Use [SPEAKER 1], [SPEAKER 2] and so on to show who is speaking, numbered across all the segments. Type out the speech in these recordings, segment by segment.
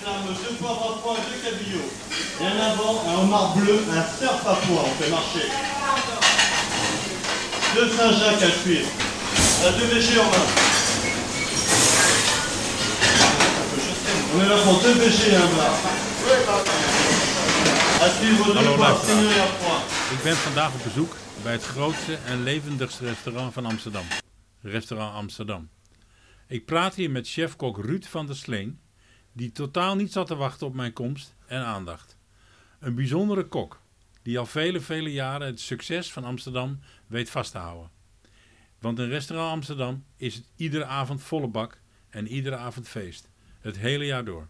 [SPEAKER 1] poivre à pois, deux cabillauds. Et un avant, un homard bleu, un cerf à pois, on fait marcher. Deux Saint-Jacques à cuire. À deux bêchés en main. On est là pour deux bêchés et un bar. À suivre deux
[SPEAKER 2] Hallo,
[SPEAKER 1] pois,
[SPEAKER 2] luisteraar.
[SPEAKER 1] seigneur et à pois.
[SPEAKER 2] Ik ben vandaag op bezoek bij het grootste en levendigste restaurant van Amsterdam. Restaurant Amsterdam. Ik praat hier met chefkok Ruud van der Sleen, die totaal niet zat te wachten op mijn komst en aandacht. Een bijzondere kok, die al vele, vele jaren het succes van Amsterdam weet vast te houden. Want in restaurant Amsterdam is het iedere avond volle bak en iedere avond feest. Het hele jaar door.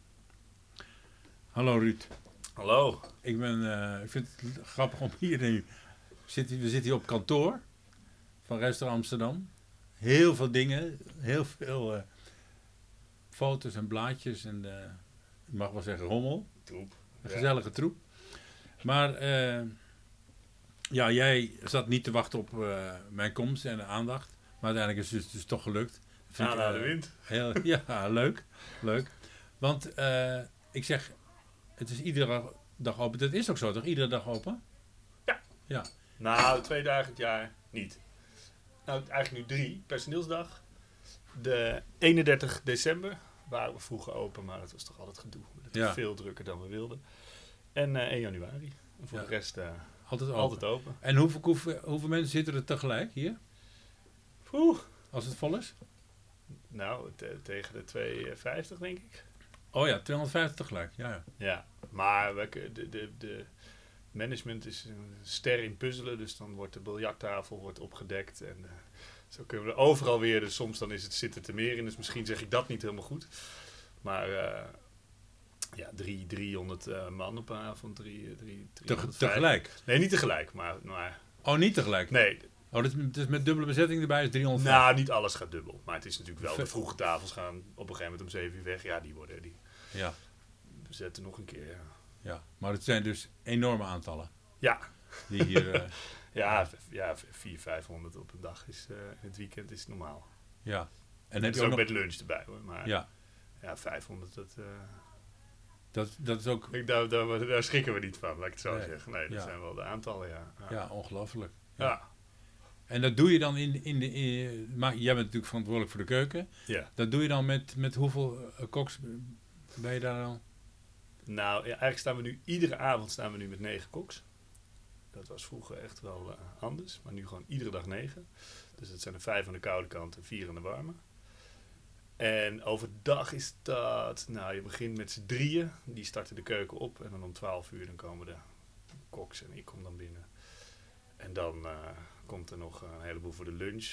[SPEAKER 2] Hallo Ruud.
[SPEAKER 3] Hallo.
[SPEAKER 2] Ik, ben, eh, ik vind het grappig om hier nu. Zit, hier- we zitten hier op kantoor van Restaurant Amsterdam. Heel veel dingen, heel veel eh, foto's en blaadjes en eh, ik mag wel zeggen rommel.
[SPEAKER 3] Troep.
[SPEAKER 2] Een gezellige troep. Maar eh, ja, jij zat niet te wachten op eh, mijn komst en de aandacht. Maar uiteindelijk is het dus, dus toch gelukt. Dat vind
[SPEAKER 3] Ga
[SPEAKER 2] ik,
[SPEAKER 3] naar de
[SPEAKER 2] eh,
[SPEAKER 3] wind.
[SPEAKER 2] Heel, ja, leuk. leuk. Want eh, ik zeg, het is iedere dag open. Dat is ook zo, toch? Iedere dag open?
[SPEAKER 3] Ja.
[SPEAKER 2] Ja,
[SPEAKER 3] Nou, twee dagen het jaar niet. Nou, eigenlijk nu drie. Personeelsdag. De 31 december waren we vroeger open, maar dat was toch altijd gedoe. Dat was
[SPEAKER 2] Ja.
[SPEAKER 3] Veel drukker dan we wilden. En eh, 1 januari. En voor
[SPEAKER 2] Ja.
[SPEAKER 3] de rest eh,
[SPEAKER 2] altijd open.
[SPEAKER 3] altijd open.
[SPEAKER 2] En hoeveel, hoeveel, hoeveel mensen zitten er tegelijk hier,
[SPEAKER 3] Oeh.
[SPEAKER 2] als het vol is?
[SPEAKER 3] Nou, te- tegen de 250 denk ik.
[SPEAKER 2] Oh ja, 250 tegelijk. Ja, ja.
[SPEAKER 3] Ja, maar we, k- de, de, de management is een ster in puzzelen, dus dan wordt de biljarttafel wordt opgedekt en eh, zo kunnen we er overal weer. Dus soms dan is het zitten te meer in, dus misschien zeg ik dat niet helemaal goed. Maar eh, ja, drie, 300 eh, man op een avond, drie, eh, drie,
[SPEAKER 2] Teg-
[SPEAKER 3] 350.
[SPEAKER 2] tegelijk.
[SPEAKER 3] Nee, niet tegelijk, maar, maar
[SPEAKER 2] Oh, niet tegelijk?
[SPEAKER 3] nee,
[SPEAKER 2] Oh, dat is, dat is met dubbele bezetting erbij is 350.
[SPEAKER 3] nou, niet alles gaat dubbel. Maar het is natuurlijk wel, de vroege tafels gaan op een gegeven moment om zeven uur weg. Ja, die worden, die
[SPEAKER 2] Ja,
[SPEAKER 3] zetten nog een keer. Ja,
[SPEAKER 2] ja. Maar het zijn dus enorme aantallen
[SPEAKER 3] ja
[SPEAKER 2] die hier... eh,
[SPEAKER 3] Ja, v- ja, v- 400, 500 op een dag is eh, in het weekend is normaal.
[SPEAKER 2] ja. En
[SPEAKER 3] En
[SPEAKER 2] heb
[SPEAKER 3] is
[SPEAKER 2] je
[SPEAKER 3] ook
[SPEAKER 2] ook nog...
[SPEAKER 3] met lunch erbij hoor. Maar ja,
[SPEAKER 2] Ja,
[SPEAKER 3] 500, dat, eh,
[SPEAKER 2] dat, dat is ook...
[SPEAKER 3] ik, daar, daar, daar schrikken we niet van, laat ik het zo
[SPEAKER 2] Nee.
[SPEAKER 3] zeggen. Nee, dat
[SPEAKER 2] Ja.
[SPEAKER 3] zijn wel de aantallen, ja. Ja, ja.
[SPEAKER 2] Ja, ongelooflijk. En dat doe je dan in, in de... In, maar jij bent natuurlijk verantwoordelijk voor de keuken.
[SPEAKER 3] Ja.
[SPEAKER 2] Dat doe je dan met, met hoeveel eh, koks ben je daar dan?
[SPEAKER 3] Nou, ja, eigenlijk staan we nu, iedere avond staan we nu met negen koks. Dat was vroeger echt wel eh, anders, maar nu gewoon iedere dag negen. Dus dat zijn er vijf aan de koude kant en vier aan de warme. En overdag is dat, nou je begint met z'n drieën, die starten de keuken op en dan om twaalf uur dan komen de koks en ik kom dan binnen. En dan eh, komt er nog een heleboel voor de lunch.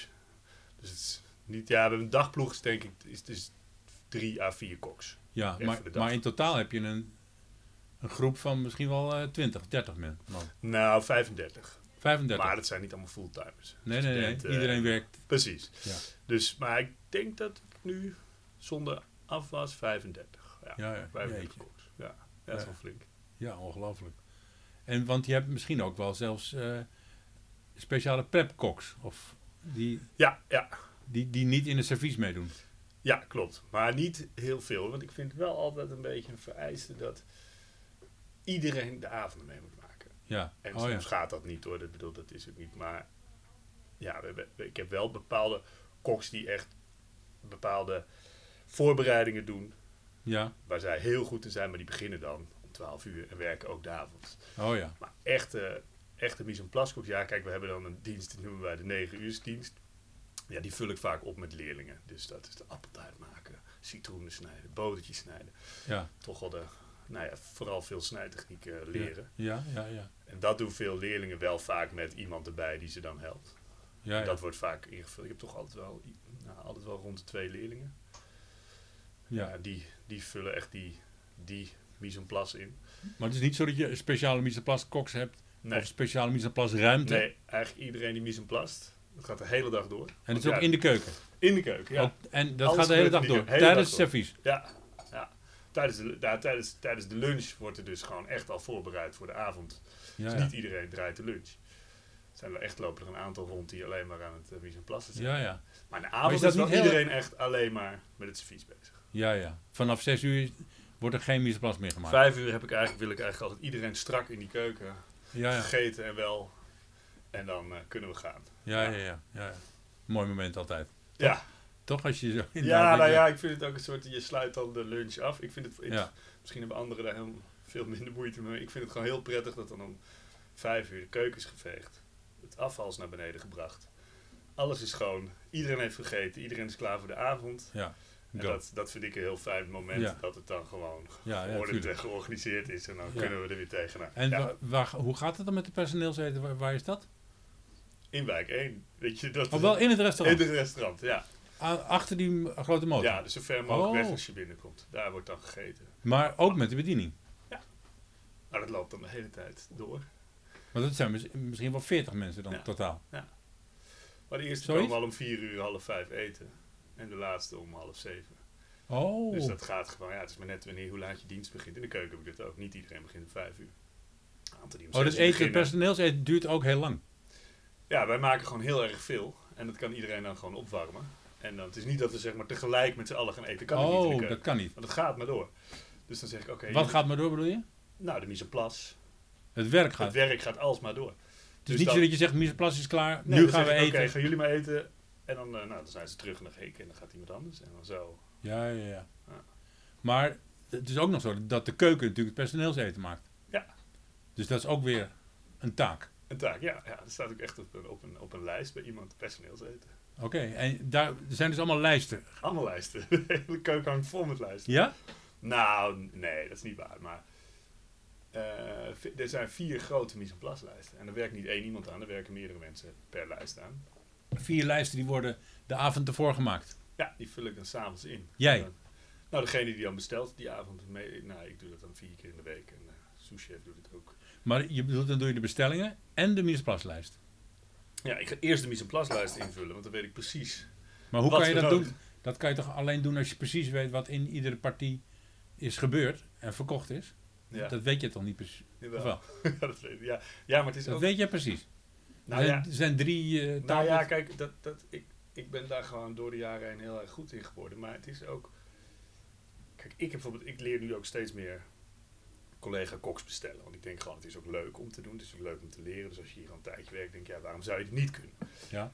[SPEAKER 3] Dus het is niet, ja we hebben een dagploeg, is denk ik, is dus drie à vier koks.
[SPEAKER 2] Ja,
[SPEAKER 3] Echt
[SPEAKER 2] maar,
[SPEAKER 3] voor de dag.
[SPEAKER 2] maar in totaal heb je een, een groep van misschien wel eh 20, 30 men. man.
[SPEAKER 3] Nou, 35.
[SPEAKER 2] 35.
[SPEAKER 3] Maar dat zijn niet allemaal fulltimers.
[SPEAKER 2] nee, nee, nee.
[SPEAKER 3] studenten, eh,
[SPEAKER 2] Iedereen werkt.
[SPEAKER 3] Precies.
[SPEAKER 2] Ja.
[SPEAKER 3] Dus, maar ik denk dat ik nu zonder afwas 35. Ja,
[SPEAKER 2] Ja, ja.
[SPEAKER 3] 35
[SPEAKER 2] Jeetje.
[SPEAKER 3] koks. Ja, ja, dat is
[SPEAKER 2] Ja.
[SPEAKER 3] wel flink.
[SPEAKER 2] Ja, ongelooflijk. En want je hebt misschien ook wel zelfs eh, speciale prepkoks. Of die,
[SPEAKER 3] Ja, ja,
[SPEAKER 2] die, die niet in het servies meedoen.
[SPEAKER 3] ja, klopt. Maar niet heel veel. Want ik vind wel altijd een beetje een vereiste dat iedereen de avonden mee moet maken.
[SPEAKER 2] Ja.
[SPEAKER 3] En
[SPEAKER 2] Oh ja.
[SPEAKER 3] soms gaat dat niet hoor, dat bedoel dat is het niet. Maar ja, we hebben- ik heb wel bepaalde koks die echt bepaalde voorbereidingen doen.
[SPEAKER 2] Ja.
[SPEAKER 3] waar zij heel goed in zijn, maar die beginnen dan om 12 uur en werken ook de avond.
[SPEAKER 2] Oh ja.
[SPEAKER 3] Maar echte, echte mise en place koks, ja, kijk, we hebben dan een dienst, die noemen wij de 9 uur dienst. Ja, die vul ik vaak op met leerlingen. Dus dat is de appeltaart maken, citroenen snijden, botertjes snijden.
[SPEAKER 2] Ja.
[SPEAKER 3] Toch wel de, nou ja, vooral veel snijtechnieken eh, leren.
[SPEAKER 2] Ja, ja, ja.
[SPEAKER 3] En dat doen veel leerlingen wel vaak met iemand erbij die ze dan helpt.
[SPEAKER 2] Ja, ja.
[SPEAKER 3] Dat wordt vaak ingevuld. Ik heb toch altijd wel, i- nou, altijd wel rond de twee leerlingen.
[SPEAKER 2] ja.
[SPEAKER 3] Ja, die, die vullen echt die, die mise en place in.
[SPEAKER 2] Maar het is niet zo dat je speciale mise en place koks hebt.
[SPEAKER 3] Nee.
[SPEAKER 2] Of speciale mise en place ruimte.
[SPEAKER 3] Nee, eigenlijk iedereen die mise en plast. Dat gaat de hele dag door.
[SPEAKER 2] En het
[SPEAKER 3] Want
[SPEAKER 2] is ook
[SPEAKER 3] ja,
[SPEAKER 2] in de Oh. keuken.
[SPEAKER 3] in de keuken, ja.
[SPEAKER 2] Ook- En dat
[SPEAKER 3] Alles
[SPEAKER 2] gaat de hele
[SPEAKER 3] gebeurt
[SPEAKER 2] dag
[SPEAKER 3] in de
[SPEAKER 2] door.
[SPEAKER 3] keuken. Hele
[SPEAKER 2] Tijdens het
[SPEAKER 3] dag
[SPEAKER 2] servies.
[SPEAKER 3] ja, ja. Tijdens, de, daar- tijdens, tijdens de lunch wordt er dus gewoon echt al voorbereid voor de avond.
[SPEAKER 2] Ja,
[SPEAKER 3] Dus
[SPEAKER 2] ja.
[SPEAKER 3] niet iedereen draait de lunch. Er zijn er echt lopen er een aantal rond die alleen maar aan het eh, mise en plassen zijn.
[SPEAKER 2] ja, ja.
[SPEAKER 3] Maar in de
[SPEAKER 2] is
[SPEAKER 3] avond
[SPEAKER 2] dat
[SPEAKER 3] is wel
[SPEAKER 2] niet heel-
[SPEAKER 3] iedereen echt alleen maar met het servies bezig.
[SPEAKER 2] Ja, ja. Vanaf zes uur wordt er geen mise en place meer gemaakt.
[SPEAKER 3] Vijf uur heb ik eigenlijk, wil ik eigenlijk altijd iedereen strak in die keuken.
[SPEAKER 2] Ja, ja.
[SPEAKER 3] Gegeten en wel. En dan eh, kunnen we gaan.
[SPEAKER 2] Ja, ja, ja, ja, ja. Mooi moment altijd.
[SPEAKER 3] Ja.
[SPEAKER 2] Toch als je zo
[SPEAKER 3] Ja,
[SPEAKER 2] inderdaad-
[SPEAKER 3] nou ja, ik vind het ook een soort, je sluit dan de lunch af. Ik vind het, ik-
[SPEAKER 2] Ja.
[SPEAKER 3] misschien hebben anderen daar heel veel minder moeite mee. maar Ik vind het gewoon heel prettig dat dan om vijf uur de keuken is geveegd. Het afval is naar beneden gebracht. Alles is schoon. Iedereen heeft gegeten. Iedereen is klaar voor de avond.
[SPEAKER 2] Ja,
[SPEAKER 3] En
[SPEAKER 2] go.
[SPEAKER 3] dat, dat vind ik een heel fijn moment
[SPEAKER 2] Ja.
[SPEAKER 3] dat het dan gewoon
[SPEAKER 2] Ja, ja,
[SPEAKER 3] geordend
[SPEAKER 2] tuurlijk.
[SPEAKER 3] en georganiseerd is. En dan
[SPEAKER 2] Ja.
[SPEAKER 3] kunnen we er weer tegenaan.
[SPEAKER 2] En
[SPEAKER 3] Ja,
[SPEAKER 2] wa- waar, hoe gaat het dan met de personeelszeten? Waar, waar is dat?
[SPEAKER 3] in wijk 1. Weet je, dat
[SPEAKER 2] Oh, wel in het
[SPEAKER 3] in
[SPEAKER 2] restaurant.
[SPEAKER 3] het restaurant, ja.
[SPEAKER 2] A- Achter die m- grote motor.
[SPEAKER 3] Ja, dus zo ver mogelijk
[SPEAKER 2] Oh.
[SPEAKER 3] weg als je binnenkomt. Daar wordt dan gegeten.
[SPEAKER 2] Maar ook met de bediening.
[SPEAKER 3] Maar dat loopt dan de hele tijd door.
[SPEAKER 2] Want dat zijn mis- misschien wel 40 mensen dan
[SPEAKER 3] Ja.
[SPEAKER 2] totaal.
[SPEAKER 3] Maar de eerste
[SPEAKER 2] Zoiets?
[SPEAKER 3] komen al om vier uur, half vijf eten. En de laatste om half zeven.
[SPEAKER 2] Oh,
[SPEAKER 3] Dus dat gaat gewoon, ja, het is maar net wanneer, hoe laat je dienst begint. In de keuken heb ik dat ook. Niet iedereen begint om vijf uur. Een aantal die om
[SPEAKER 2] oh
[SPEAKER 3] zes
[SPEAKER 2] dus
[SPEAKER 3] uur
[SPEAKER 2] eten,
[SPEAKER 3] beginnen.
[SPEAKER 2] personeelseten duurt ook heel lang.
[SPEAKER 3] Ja, wij maken gewoon heel erg veel. En dat kan iedereen dan gewoon opwarmen. En dan, het is niet dat we zeg maar tegelijk met z'n allen gaan eten. Kan het niet in de
[SPEAKER 2] oh,
[SPEAKER 3] keuken.
[SPEAKER 2] dat kan niet.
[SPEAKER 3] Want het gaat maar door. Dus dan zeg ik, oké,
[SPEAKER 2] Wat
[SPEAKER 3] je-
[SPEAKER 2] gaat maar door, bedoel je?
[SPEAKER 3] nou, de mise en place.
[SPEAKER 2] Het werk gaat.
[SPEAKER 3] Het werk gaat alsmaar door.
[SPEAKER 2] het is
[SPEAKER 3] dus
[SPEAKER 2] niet
[SPEAKER 3] dan-
[SPEAKER 2] zo dat je zegt, mise en place is klaar,
[SPEAKER 3] Nee,
[SPEAKER 2] nu
[SPEAKER 3] dan
[SPEAKER 2] gaan we
[SPEAKER 3] zeg ik,
[SPEAKER 2] eten.
[SPEAKER 3] Oké, gaan jullie maar eten. En dan, eh, nou, dan zijn ze terug naar Heek en dan gaat iemand anders. En dan zo.
[SPEAKER 2] Ja, ja, ja.
[SPEAKER 3] Ja.
[SPEAKER 2] Maar het is ook nog zo dat de keuken natuurlijk het personeelseten maakt.
[SPEAKER 3] Ja.
[SPEAKER 2] Dus dat is ook weer een taak.
[SPEAKER 3] Een taak, ja. ja dat staat ook echt op een, op een, op een lijst bij iemand personeelseten.
[SPEAKER 2] Oké, en daar er zijn dus allemaal lijsten.
[SPEAKER 3] Allemaal lijsten. De hele keuken hangt vol met lijsten.
[SPEAKER 2] Ja?
[SPEAKER 3] Nou, nee, dat is niet waar. Maar eh, vi- er zijn vier grote mise en place lijsten. En er werkt niet één iemand aan, er werken meerdere mensen per lijst aan.
[SPEAKER 2] Vier lijsten die worden de avond ervoor gemaakt.
[SPEAKER 3] Ja, die vul ik dan s'avonds in.
[SPEAKER 2] Jij?
[SPEAKER 3] En dan- nou, degene die dan bestelt die avond. Mee, nou, ik doe dat dan vier keer in de week. En eh sous-chef doet het ook.
[SPEAKER 2] Maar je bedoelt, dan doe je de bestellingen en de mise en place lijst.
[SPEAKER 3] Ja, ik ga eerst de mise en place lijst invullen, want dan weet ik precies.
[SPEAKER 2] Maar hoe
[SPEAKER 3] Wat
[SPEAKER 2] kan je
[SPEAKER 3] voor
[SPEAKER 2] dat
[SPEAKER 3] nodig?
[SPEAKER 2] doen? Dat kan je toch alleen doen als je precies weet wat in iedere partij is gebeurd en verkocht is?
[SPEAKER 3] Ja,
[SPEAKER 2] Dat weet je toch niet precies?
[SPEAKER 3] jawel.
[SPEAKER 2] Of wel?
[SPEAKER 3] ja, dat weet ik. Ja. ja, maar het is
[SPEAKER 2] Dat
[SPEAKER 3] ook...
[SPEAKER 2] weet je precies.
[SPEAKER 3] Nou
[SPEAKER 2] er, zijn,
[SPEAKER 3] ja.
[SPEAKER 2] er zijn drie eh
[SPEAKER 3] Nou
[SPEAKER 2] tafels.
[SPEAKER 3] ja, kijk, dat, dat, ik, ik ben daar gewoon door de jaren heen heel erg goed in geworden. Maar het is ook. Kijk, ik, heb bijvoorbeeld, ik leer nu ook steeds meer collega-koks bestellen. Want ik denk gewoon, het is ook leuk om te doen. Het is ook leuk om te leren. Dus als je hier al een tijdje werkt, denk je, ja, waarom zou je het niet kunnen?
[SPEAKER 2] Ja.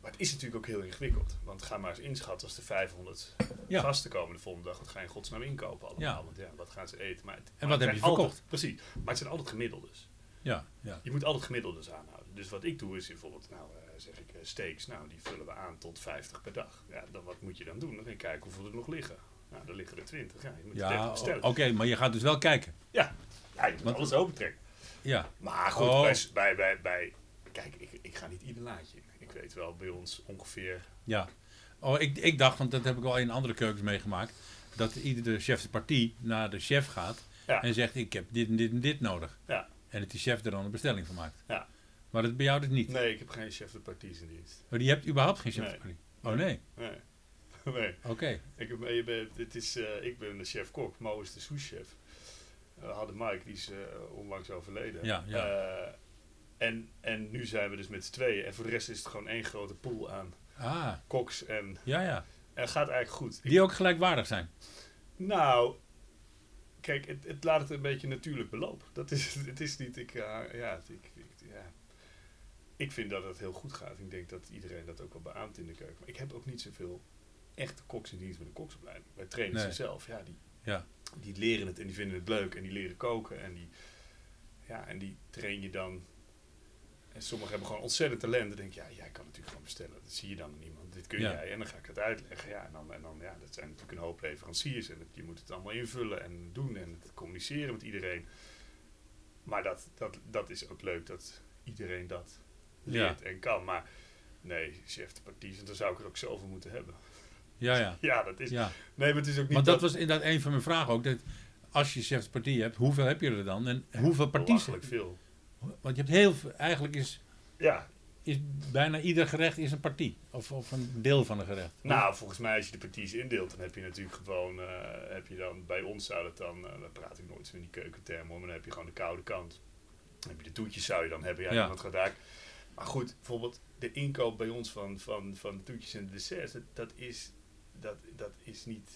[SPEAKER 3] Maar het is natuurlijk ook heel ingewikkeld. Want ga maar eens inschatten als er 500
[SPEAKER 2] Ja.
[SPEAKER 3] gasten komen de volgende dag. Wat ga je in godsnaam inkopen allemaal?
[SPEAKER 2] Ja.
[SPEAKER 3] Want ja, wat gaan ze eten? Maar het,
[SPEAKER 2] En
[SPEAKER 3] maar
[SPEAKER 2] wat
[SPEAKER 3] het
[SPEAKER 2] heb je
[SPEAKER 3] zijn altijd-
[SPEAKER 2] verkocht?
[SPEAKER 3] Precies. Maar het zijn altijd gemiddeldes.
[SPEAKER 2] Ja, ja.
[SPEAKER 3] Je moet altijd gemiddeldes aanhouden. Dus wat ik doe is bijvoorbeeld, nou eh, zeg ik eh, steaks, nou die vullen we aan tot 50 per dag. Ja, dan wat moet je dan doen? Dan ga je kijken hoeveel er nog liggen. Nou, er liggen er 20. Ja, je moet er 30
[SPEAKER 2] ja o-
[SPEAKER 3] bestellen.
[SPEAKER 2] Oké, maar je gaat dus wel kijken.
[SPEAKER 3] Ja. ja, je moet
[SPEAKER 2] Want-
[SPEAKER 3] alles opentrekken.
[SPEAKER 2] Ja,
[SPEAKER 3] Maar goed,
[SPEAKER 2] Oh.
[SPEAKER 3] bij, s- bij, bij, bij- kijk, ik, ik ga niet ieder laadje in. Ik weet wel bij ons ongeveer,
[SPEAKER 2] ja. Oh, ik, ik dacht, want dat heb ik al in andere keukens meegemaakt, dat iedere chef de partij naar de chef gaat
[SPEAKER 3] Ja.
[SPEAKER 2] en zegt, ik heb dit en dit en dit nodig.
[SPEAKER 3] ja.
[SPEAKER 2] En dat die chef er dan een bestelling van maakt.
[SPEAKER 3] ja.
[SPEAKER 2] Maar dat bij jou dus niet.
[SPEAKER 3] Nee, ik heb geen chef de parties in dienst.
[SPEAKER 2] Maar die hebt überhaupt geen chef
[SPEAKER 3] Nee.
[SPEAKER 2] de partij. Oh nee,
[SPEAKER 3] Nee. nee.
[SPEAKER 2] oké.
[SPEAKER 3] Ik, heb, je bent- dit is, eh, ik ben de chef-kok, Mo is de sous-chef. We hadden Mike, die is eh, onlangs overleden.
[SPEAKER 2] Ja, ja.
[SPEAKER 3] Eh, en, en nu zijn we dus met z'n tweeën. En voor de rest is het gewoon één grote pool aan
[SPEAKER 2] Ah,
[SPEAKER 3] koks. En
[SPEAKER 2] ja, ja.
[SPEAKER 3] het gaat eigenlijk goed. Ik-
[SPEAKER 2] Die ook gelijkwaardig zijn.
[SPEAKER 3] nou, kijk, het, het laat het een beetje natuurlijk beloop. Dat is, het is niet, ik, eh, ja, het- ik, ik, ja. ik vind dat het heel goed gaat. Ik denk dat iedereen dat ook wel beaamt in de keuken. Maar ik heb ook niet zoveel echte koks in dienst met een koksopleiding. Wij trainen
[SPEAKER 2] Nee.
[SPEAKER 3] ze zelf, ja, die,
[SPEAKER 2] Ja.
[SPEAKER 3] die leren het en die vinden het leuk en die leren koken en die, ja, en die train je dan. En sommigen hebben gewoon ontzettend talent. Dan denk je, ja, jij kan natuurlijk gewoon bestellen. Dat zie je dan aan iemand. Dit kun
[SPEAKER 2] Ja.
[SPEAKER 3] jij. En dan ga ik het uitleggen. Ja, en dan, en dan, ja, dat zijn natuurlijk een hoop leveranciers. En het- je moet het allemaal invullen en doen en het communiceren met iedereen. Maar dat, dat, dat is ook leuk dat iedereen dat leert en kan. Maar nee, chef de parties, dan zou ik er ook zoveel moeten hebben.
[SPEAKER 2] Ja, ja.
[SPEAKER 3] Ja, dat is.
[SPEAKER 2] ja.
[SPEAKER 3] Nee, maar het is ook niet.
[SPEAKER 2] Maar dat was inderdaad een van mijn vragen ook. Dat als je chef de partij hebt, hoeveel heb je er dan? En hoeveel parties?
[SPEAKER 3] belachelijk veel.
[SPEAKER 2] Want je hebt heel veel, eigenlijk is
[SPEAKER 3] Ja,
[SPEAKER 2] is bijna ieder gerecht is een partij. Of, of een deel van een gerecht.
[SPEAKER 3] Nou, volgens mij als je de parties indeelt, dan heb je natuurlijk gewoon, eh, heb je dan, bij ons zou dat dan, eh we praten ook nooit zo in die keukentermen, hoor, maar dan heb je gewoon de koude kant. Dan heb je de toetjes zou je dan hebben, ja,
[SPEAKER 2] Ja.
[SPEAKER 3] iemand gaat daar. Maar goed, bijvoorbeeld de inkoop bij ons van, van, van de toetjes en de desserts, dat, dat, is, dat, dat is niet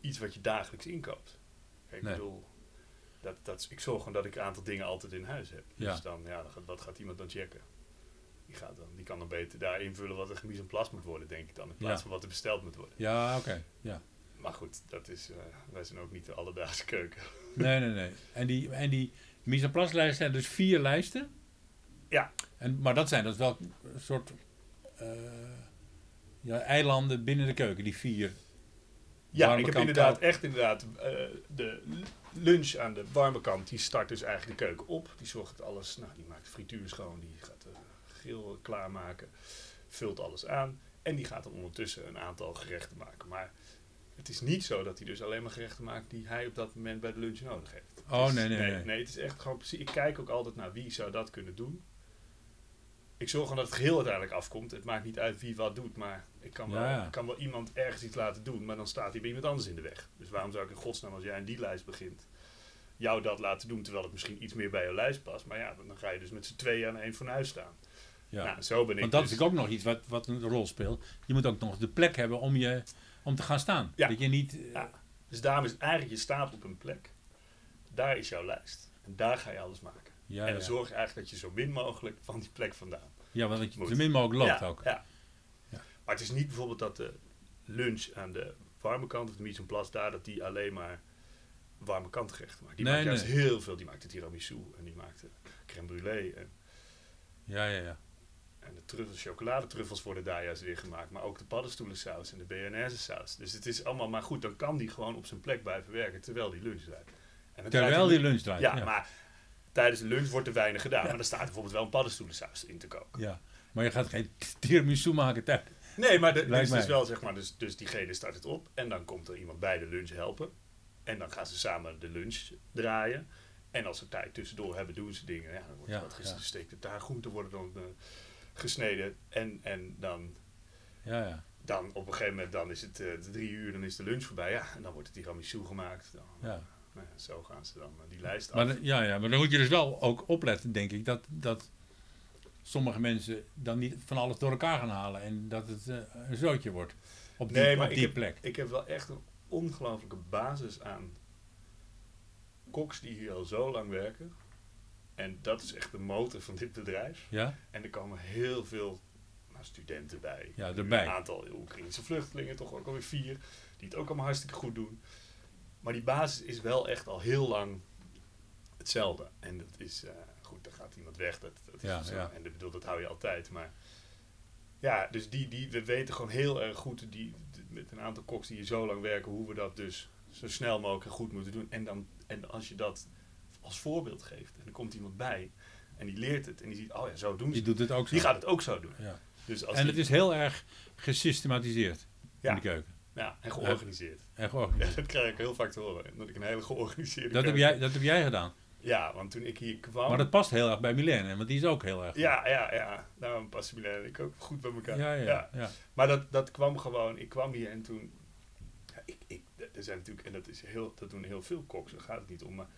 [SPEAKER 3] iets wat je dagelijks inkoopt. Kijk, ik
[SPEAKER 2] Nee.
[SPEAKER 3] bedoel, dat, dat, is- ik zorg gewoon dat ik een aantal dingen altijd in huis heb.
[SPEAKER 2] Ja.
[SPEAKER 3] Dus dan, ja, dan gaat- wat gaat iemand dan checken? Die, gaat dan, die kan dan beter daar invullen wat er gemis en plas moet worden, denk ik dan. In plaats
[SPEAKER 2] Ja.
[SPEAKER 3] van wat er besteld moet worden.
[SPEAKER 2] Ja, oké. Ja.
[SPEAKER 3] Maar goed, dat is, eh, wij zijn ook niet de alledaagse keuken.
[SPEAKER 2] Nee, nee, nee. En die, en die mise en place lijsten zijn dus vier lijsten.
[SPEAKER 3] Ja.
[SPEAKER 2] En, maar dat zijn dus wel een soort eh, ja, eilanden binnen de keuken, die vier.
[SPEAKER 3] Ja,
[SPEAKER 2] Warme
[SPEAKER 3] ik heb
[SPEAKER 2] kant,
[SPEAKER 3] inderdaad
[SPEAKER 2] koud.
[SPEAKER 3] echt inderdaad eh, de l- lunch aan de warme kant. Die start dus eigenlijk de keuken op. Die zorgt dat alles, nou, die maakt frituur schoon, die gaat de grill klaarmaken, vult alles aan en die gaat dan ondertussen een aantal gerechten maken. Maar het is niet zo dat hij dus alleen maar gerechten maakt die hij op dat moment bij de lunch nodig heeft. Het
[SPEAKER 2] Oh,
[SPEAKER 3] is-
[SPEAKER 2] nee, nee, nee.
[SPEAKER 3] Dus nee. het is echt gewoon precies. Ik kijk ook altijd naar wie zou dat kunnen doen. Ik zorg gewoon dat het geheel uiteindelijk afkomt. Het maakt niet uit wie wat doet, maar ik kan, wel,
[SPEAKER 2] Ja.
[SPEAKER 3] ik kan wel iemand ergens iets laten doen, maar dan staat hij bij iemand anders in de weg. Dus waarom zou ik in godsnaam, als jij aan die lijst begint, jou dat laten doen, terwijl het misschien iets meer bij je lijst past. Maar ja, dan ga je dus met z'n tweeën aan één fornuis staan.
[SPEAKER 2] Ja.
[SPEAKER 3] Nou, zo ben ik
[SPEAKER 2] Want dat
[SPEAKER 3] dus.
[SPEAKER 2] is ook nog iets wat, wat een rol speelt. Je moet ook nog de plek hebben om, je, om te gaan staan.
[SPEAKER 3] Ja.
[SPEAKER 2] Dat je niet... eh,
[SPEAKER 3] Ja. Dus daarom is het eigenlijk, je staat op een plek. Daar is jouw lijst. En daar ga je alles maken.
[SPEAKER 2] ja,
[SPEAKER 3] en
[SPEAKER 2] ja.
[SPEAKER 3] dan zorg je eigenlijk dat je zo min mogelijk van die plek vandaan
[SPEAKER 2] Ja, want dat je
[SPEAKER 3] Moet.
[SPEAKER 2] zo min mogelijk loopt
[SPEAKER 3] ja,
[SPEAKER 2] ook.
[SPEAKER 3] Ja.
[SPEAKER 2] Ja.
[SPEAKER 3] Maar het is niet bijvoorbeeld dat de lunch aan de warme kant of de mise en place daar, dat die alleen maar warme kant gerechten maakt. Die
[SPEAKER 2] Nee,
[SPEAKER 3] maakt juist
[SPEAKER 2] nee.
[SPEAKER 3] heel veel. Die maakte tiramisu en die maakte crème brûlée en,
[SPEAKER 2] Ja, ja, ja.
[SPEAKER 3] en de truffels, chocoladetruffels worden daar juist weer gemaakt. Maar ook de paddenstoelensaus en de béarnaise saus. Dus het is allemaal maar goed. Dan kan die gewoon op zijn plek blijven werken terwijl die lunch draait. En dan draait
[SPEAKER 2] Terwijl
[SPEAKER 3] die
[SPEAKER 2] die lunch draait.
[SPEAKER 3] Ja,
[SPEAKER 2] ja.
[SPEAKER 3] maar tijdens de lunch wordt er weinig gedaan. Maar er staat bijvoorbeeld wel een paddenstoelensaus in te koken.
[SPEAKER 2] Ja. maar je gaat geen tiramisu maken tijdens...
[SPEAKER 3] Nee, maar de,
[SPEAKER 2] Lijkt
[SPEAKER 3] dus, dus
[SPEAKER 2] mij.
[SPEAKER 3] wel zeg maar, dus, dus diegene start het op en dan komt er iemand bij de lunch helpen. En dan gaan ze samen de lunch draaien. En als ze tijd tussendoor hebben, doen ze dingen. Ja, dan wordt er
[SPEAKER 2] Ja,
[SPEAKER 3] wat ges-
[SPEAKER 2] ja.
[SPEAKER 3] gesteekt. Daar groenten worden dan eh, gesneden. En, en dan,
[SPEAKER 2] Ja, ja.
[SPEAKER 3] dan op een gegeven moment dan is het eh, drie uur, dan is de lunch voorbij. Ja, en dan wordt het tiramisu gemaakt. Dan,
[SPEAKER 2] ja.
[SPEAKER 3] nou ja, zo gaan ze dan eh, die lijst af.
[SPEAKER 2] Maar, dan- ja, ja, maar dan moet je dus wel ook opletten, denk ik, dat, dat sommige mensen dan niet van alles door elkaar gaan halen en dat het eh, een zootje wordt op die, op
[SPEAKER 3] ik
[SPEAKER 2] die
[SPEAKER 3] heb-
[SPEAKER 2] plek.
[SPEAKER 3] Ik heb wel echt een ongelooflijke basis aan koks die hier al zo lang werken. En dat is echt de motor van dit bedrijf.
[SPEAKER 2] Ja?
[SPEAKER 3] En er komen heel veel nou, studenten bij.
[SPEAKER 2] Ja,
[SPEAKER 3] Nu
[SPEAKER 2] erbij.
[SPEAKER 3] Een aantal Oekraïnse vluchtelingen, toch ook alweer vier, die het ook allemaal hartstikke goed doen. Maar die basis is wel echt al heel lang hetzelfde. En dat is, eh, goed, dan gaat iemand weg. Dat, dat is dus
[SPEAKER 2] Ja,
[SPEAKER 3] zo.
[SPEAKER 2] ja.
[SPEAKER 3] En ik bedoel, dat hou je altijd. Maar ja, dus die, die, we weten gewoon heel erg goed, die, die- met een aantal koks die hier zo lang werken, hoe we dat dus zo snel mogelijk en goed moeten doen. En, dan, en als je dat als voorbeeld geeft, en er komt iemand bij, en die leert het, en die ziet, oh ja, zo doen ze
[SPEAKER 2] Die doet het ook zo.
[SPEAKER 3] die gaat het ook zo doen.
[SPEAKER 2] Ja.
[SPEAKER 3] Dus als
[SPEAKER 2] En
[SPEAKER 3] die-
[SPEAKER 2] het is heel erg gesystematiseerd in
[SPEAKER 3] ja,
[SPEAKER 2] de keuken.
[SPEAKER 3] ja, en georganiseerd.
[SPEAKER 2] En georganiseerd.
[SPEAKER 3] Ja, dat krijg ik heel vaak te horen. Dat ik een hele georganiseerde
[SPEAKER 2] Dat heb,
[SPEAKER 3] keuken-
[SPEAKER 2] jij, dat heb jij gedaan.
[SPEAKER 3] Ja, want toen ik hier kwam...
[SPEAKER 2] Maar dat past heel erg bij Milène, want die is ook heel erg.
[SPEAKER 3] Ja, ja, ja. Nou, passen Milan en ik ook goed bij elkaar.
[SPEAKER 2] ja, ja, ja. ja.
[SPEAKER 3] Maar dat, dat kwam gewoon... Ik kwam hier en toen... Ja, ik, ik, er zijn natuurlijk... En dat, is heel, dat doen heel veel koks. Daar gaat het niet om. Maar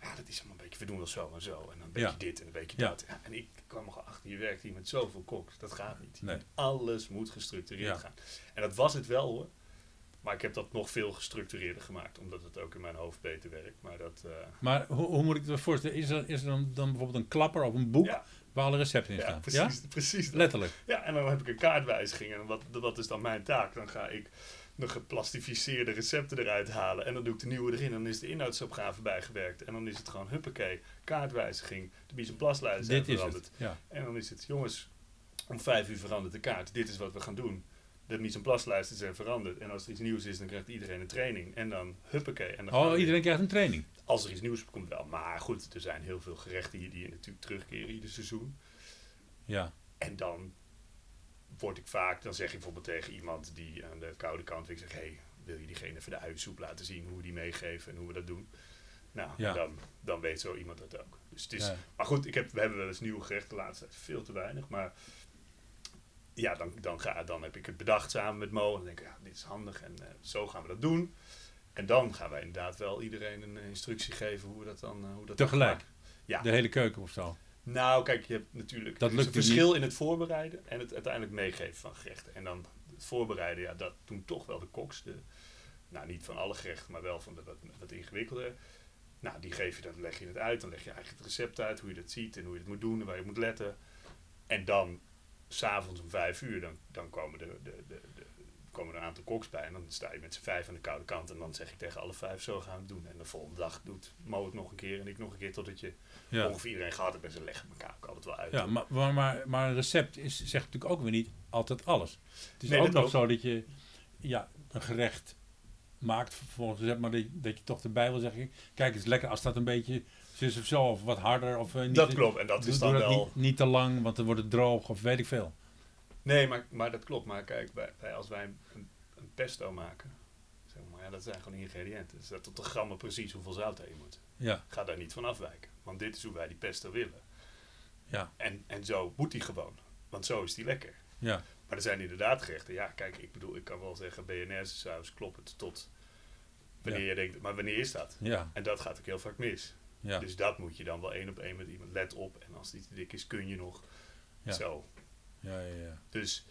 [SPEAKER 3] ja, dat is allemaal een beetje... We doen wel zo en zo. En dan een beetje
[SPEAKER 2] Ja.
[SPEAKER 3] dit en een beetje
[SPEAKER 2] Ja.
[SPEAKER 3] dat. Ja, en ik kwam er gewoon achter. Je werkt hier met zoveel koks. Dat gaat niet.
[SPEAKER 2] Nee.
[SPEAKER 3] Alles moet gestructureerd
[SPEAKER 2] Ja.
[SPEAKER 3] gaan. En dat was het wel hoor. Maar ik heb dat nog veel gestructureerder gemaakt, omdat het ook in mijn hoofd beter werkt. Maar dat. eh,
[SPEAKER 2] Maar hoe, hoe moet ik het me voorstellen? Is er, is er dan, dan bijvoorbeeld een klapper of een boek
[SPEAKER 3] ja,
[SPEAKER 2] waar alle recepten in
[SPEAKER 3] ja,
[SPEAKER 2] staan? Ja?
[SPEAKER 3] precies. precies dat.
[SPEAKER 2] Letterlijk.
[SPEAKER 3] Ja, en dan heb ik een kaartwijziging. En wat, wat is dan mijn taak? Dan ga ik de geplastificeerde recepten eruit halen. En dan doe ik de nieuwe erin. En dan is de inhoudsopgave bijgewerkt. En dan is het gewoon huppakee. Kaartwijziging. De bies en plaslijst zijn
[SPEAKER 2] Dit is
[SPEAKER 3] veranderd.
[SPEAKER 2] het. Ja.
[SPEAKER 3] En dan is het, jongens, om vijf uur verandert de kaart. Dit is wat we gaan doen. De mise en plaslijsten zijn veranderd. En als er iets nieuws is, dan krijgt iedereen een training. En dan huppakee. En dan gaan we
[SPEAKER 2] Oh,
[SPEAKER 3] weer.
[SPEAKER 2] iedereen krijgt een training.
[SPEAKER 3] Als er iets nieuws op komt wel. Maar goed, er zijn heel veel gerechten hier die natuurlijk terugkeren ieder seizoen.
[SPEAKER 2] Ja.
[SPEAKER 3] En dan word ik vaak, dan zeg ik bijvoorbeeld tegen iemand die aan de koude kant, ik zeg, hé, hey, wil je diegene even de uiensoep laten zien, hoe we die meegeven en hoe we dat doen? Nou,
[SPEAKER 2] Ja.
[SPEAKER 3] dan, dan weet zo iemand dat ook. Dus het is,
[SPEAKER 2] Ja.
[SPEAKER 3] maar goed, ik heb, we hebben wel eens nieuwe gerechten de laatste tijd, veel te weinig, maar ja, dan, dan, ga, dan heb ik het bedacht samen met Mo en dan denk ik, ja, dit is handig en eh, zo gaan we dat doen. En dan gaan wij inderdaad wel iedereen een instructie geven hoe we dat dan... eh, hoe dat dan
[SPEAKER 2] Tegelijk?
[SPEAKER 3] maken. Ja.
[SPEAKER 2] De hele keuken of zo.
[SPEAKER 3] Nou, kijk, je hebt natuurlijk
[SPEAKER 2] Dat
[SPEAKER 3] er is
[SPEAKER 2] lukt
[SPEAKER 3] een
[SPEAKER 2] dus
[SPEAKER 3] verschil in het voorbereiden en het uiteindelijk meegeven van gerechten. En dan het voorbereiden, ja, dat doen toch wel de koks, de, Nou, niet van alle gerechten, maar wel van de wat, wat ingewikkelder. Nou, die geef je, dan leg je het uit. Dan leg je eigenlijk het recept uit, hoe je dat ziet en hoe je het moet doen en waar je op moet letten. En dan, s'avonds om vijf uur, dan, dan komen, de, de, de, de- komen er een aantal koks bij. En dan sta je met z'n vijf aan de koude kant. En dan zeg ik tegen alle vijf, zo gaan we het doen. En de volgende dag doet Mo het nog een keer en ik nog een keer. Totdat je
[SPEAKER 2] Ja.
[SPEAKER 3] ongeveer iedereen gehad hebt. En ze leggen elkaar ook altijd wel uit.
[SPEAKER 2] Ja, maar, maar- maar, maar een recept is, zegt natuurlijk ook weer niet altijd alles. Het is
[SPEAKER 3] Nee,
[SPEAKER 2] ook
[SPEAKER 3] dat
[SPEAKER 2] nog
[SPEAKER 3] klopt.
[SPEAKER 2] zo dat je ja, een gerecht maakt vervolgens, zeg maar dat je, dat je toch erbij wil zeggen, kijk het is lekker als dat een beetje zus of zo of wat harder of eh, niet,
[SPEAKER 3] dat klopt. En dat
[SPEAKER 2] doe-
[SPEAKER 3] is
[SPEAKER 2] doe
[SPEAKER 3] dan wel...
[SPEAKER 2] niet, niet te lang, want dan wordt het droog of weet ik veel.
[SPEAKER 3] Nee, maar, maar dat klopt. Maar kijk, bij, bij- als wij een, een- een pesto maken, zeg maar, ja, dat zijn gewoon ingrediënten. Dus dat tot de grammen precies hoeveel zout erin moet.
[SPEAKER 2] Ja,
[SPEAKER 3] Ga daar niet van afwijken. Want dit is hoe wij die pesto willen.
[SPEAKER 2] ja,
[SPEAKER 3] En, en zo moet die gewoon. Want zo is die lekker.
[SPEAKER 2] ja,
[SPEAKER 3] Maar er zijn inderdaad gerechten. Ja, kijk, ik bedoel, ik kan wel zeggen, BNR's saus klopt het tot wanneer
[SPEAKER 2] Ja.
[SPEAKER 3] je denkt, maar wanneer is dat?
[SPEAKER 2] ja,
[SPEAKER 3] En dat gaat ook heel vaak mis.
[SPEAKER 2] ja.
[SPEAKER 3] Dus dat moet je dan wel één op één met iemand. Let op. En als die te dik is, kun je nog.
[SPEAKER 2] Ja.
[SPEAKER 3] Zo.
[SPEAKER 2] ja, ja, ja.
[SPEAKER 3] Dus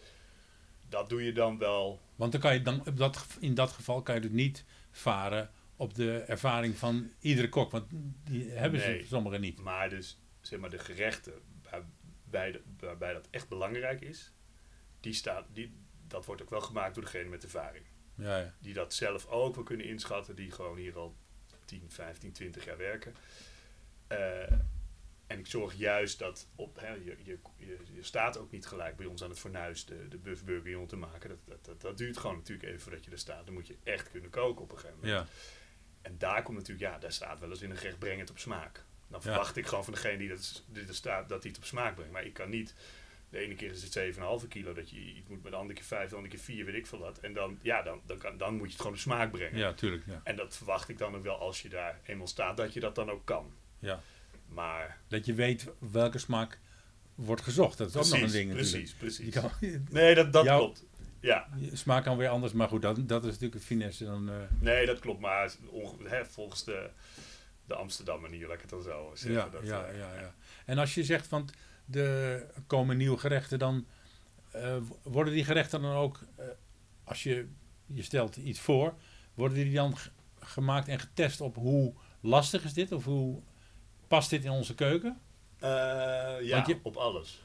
[SPEAKER 3] dat doe je dan wel.
[SPEAKER 2] Want dan kan je dan, op dat, gev- in dat geval kan je het niet varen op de ervaring van iedere kok, want die hebben
[SPEAKER 3] Nee.
[SPEAKER 2] ze sommigen niet.
[SPEAKER 3] Maar dus, zeg maar, de gerechten waarbij, de- waarbij dat echt belangrijk is, die staat, die, dat wordt ook wel gemaakt door degene met ervaring.
[SPEAKER 2] Ja, ja.
[SPEAKER 3] Die dat zelf ook wel kunnen inschatten, die gewoon hier al 10, 15, 20 jaar werken. Eh, en ik zorg juist dat op, hè, je, je, je, je staat ook niet gelijk bij ons aan het fornuis de, de buff bourguignon te maken. Dat, dat, dat, dat duurt gewoon natuurlijk even voordat je er staat. Dan moet je echt kunnen koken op een gegeven moment.
[SPEAKER 2] ja.
[SPEAKER 3] En daar komt natuurlijk, ja, daar staat wel eens in een gerecht breng het op smaak.
[SPEAKER 2] Ja.
[SPEAKER 3] Dan verwacht ik gewoon van degene die, dat, die er staat dat hij het op smaak brengt. Maar ik kan niet, de ene keer is het 7,5 kilo dat je iets moet, maar de andere keer 5, de andere keer 4, weet ik veel wat. En dan, ja, dan, dan, kan, dan moet je het gewoon op smaak brengen.
[SPEAKER 2] Ja, tuurlijk. Ja.
[SPEAKER 3] En dat verwacht ik dan ook wel als je daar eenmaal staat, dat je dat dan ook kan.
[SPEAKER 2] Ja.
[SPEAKER 3] Maar,
[SPEAKER 2] Dat je weet welke smaak wordt gezocht. Dat is ook nog een
[SPEAKER 3] precies,
[SPEAKER 2] ding
[SPEAKER 3] precies,
[SPEAKER 2] natuurlijk.
[SPEAKER 3] precies.
[SPEAKER 2] Je kan-
[SPEAKER 3] Nee, dat, dat
[SPEAKER 2] Jou-
[SPEAKER 3] klopt. Ja,
[SPEAKER 2] je smaak kan weer anders, maar goed, dat, dat is natuurlijk een finesse. Dan, eh,
[SPEAKER 3] Nee, dat klopt. Maar onge- hè, volgens de, de Amsterdam manier, laat ik het dan zo zeggen.
[SPEAKER 2] ja,
[SPEAKER 3] dat,
[SPEAKER 2] ja,
[SPEAKER 3] eh,
[SPEAKER 2] ja, ja. En als je zegt, want er komen nieuwe gerechten, dan eh, worden die gerechten dan ook, eh, als je, je stelt iets voor, worden die dan g- gemaakt en getest op hoe lastig is dit of hoe past dit in onze keuken?
[SPEAKER 3] Eh, ja,
[SPEAKER 2] Want je-
[SPEAKER 3] op alles.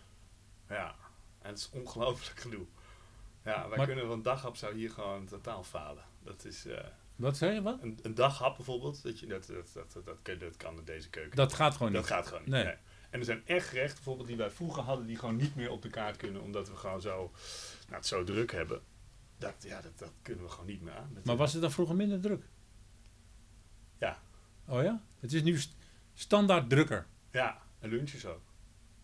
[SPEAKER 3] Ja, en het is ongelooflijk gedoe. Ja, wij
[SPEAKER 2] Maar-
[SPEAKER 3] kunnen van daghap zou hier gewoon totaal falen. Dat is eh,
[SPEAKER 2] Wat zei je? Wat?
[SPEAKER 3] een, een daghap bijvoorbeeld. Dat, je, dat, dat, dat, dat, dat, kun- dat kan in deze keuken.
[SPEAKER 2] Dat gaat gewoon
[SPEAKER 3] Dat
[SPEAKER 2] niet.
[SPEAKER 3] gaat gewoon niet.
[SPEAKER 2] Nee.
[SPEAKER 3] nee. En er zijn echt gerechten bijvoorbeeld die wij vroeger hadden, die gewoon niet meer op de kaart kunnen, omdat we gewoon zo, nou, het zo druk hebben. Dat, ja, dat, dat kunnen we gewoon niet meer aan. Dat-
[SPEAKER 2] Maar was het dan vroeger minder druk?
[SPEAKER 3] Ja.
[SPEAKER 2] Oh ja? Het is nu st- standaard drukker.
[SPEAKER 3] Ja, een lunch zo.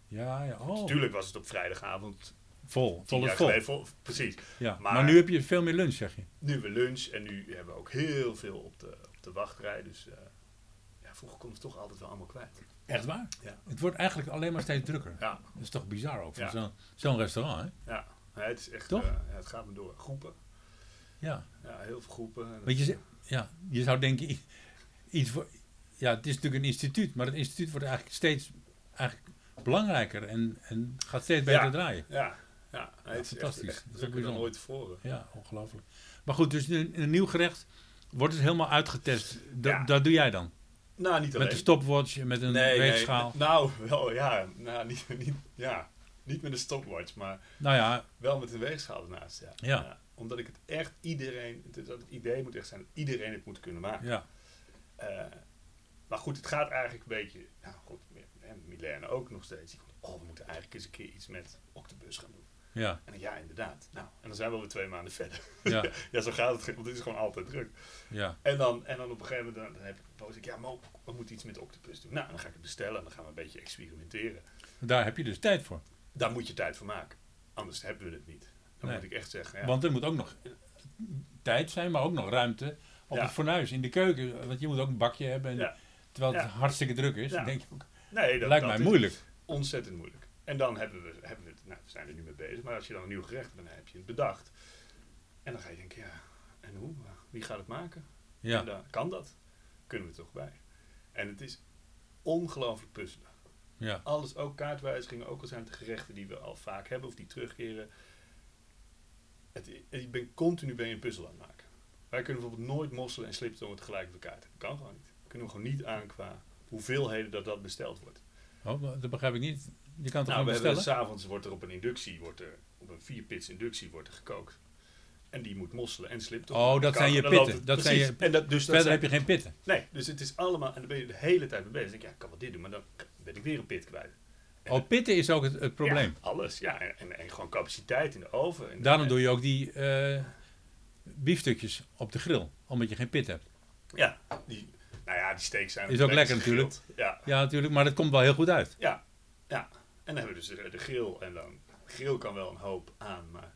[SPEAKER 2] Ja, ja. Oh.
[SPEAKER 3] Natuurlijk was het op vrijdagavond.
[SPEAKER 2] Vol.
[SPEAKER 3] Tien
[SPEAKER 2] Vol
[SPEAKER 3] jaar
[SPEAKER 2] is vol.
[SPEAKER 3] geleden vol- Precies.
[SPEAKER 2] Ja. Maar,
[SPEAKER 3] maar-
[SPEAKER 2] nu heb je veel meer lunch, zeg je.
[SPEAKER 3] Nu we lunch en nu hebben we ook heel veel op de, op de wachtrij. Dus eh, ja, vroeger komt het toch altijd wel allemaal kwijt.
[SPEAKER 2] Echt waar?
[SPEAKER 3] Ja.
[SPEAKER 2] Het wordt eigenlijk alleen maar steeds drukker.
[SPEAKER 3] Ja,
[SPEAKER 2] Dat is toch bizar ook, van
[SPEAKER 3] Ja.
[SPEAKER 2] zo'n zo'n restaurant, hè?
[SPEAKER 3] ja. Nee, het is echt.
[SPEAKER 2] Toch?
[SPEAKER 3] eh, ja, het gaat me door. Groepen.
[SPEAKER 2] Ja.
[SPEAKER 3] Ja, heel veel groepen. En
[SPEAKER 2] Want je,
[SPEAKER 3] dat-
[SPEAKER 2] ze- ja, je zou denken, i- iets voor... Ja, het is natuurlijk een instituut, maar het instituut wordt eigenlijk steeds eigenlijk belangrijker en, en gaat steeds beter
[SPEAKER 3] Ja.
[SPEAKER 2] draaien.
[SPEAKER 3] Ja, ja. Nee, het is
[SPEAKER 2] fantastisch.
[SPEAKER 3] Echt,
[SPEAKER 2] Dat is
[SPEAKER 3] echt
[SPEAKER 2] ook
[SPEAKER 3] drukker dan
[SPEAKER 2] bijzonder.
[SPEAKER 3] ooit tevoren.
[SPEAKER 2] Ja, ongelooflijk. Maar goed, dus een, een nieuw gerecht wordt dus helemaal uitgetest. Dat,
[SPEAKER 3] Ja.
[SPEAKER 2] dat doe jij dan?
[SPEAKER 3] Nou, niet alleen.
[SPEAKER 2] Met een stopwatch, en met een weegschaal.
[SPEAKER 3] Nou, wel ja. Nou, niet, niet, ja. Niet met een stopwatch, maar
[SPEAKER 2] Nou ja,
[SPEAKER 3] Wel met een weegschaal ernaast, ja.
[SPEAKER 2] Ja.
[SPEAKER 3] Omdat ik het echt iedereen... Het, dat het idee moet echt zijn dat iedereen het moet kunnen maken.
[SPEAKER 2] ja,
[SPEAKER 3] Eh, maar goed, het gaat eigenlijk een beetje... Nou goed, en Milena ook nog steeds. Die komt, oh, we moeten eigenlijk eens een keer iets met Octopus gaan doen.
[SPEAKER 2] ja,
[SPEAKER 3] En dan, ja, inderdaad. Nou, en dan zijn we alweer twee maanden verder.
[SPEAKER 2] ja,
[SPEAKER 3] ja, zo gaat het. Want het is gewoon altijd druk.
[SPEAKER 2] ja.
[SPEAKER 3] En dan, en dan op een gegeven moment dan, dan heb ik een poos. ik, Ja, Mo, we moeten iets met Octopus doen. Nou, dan ga ik het bestellen. En dan gaan we een beetje experimenteren.
[SPEAKER 2] Daar heb je dus tijd voor.
[SPEAKER 3] Daar moet je tijd voor maken. Anders hebben we het niet. Dan
[SPEAKER 2] Nee.
[SPEAKER 3] moet ik echt zeggen, ja.
[SPEAKER 2] Want er moet ook nog tijd zijn, maar ook nog ruimte op
[SPEAKER 3] Ja.
[SPEAKER 2] het fornuis, in de keuken. Want je moet ook een bakje hebben. En,
[SPEAKER 3] Ja.
[SPEAKER 2] Terwijl het
[SPEAKER 3] Ja.
[SPEAKER 2] hartstikke druk is.
[SPEAKER 3] Ja.
[SPEAKER 2] dan Denk je ook,
[SPEAKER 3] nee, dat,
[SPEAKER 2] lijkt
[SPEAKER 3] dat
[SPEAKER 2] mij
[SPEAKER 3] is-
[SPEAKER 2] moeilijk.
[SPEAKER 3] ontzettend moeilijk. En dan hebben we, hebben we het, nou, we zijn er nu mee bezig, maar als je dan een nieuw gerecht hebt, dan heb je het bedacht. En dan ga je denken, ja, en hoe? Wie gaat het maken? En
[SPEAKER 2] Ja,
[SPEAKER 3] dan, kan dat? Kunnen we toch bij? En het is ongelooflijk puzzelen.
[SPEAKER 2] ja,
[SPEAKER 3] Alles, ook kaartwijzigingen, ook al zijn het gerechten die we al vaak hebben of die terugkeren. Het, i- ik ben continu ben je een puzzel aan het maken. Wij kunnen bijvoorbeeld nooit mosselen en sliptongen tegelijk op elkaar zetten. Dat kan gewoon niet. Kunnen we gewoon niet aan qua hoeveelheden dat dat besteld wordt.
[SPEAKER 2] Oh, wa- dat begrijp ik niet. Je kan het
[SPEAKER 3] nou,
[SPEAKER 2] gewoon
[SPEAKER 3] we hebben
[SPEAKER 2] bestellen?
[SPEAKER 3] s'avonds wordt er op een inductie, wordt er, op een vierpits inductie wordt er gekookt. En die moet mosselen en sliptongen.
[SPEAKER 2] Oh,
[SPEAKER 3] op
[SPEAKER 2] dat
[SPEAKER 3] elkaar.
[SPEAKER 2] zijn je
[SPEAKER 3] En dan loopt
[SPEAKER 2] pitten.
[SPEAKER 3] het-
[SPEAKER 2] Dat zijn je-
[SPEAKER 3] precies. En dat, dus dat
[SPEAKER 2] Verder
[SPEAKER 3] zijn-
[SPEAKER 2] heb je geen pitten.
[SPEAKER 3] Nee, dus het is allemaal, en dan ben je de hele tijd mee bezig. Ik denk, ja, ik kan wel dit doen, maar dan ben ik weer een pit kwijt.
[SPEAKER 2] Oh, pitten is ook het, het probleem.
[SPEAKER 3] Ja, alles, ja. En, en, en gewoon capaciteit in de oven. En
[SPEAKER 2] Daarom doe je ook die eh biefstukjes op de grill, omdat je geen pit hebt.
[SPEAKER 3] Ja, die, nou ja, die steaks zijn
[SPEAKER 2] Is
[SPEAKER 3] het
[SPEAKER 2] ook lekker
[SPEAKER 3] lekkerst gegrild. Ja,
[SPEAKER 2] Ja, natuurlijk, maar dat komt wel heel goed uit.
[SPEAKER 3] ja, ja. En dan hebben we dus de, de grill. En dan, grill kan wel een hoop aan, maar...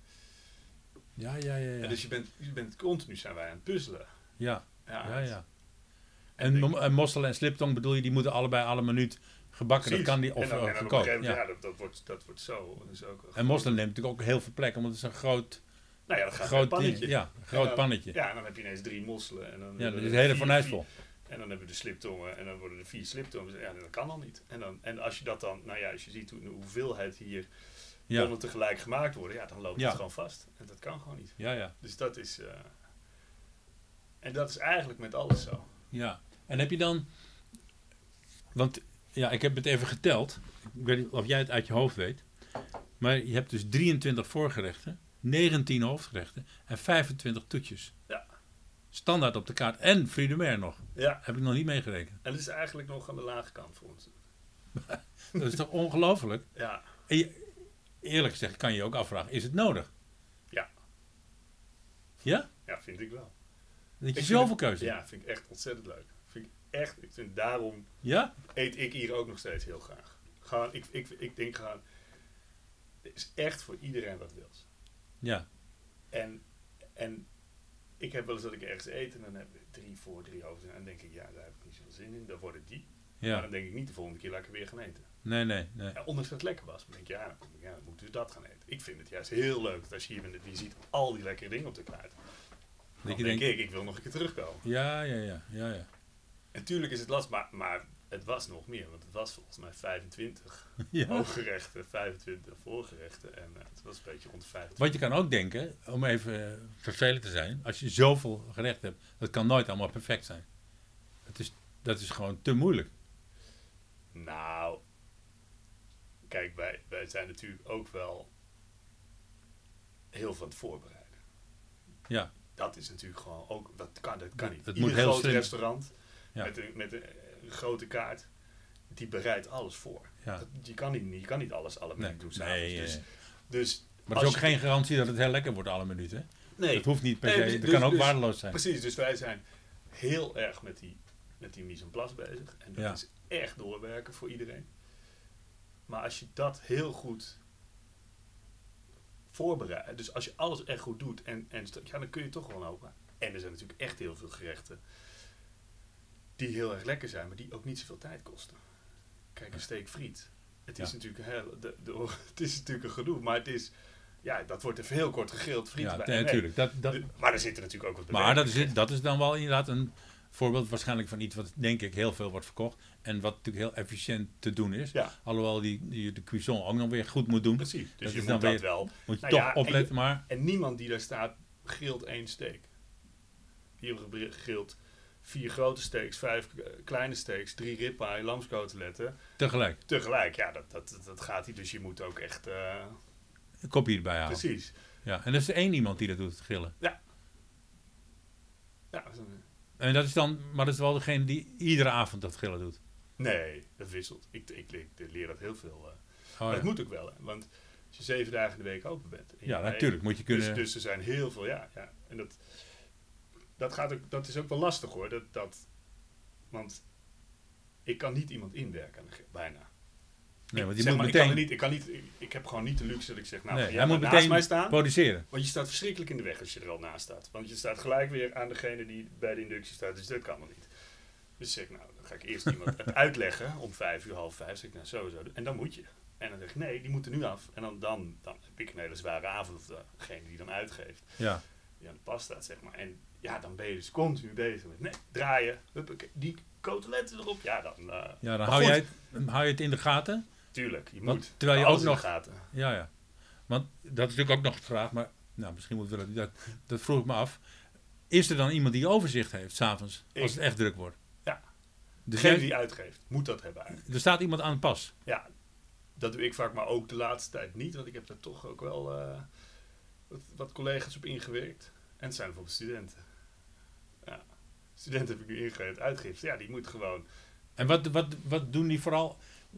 [SPEAKER 2] Ja, ja, ja.
[SPEAKER 3] en
[SPEAKER 2] Ja,
[SPEAKER 3] Dus je bent, je bent continu zijn wij aan het puzzelen.
[SPEAKER 2] ja,
[SPEAKER 3] Ja,
[SPEAKER 2] ja. ja.
[SPEAKER 3] Ik
[SPEAKER 2] En,
[SPEAKER 3] denk-
[SPEAKER 2] mo- en mossel en sliptong bedoel je, die moeten allebei alle minuut gebakken.
[SPEAKER 3] precies.
[SPEAKER 2] Dat kan die, of
[SPEAKER 3] en dan,
[SPEAKER 2] eh,
[SPEAKER 3] en dan op een
[SPEAKER 2] gekookt.
[SPEAKER 3] gegeven moment,
[SPEAKER 2] ja.
[SPEAKER 3] ja, dat, dat, wordt, dat wordt zo. Dat is ook,
[SPEAKER 2] En mossel neemt natuurlijk ook heel veel plek, omdat het is een groot,
[SPEAKER 3] nou ja, dat gaat
[SPEAKER 2] groot
[SPEAKER 3] een pannetje.
[SPEAKER 2] ding. Ja, een groot
[SPEAKER 3] dan-
[SPEAKER 2] pannetje.
[SPEAKER 3] Ja, en dan heb je ineens drie mosselen. En dan
[SPEAKER 2] Ja, dat is
[SPEAKER 3] dan
[SPEAKER 2] het
[SPEAKER 3] heb je
[SPEAKER 2] hele
[SPEAKER 3] vier-
[SPEAKER 2] fornuis
[SPEAKER 3] vier-
[SPEAKER 2] vol.
[SPEAKER 3] En dan hebben we de sliptongen en dan worden er vier sliptongen. Dus Ja, dat kan al niet. En, dan, en als je dat dan, nou ja, als je ziet hoe, de hoeveelheid hier
[SPEAKER 2] Ja,
[SPEAKER 3] allemaal tegelijk gemaakt worden, ja, dan loopt
[SPEAKER 2] Ja.
[SPEAKER 3] het gewoon vast. En dat kan gewoon niet.
[SPEAKER 2] ja, ja.
[SPEAKER 3] Dus dat is. eh, en dat is eigenlijk met alles zo.
[SPEAKER 2] ja. En heb je dan... Want, ja, ik heb het even geteld. Ik weet niet of jij het uit je hoofd weet. Maar je hebt dus 23 voorgerechten, 19 hoofdgerechten en 25 toetjes.
[SPEAKER 3] Ja.
[SPEAKER 2] Standaard op de kaart. En Friedemair nog.
[SPEAKER 3] Ja,
[SPEAKER 2] Heb ik nog niet meegerekend.
[SPEAKER 3] en dat is eigenlijk nog aan de lage kant voor ons.
[SPEAKER 2] Dat is toch ongelooflijk?
[SPEAKER 3] Ja,
[SPEAKER 2] En je- Eerlijk gezegd kan je je ook afvragen, is het nodig?
[SPEAKER 3] Ja.
[SPEAKER 2] Ja?
[SPEAKER 3] ja vind ik wel.
[SPEAKER 2] Dat je
[SPEAKER 3] Ik vind
[SPEAKER 2] zoveel
[SPEAKER 3] het-
[SPEAKER 2] keuze hebt?
[SPEAKER 3] Ja, vind ik echt ontzettend leuk. Vind ik echt. Ik vind daarom
[SPEAKER 2] Ja?
[SPEAKER 3] eet ik hier ook nog steeds heel graag. Gewoon, ik, ik, ik denk gewoon, het is echt voor iedereen wat wils.
[SPEAKER 2] Ja.
[SPEAKER 3] En, en ik heb wel eens dat ik ergens eet en dan heb ik drie voor, drie over. En dan denk ik, ja, daar heb ik niet zoveel zin in. Dan worden die. Maar
[SPEAKER 2] Ja.
[SPEAKER 3] dan denk ik niet de volgende keer lekker weer gaan eten.
[SPEAKER 2] Nee, nee, nee.
[SPEAKER 3] Ja, ondanks dat het lekker was. Maar dan denk ik, ja, dan- ja, dan moeten we dat gaan eten. Ik vind het juist heel leuk dat als je hier bent en je ziet al die lekkere dingen op de kaart. Dan
[SPEAKER 2] Dat je
[SPEAKER 3] denk
[SPEAKER 2] denkt,
[SPEAKER 3] ik, ik wil nog een keer terugkomen.
[SPEAKER 2] ja, ja, ja, ja, ja.
[SPEAKER 3] En tuurlijk is het last, maar, maar het was nog meer. Want het was volgens mij 25 Oh.
[SPEAKER 2] ja.
[SPEAKER 3] hoofdgerechten, 25 voorgerechten. En eh, het was een beetje rond de 25.
[SPEAKER 2] Want je kan ook denken, om even eh, vervelend te zijn, als je zoveel gerecht hebt, dat kan nooit allemaal perfect zijn. Het is, dat is gewoon te moeilijk.
[SPEAKER 3] Nou, kijk, wij, wij zijn natuurlijk ook wel heel van het voorbereiden.
[SPEAKER 2] Ja.
[SPEAKER 3] Dat is natuurlijk gewoon ook, dat kan, dat kan niet.
[SPEAKER 2] Het
[SPEAKER 3] Ieder
[SPEAKER 2] moet heel
[SPEAKER 3] groot
[SPEAKER 2] slim.
[SPEAKER 3] restaurant
[SPEAKER 2] Ja.
[SPEAKER 3] met, een, met een, eh, grote kaart, die bereidt alles voor.
[SPEAKER 2] Ja.
[SPEAKER 3] Dat- je, kan niet, je kan niet alles alle
[SPEAKER 2] Nee,
[SPEAKER 3] minuut doen. s'avonds.
[SPEAKER 2] nee,
[SPEAKER 3] dus,
[SPEAKER 2] eh,
[SPEAKER 3] dus,
[SPEAKER 2] maar er
[SPEAKER 3] als
[SPEAKER 2] is ook
[SPEAKER 3] je-
[SPEAKER 2] geen garantie dat het heel lekker wordt alle minuten.
[SPEAKER 3] nee,
[SPEAKER 2] Het hoeft niet per se,
[SPEAKER 3] Nee,
[SPEAKER 2] het
[SPEAKER 3] dus-
[SPEAKER 2] kan ook
[SPEAKER 3] dus-
[SPEAKER 2] waardeloos zijn.
[SPEAKER 3] Precies, dus wij zijn heel erg met die, met die mise en place bezig. En dat
[SPEAKER 2] Ja.
[SPEAKER 3] is echt doorwerken voor iedereen. Maar als je dat heel goed voorbereidt, dus als je alles echt goed doet, en, en, st- ja, dan kun je toch gewoon open. En er zijn natuurlijk echt heel veel gerechten die heel erg lekker zijn, maar die ook niet zoveel tijd kosten. Kijk, een steak friet. Het is,
[SPEAKER 2] Ja.
[SPEAKER 3] natuurlijk, een heel, de, de- het is natuurlijk een gedoe, maar het is, ja, dat wordt even heel kort gegrild, friet.
[SPEAKER 2] Ja,
[SPEAKER 3] bij-
[SPEAKER 2] nee,
[SPEAKER 3] nee.
[SPEAKER 2] natuurlijk. Dat, dat,
[SPEAKER 3] De- maar er zitten natuurlijk ook wat
[SPEAKER 2] Maar dat
[SPEAKER 3] bewerkingen.
[SPEAKER 2] is, dat is dan wel inderdaad een voorbeeld waarschijnlijk van iets wat denk ik heel veel wordt verkocht. En wat natuurlijk heel efficiënt te doen is.
[SPEAKER 3] Ja.
[SPEAKER 2] Alhoewel die, die, de cuisson ook nog weer goed moet doen.
[SPEAKER 3] Precies, dus
[SPEAKER 2] Dat
[SPEAKER 3] je
[SPEAKER 2] is
[SPEAKER 3] moet
[SPEAKER 2] dan
[SPEAKER 3] dat
[SPEAKER 2] weer-
[SPEAKER 3] wel.
[SPEAKER 2] Moet je
[SPEAKER 3] Nou
[SPEAKER 2] toch
[SPEAKER 3] ja, en
[SPEAKER 2] opletten, maar
[SPEAKER 3] En niemand die daar staat, grilt één steak. Hier hebben we gegrild vier grote steaks, vijf eh, kleine steaks, drie ribeye, lamskoteletten.
[SPEAKER 2] tegelijk.
[SPEAKER 3] Tegelijk, ja, dat, dat, dat gaat niet. Dus je moet ook echt... eh,
[SPEAKER 2] Een kopje erbij halen.
[SPEAKER 3] Precies.
[SPEAKER 2] Ja. En er is er één iemand die dat doet, het grillen.
[SPEAKER 3] Ja, dat is een-
[SPEAKER 2] En dat is dan, maar dat is wel degene die iedere avond dat grillen doet.
[SPEAKER 3] nee, dat wisselt. Ik, ik, ik, leer dat heel veel. eh.
[SPEAKER 2] Oh,
[SPEAKER 3] Maar
[SPEAKER 2] ja.
[SPEAKER 3] het moet ook wel, hè, want als je zeven dagen in de week open bent... en
[SPEAKER 2] ja,
[SPEAKER 3] je-
[SPEAKER 2] natuurlijk. Moet je kunnen.
[SPEAKER 3] Dus, dus er zijn heel veel, ja. ja. En dat, dat, gaat ook, dat is ook wel lastig hoor. Dat, dat, want ik kan niet iemand inwerken, aan de gr- bijna.
[SPEAKER 2] nee, want
[SPEAKER 3] Ik-
[SPEAKER 2] je
[SPEAKER 3] zeg
[SPEAKER 2] moet
[SPEAKER 3] maar, ik, kan er
[SPEAKER 2] meteen
[SPEAKER 3] niet, ik, kan niet, ik, ik heb gewoon niet de luxe dat ik zeg, nou,
[SPEAKER 2] Nee,
[SPEAKER 3] ga jij
[SPEAKER 2] hij
[SPEAKER 3] maar
[SPEAKER 2] moet
[SPEAKER 3] naast
[SPEAKER 2] meteen-
[SPEAKER 3] mij staan.
[SPEAKER 2] produceren.
[SPEAKER 3] Want je staat verschrikkelijk in de weg als je er al naast staat. Want je staat gelijk weer aan degene die bij de inductie staat. Dus dat kan nog niet. Dus zeg ik, nou, dan ga ik eerst iemand het uitleggen om vijf uur, half vijf. Zeg ik, nou, sowieso. En dan moet je. En dan zeg ik, nee, die moeten nu af. En dan, dan, dan heb ik een hele zware avond. Of degene die dan uitgeeft
[SPEAKER 2] Ja.
[SPEAKER 3] die aan de pas staat, zeg maar. En ja, dan ben je dus continu bezig met nee, draaien, huppakee, die koteletten erop. Ja, dan, eh,
[SPEAKER 2] ja, dan
[SPEAKER 3] maar
[SPEAKER 2] hou,
[SPEAKER 3] goed,
[SPEAKER 2] jij het, dan hou je het in de gaten.
[SPEAKER 3] Tuurlijk, je
[SPEAKER 2] Want
[SPEAKER 3] moet.
[SPEAKER 2] terwijl je
[SPEAKER 3] alles
[SPEAKER 2] ook
[SPEAKER 3] in de
[SPEAKER 2] nog-
[SPEAKER 3] Gaten.
[SPEAKER 2] Ja, ja. Want dat is natuurlijk ook nog de vraag, maar nou, misschien moeten we dat, dat, dat vroeg ik me af. Is er dan iemand die overzicht heeft s'avonds,
[SPEAKER 3] Ik.
[SPEAKER 2] als het echt druk wordt?
[SPEAKER 3] Ja.
[SPEAKER 2] Dus
[SPEAKER 3] Degene
[SPEAKER 2] jij-
[SPEAKER 3] die uitgeeft, moet dat hebben eigenlijk.
[SPEAKER 2] er staat iemand aan de pas.
[SPEAKER 3] Ja, dat doe ik vaak, maar ook de laatste tijd niet. Want ik heb daar toch ook wel eh, wat, wat collega's op ingewerkt. En het zijn bijvoorbeeld studenten. Ja, studenten heb ik nu ingewerkt. Uitgifte, ja, die moet gewoon...
[SPEAKER 2] En wat, wat, wat doen die vooral?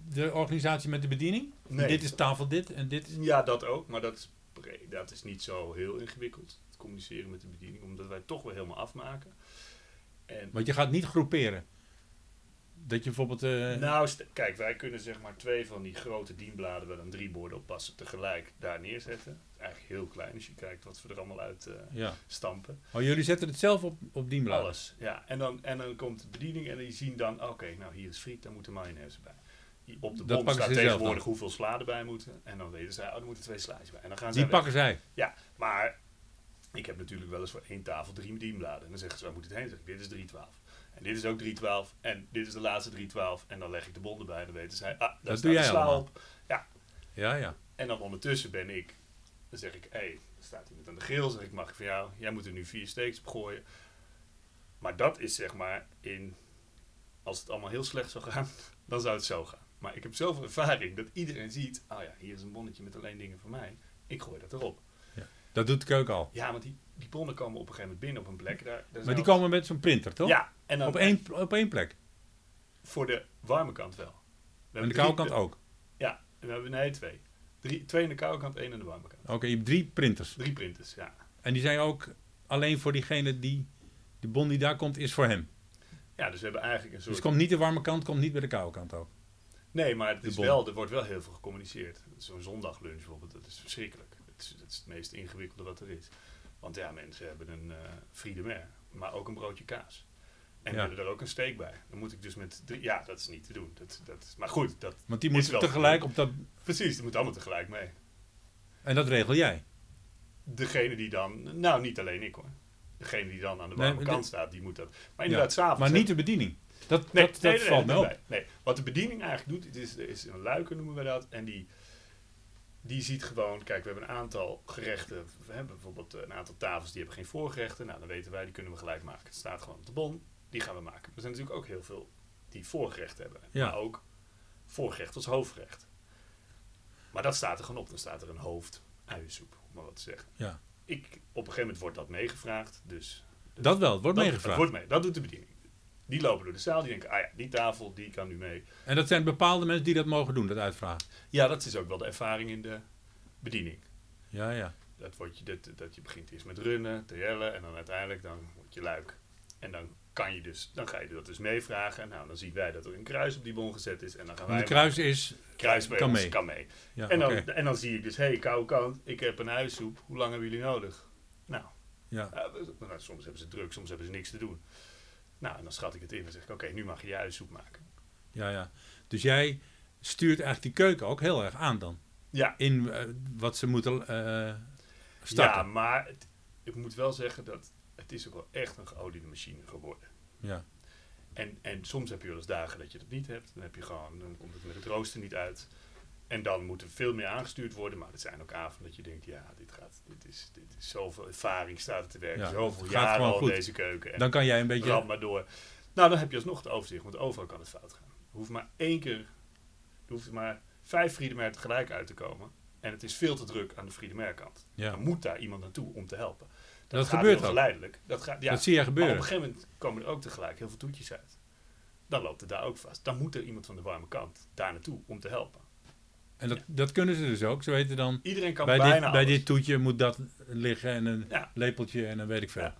[SPEAKER 2] De organisatie met de bediening?
[SPEAKER 3] Nee.
[SPEAKER 2] Dit is tafel dit en dit is...
[SPEAKER 3] Ja, dat ook, maar dat is, pre- dat is niet zo heel ingewikkeld. Het communiceren met de bediening, omdat wij het toch weer helemaal afmaken. En
[SPEAKER 2] Want je gaat niet groeperen. Dat je bijvoorbeeld... eh,
[SPEAKER 3] Nou, st- kijk, wij kunnen zeg maar twee van die grote dienbladen wel aan drie borden oppassen tegelijk daar neerzetten. Het is Eigenlijk heel klein, als je kijkt wat we er allemaal uit eh,
[SPEAKER 2] ja.
[SPEAKER 3] stampen.
[SPEAKER 2] Oh, jullie zetten het zelf op, op die blad.
[SPEAKER 3] Alles, ja. En dan, en dan komt de bediening en die zien dan, oké, nou hier is friet, daar moet de mayonaise bij. Die- Op de
[SPEAKER 2] Dat
[SPEAKER 3] bom
[SPEAKER 2] pakken
[SPEAKER 3] staat
[SPEAKER 2] ze zelf
[SPEAKER 3] tegenwoordig
[SPEAKER 2] dan.
[SPEAKER 3] hoeveel sla erbij moeten. En dan weten zij, oh, er moeten twee slaatjes bij. En dan gaan ze
[SPEAKER 2] Die pakken zij.
[SPEAKER 3] Ja, maar ik heb natuurlijk wel eens voor één tafel drie dienbladen. En dan zeggen ze, waar moet het heen? Dan zeg ik, dit is 3,12. En dit is ook 3,12. En dit is de laatste 3,12. En dan leg ik de bonden bij en dan weten zij, ah, daar
[SPEAKER 2] doe
[SPEAKER 3] staat de
[SPEAKER 2] jij
[SPEAKER 3] sla
[SPEAKER 2] allemaal.
[SPEAKER 3] op. Ja,
[SPEAKER 2] Ja, ja.
[SPEAKER 3] en dan ondertussen ben ik, dan zeg ik, hé, hey, er staat iemand aan de grill. Zeg ik, mag ik van jou? Jij moet er nu vier steaks op gooien. Maar dat is zeg maar in, als het allemaal heel slecht zou gaan, dan zou het zo gaan. Maar ik heb zoveel ervaring dat iedereen ziet, oh ja, hier is een bonnetje met alleen dingen van mij. Ik gooi dat erop.
[SPEAKER 2] Dat doet de keuken al.
[SPEAKER 3] Ja, want die, die bronnen komen op een gegeven moment binnen op een plek. Daar, daar
[SPEAKER 2] Maar
[SPEAKER 3] zijn
[SPEAKER 2] die
[SPEAKER 3] wel-
[SPEAKER 2] komen met zo'n printer, toch?
[SPEAKER 3] Ja, en dan
[SPEAKER 2] Op één, op één plek.
[SPEAKER 3] voor de warme kant wel. We
[SPEAKER 2] En de
[SPEAKER 3] hebben
[SPEAKER 2] koude
[SPEAKER 3] drie-
[SPEAKER 2] kant ook.
[SPEAKER 3] Ja, en we hebben nee, twee. Drie, twee aan de koude kant, één aan de warme kant.
[SPEAKER 2] Oké, je hebt drie printers.
[SPEAKER 3] Drie printers, ja.
[SPEAKER 2] En die zijn ook alleen voor diegene die... De bon die daar komt, is voor hem.
[SPEAKER 3] Ja, dus we hebben eigenlijk een
[SPEAKER 2] Dus
[SPEAKER 3] soort...
[SPEAKER 2] komt niet de warme kant, komt niet bij de koude kant ook.
[SPEAKER 3] nee, maar het
[SPEAKER 2] de
[SPEAKER 3] is
[SPEAKER 2] bon.
[SPEAKER 3] wel, er wordt wel heel veel gecommuniceerd. Zo'n zondaglunch bijvoorbeeld, dat is verschrikkelijk. Dat is, dat is het meest ingewikkelde wat er is. Want ja, mensen hebben een eh friede mer, maar ook een broodje kaas. En
[SPEAKER 2] Ja.
[SPEAKER 3] willen er ook een steek bij. Dan moet ik dus met drie... Ja, dat is niet te doen. Dat, dat, maar goed, dat...
[SPEAKER 2] Want die
[SPEAKER 3] Is
[SPEAKER 2] moeten
[SPEAKER 3] wel
[SPEAKER 2] tegelijk op dat...
[SPEAKER 3] Precies, dat moet allemaal tegelijk mee.
[SPEAKER 2] En dat regel jij.
[SPEAKER 3] degene die dan, nou niet alleen ik hoor. Degene die dan aan de
[SPEAKER 2] Nee,
[SPEAKER 3] warme
[SPEAKER 2] maar
[SPEAKER 3] kant
[SPEAKER 2] dit-
[SPEAKER 3] staat, die moet dat. Maar inderdaad,
[SPEAKER 2] Ja.
[SPEAKER 3] s'avonds.
[SPEAKER 2] Maar niet de
[SPEAKER 3] hè?
[SPEAKER 2] bediening. Dat,
[SPEAKER 3] nee,
[SPEAKER 2] dat,
[SPEAKER 3] nee,
[SPEAKER 2] dat
[SPEAKER 3] nee,
[SPEAKER 2] valt
[SPEAKER 3] nee,
[SPEAKER 2] me op.
[SPEAKER 3] nee, nee. Wat de bediening eigenlijk doet, het is, er is een luiker noemen we dat. En die, die ziet gewoon, kijk, we hebben een aantal gerechten. We hebben bijvoorbeeld eh, een aantal tafels die hebben geen voorgerechten. Nou, dan weten wij, die kunnen we gelijk maken. Het staat gewoon op de bon, die gaan we maken. Maar er zijn natuurlijk ook heel veel die voorgerecht hebben.
[SPEAKER 2] Ja.
[SPEAKER 3] Maar ook voorgerecht als hoofdgerecht. Maar dat staat er gewoon op. Dan staat er een hoofd, uiensoep, om maar wat te zeggen
[SPEAKER 2] Ja.
[SPEAKER 3] ik, op een gegeven moment wordt dat meegevraagd. Dus
[SPEAKER 2] Dat wel, het wordt
[SPEAKER 3] dat, dat,
[SPEAKER 2] meegevraagd.
[SPEAKER 3] wordt mee, dat doet de bediening. Die lopen door de zaal, die denken, ah ja, die tafel, die kan nu mee.
[SPEAKER 2] En dat zijn bepaalde mensen die dat mogen doen, dat uitvragen.
[SPEAKER 3] Ja, dat is ook wel de ervaring in de bediening.
[SPEAKER 2] Ja, ja.
[SPEAKER 3] Dat, wordt je, dat, dat je begint eerst met runnen, te jellen en dan uiteindelijk dan word je luik. En dan kan je dus, dan ga je dat dus meevragen. Nou, dan zien wij dat er een kruis op die bon gezet is. En dan gaan wij
[SPEAKER 2] Want de kruis is...
[SPEAKER 3] kruis bij
[SPEAKER 2] kan
[SPEAKER 3] ons,
[SPEAKER 2] mee.
[SPEAKER 3] kan mee.
[SPEAKER 2] Ja,
[SPEAKER 3] en, dan,
[SPEAKER 2] oké.
[SPEAKER 3] en dan zie ik dus, hé, hey, koude kant, ik heb een huissoep. Hoe lang hebben jullie nodig? Nou,
[SPEAKER 2] ja.
[SPEAKER 3] Ja, we- nou, soms hebben ze druk, soms hebben ze niks te doen. Nou, en dan schat ik het in en zeg ik, oké, nu mag je je uitzoek maken.
[SPEAKER 2] Ja, ja. Dus jij stuurt eigenlijk die keuken ook heel erg aan dan.
[SPEAKER 3] Ja,
[SPEAKER 2] In eh, wat ze moeten eh
[SPEAKER 3] ja
[SPEAKER 2] starten.
[SPEAKER 3] maar het- ik moet wel zeggen dat het is ook wel echt een geoliede machine geworden.
[SPEAKER 2] Ja.
[SPEAKER 3] En, en soms heb je wel eens dagen dat je dat niet hebt. Dan, heb je gewoon, dan komt het met het rooster niet uit. En dan moet er veel meer aangestuurd worden. Maar er zijn ook avonden dat je denkt, ja, dit, gaat, dit, is, dit is zoveel ervaring staat er te werken.
[SPEAKER 2] Ja,
[SPEAKER 3] zoveel
[SPEAKER 2] het gaat
[SPEAKER 3] jaren
[SPEAKER 2] gewoon
[SPEAKER 3] al in
[SPEAKER 2] goed.
[SPEAKER 3] deze keuken. En
[SPEAKER 2] Dan kan jij een beetje...
[SPEAKER 3] Ram maar door. Nou, dan heb je alsnog het overzicht, want overal kan het fout gaan. Er hoeft maar één keer, er hoeft maar vijf Friedemer tegelijk uit te komen. En het is veel te druk aan de Friedemerkant.
[SPEAKER 2] Ja.
[SPEAKER 3] Dan moet daar iemand naartoe om te helpen.
[SPEAKER 2] Dat
[SPEAKER 3] gaat
[SPEAKER 2] gebeurt
[SPEAKER 3] heel
[SPEAKER 2] ook.
[SPEAKER 3] geleidelijk. Dat, gaat, ja.
[SPEAKER 2] Dat zie je
[SPEAKER 3] maar op
[SPEAKER 2] gebeuren.
[SPEAKER 3] een gegeven moment komen er ook tegelijk heel veel toetjes uit. Dan loopt het daar ook vast. Dan moet er iemand van de warme kant daar naartoe om te helpen.
[SPEAKER 2] En dat, dat kunnen ze dus ook. Ze weten dan...
[SPEAKER 3] Iedereen kan
[SPEAKER 2] bij,
[SPEAKER 3] bijna
[SPEAKER 2] dit, bij
[SPEAKER 3] alles.
[SPEAKER 2] dit toetje moet dat liggen en een
[SPEAKER 3] Ja.
[SPEAKER 2] lepeltje en dan weet ik veel.
[SPEAKER 3] Ja.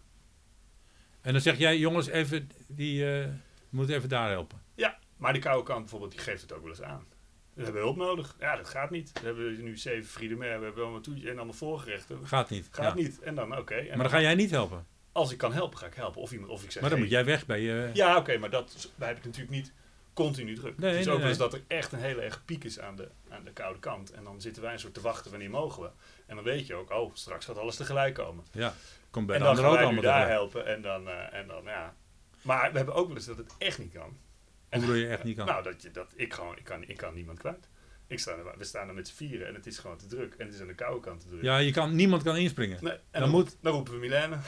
[SPEAKER 2] En dan zeg jij, jongens, even, die eh, moet even daar helpen.
[SPEAKER 3] Ja, maar de koude kant bijvoorbeeld, die geeft het ook wel eens aan. We hebben hulp nodig. Ja, dat gaat niet. We hebben nu zeven Friedemer, we hebben allemaal toetje en allemaal voorgerechten.
[SPEAKER 2] Gaat niet.
[SPEAKER 3] Gaat
[SPEAKER 2] Ja.
[SPEAKER 3] niet. En dan, oké. En
[SPEAKER 2] Maar dan ga jij niet helpen.
[SPEAKER 3] Als ik kan helpen, ga ik helpen. Of, iemand, of ik zeg...
[SPEAKER 2] Maar dan
[SPEAKER 3] hey,
[SPEAKER 2] moet jij weg bij je...
[SPEAKER 3] Ja, oké, maar dat is- daar heb ik natuurlijk niet continu druk.
[SPEAKER 2] Nee,
[SPEAKER 3] het is
[SPEAKER 2] nee,
[SPEAKER 3] ook wel
[SPEAKER 2] nee.
[SPEAKER 3] eens dat er echt een hele erg piek is aan de, aan de koude kant. En dan zitten wij een soort te wachten, wanneer mogen we? En dan weet je ook, oh, straks gaat alles tegelijk komen.
[SPEAKER 2] Ja, komt bij
[SPEAKER 3] en
[SPEAKER 2] de
[SPEAKER 3] dan
[SPEAKER 2] ander
[SPEAKER 3] gaan
[SPEAKER 2] ook
[SPEAKER 3] wij nu
[SPEAKER 2] allemaal
[SPEAKER 3] daar
[SPEAKER 2] tegelijk.
[SPEAKER 3] helpen. En dan, eh, en dan, ja. Maar we hebben ook wel eens dat het echt niet kan.
[SPEAKER 2] Hoe bedoel je echt niet kan?
[SPEAKER 3] Nou, dat, je, dat ik gewoon, ik kan, ik kan niemand kwijt. Ik sta er, we staan er met z'n vieren en het is gewoon te druk. En het is aan de koude kant te druk.
[SPEAKER 2] Ja, je kan, niemand kan inspringen.
[SPEAKER 3] Nee, en
[SPEAKER 2] Dan
[SPEAKER 3] dan,
[SPEAKER 2] moet-
[SPEAKER 3] moet... dan roepen we Milena.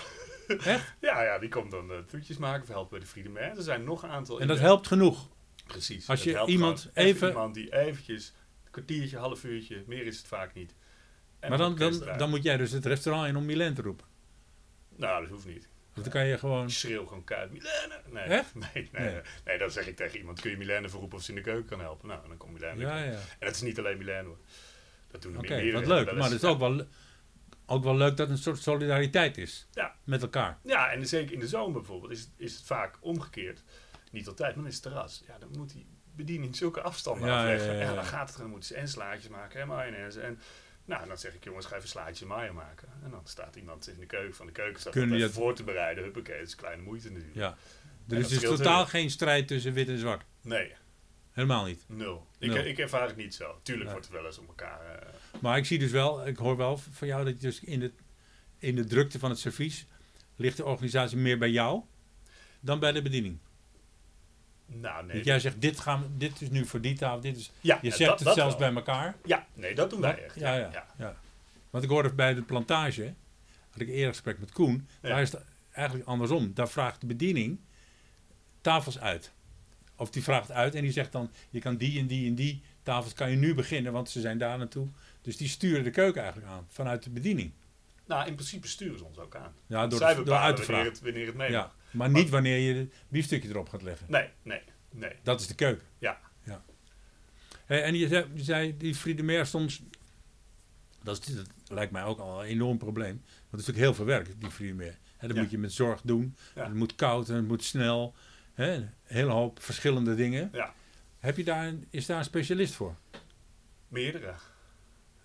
[SPEAKER 2] Echt?
[SPEAKER 3] Ja, ja, die komt dan eh, toetjes maken of helpt bij de Freedom Air. Er zijn nog een aantal.
[SPEAKER 2] En dat
[SPEAKER 3] in-
[SPEAKER 2] helpt genoeg.
[SPEAKER 3] Precies.
[SPEAKER 2] Als
[SPEAKER 3] dat
[SPEAKER 2] je
[SPEAKER 3] helpt
[SPEAKER 2] iemand
[SPEAKER 3] gewoon echt
[SPEAKER 2] even-
[SPEAKER 3] Iemand die eventjes, een kwartiertje, half uurtje, meer is het vaak niet. En
[SPEAKER 2] maar dan,
[SPEAKER 3] een
[SPEAKER 2] dan,
[SPEAKER 3] orkest draaien.
[SPEAKER 2] dan moet jij dus het restaurant in om Milan te roepen.
[SPEAKER 3] Nou, dat hoeft niet.
[SPEAKER 2] Of dan kan je gewoon...
[SPEAKER 3] Ik schreeuw gewoon keihard, Milene! Nee,
[SPEAKER 2] Echt?
[SPEAKER 3] Nee, nee,
[SPEAKER 2] Nee.
[SPEAKER 3] nee. Nee, dan zeg ik tegen iemand, kun je Milene verroepen of ze in de keuken kan helpen? Nou, dan komt Milene.
[SPEAKER 2] Ja, ja.
[SPEAKER 3] En dat is niet alleen Milene hoor. Dat doen er
[SPEAKER 2] Oké,
[SPEAKER 3] meer.
[SPEAKER 2] wat leuk. Maar dus- het is ook wel, le- ook wel leuk dat het een soort solidariteit is.
[SPEAKER 3] Ja.
[SPEAKER 2] Met elkaar.
[SPEAKER 3] Ja, en zeker in de zomer bijvoorbeeld is, is het vaak omgekeerd. Niet altijd, maar dan is het terras. Ja, dan moet die bediening zulke afstanden
[SPEAKER 2] Ja,
[SPEAKER 3] afleggen.
[SPEAKER 2] ja,
[SPEAKER 3] Ja,
[SPEAKER 2] ja, ja.
[SPEAKER 3] dan gaat het gewoon, moeten ze en slaatjes maken en mayonaise. En nou, dan zeg ik, jongens, ga even slaatje en mayo maken. En dan staat iemand in de keuken, van de keuken staat
[SPEAKER 2] Kunnen
[SPEAKER 3] Kunnen
[SPEAKER 2] die
[SPEAKER 3] dat voor te bereiden. Huppakee, dat is kleine moeite natuurlijk.
[SPEAKER 2] Ja.
[SPEAKER 3] dat
[SPEAKER 2] Er is dus
[SPEAKER 3] scheelt
[SPEAKER 2] totaal
[SPEAKER 3] heel erg.
[SPEAKER 2] geen strijd tussen wit en zwart.
[SPEAKER 3] Nee,
[SPEAKER 2] Helemaal niet.
[SPEAKER 3] nul. Ik,
[SPEAKER 2] Nul.
[SPEAKER 3] ik ervaar het niet zo. Tuurlijk
[SPEAKER 2] Nee.
[SPEAKER 3] wordt het wel eens op elkaar... eh,
[SPEAKER 2] Maar ik zie dus wel, ik hoor wel van jou dat je dus in de, in de drukte van het servies ligt de organisatie meer bij jou dan bij de bediening.
[SPEAKER 3] nou, nee.
[SPEAKER 2] dat jij zegt, dit, gaan, we- dit is nu voor die tafel, dit is...
[SPEAKER 3] ja,
[SPEAKER 2] Je
[SPEAKER 3] eh,
[SPEAKER 2] zegt
[SPEAKER 3] dat-
[SPEAKER 2] het
[SPEAKER 3] dat
[SPEAKER 2] zelfs
[SPEAKER 3] wel.
[SPEAKER 2] bij elkaar.
[SPEAKER 3] Ja, nee, dat doen wij echt.
[SPEAKER 2] Ja, ja, ja. Want ik hoorde bij de plantage, had ik eerder een gesprek met Koen,
[SPEAKER 3] Ja.
[SPEAKER 2] daar is het eigenlijk andersom. Daar vraagt de bediening tafels uit. Of die vraagt uit en die zegt dan, je kan die en die en die tafels kan je nu beginnen, want ze zijn daar naartoe. Dus die sturen de keuken eigenlijk aan, vanuit de bediening.
[SPEAKER 3] Nou, in principe sturen ze ons ook aan.
[SPEAKER 2] Ja, door,
[SPEAKER 3] Zij
[SPEAKER 2] het- door uit
[SPEAKER 3] bepalen
[SPEAKER 2] te
[SPEAKER 3] wanneer
[SPEAKER 2] vragen.
[SPEAKER 3] het, wanneer het mee
[SPEAKER 2] Ja,
[SPEAKER 3] mag.
[SPEAKER 2] maar niet wanneer je het biefstukje erop gaat leggen.
[SPEAKER 3] Nee, nee, nee.
[SPEAKER 2] Dat is de keuken.
[SPEAKER 3] Ja.
[SPEAKER 2] ja. Hé, en je zei, je zei die Friedemeer soms. Dat, is, dat lijkt mij ook al een enorm probleem. Want het is natuurlijk heel veel werk, die Friedemeer. Hè, dat
[SPEAKER 3] Ja.
[SPEAKER 2] moet je met zorg doen.
[SPEAKER 3] Ja.
[SPEAKER 2] Het moet koud en het moet snel. Hè, een hele hoop verschillende dingen.
[SPEAKER 3] Ja.
[SPEAKER 2] Heb je daar een, is daar een specialist voor?
[SPEAKER 3] Meerdere.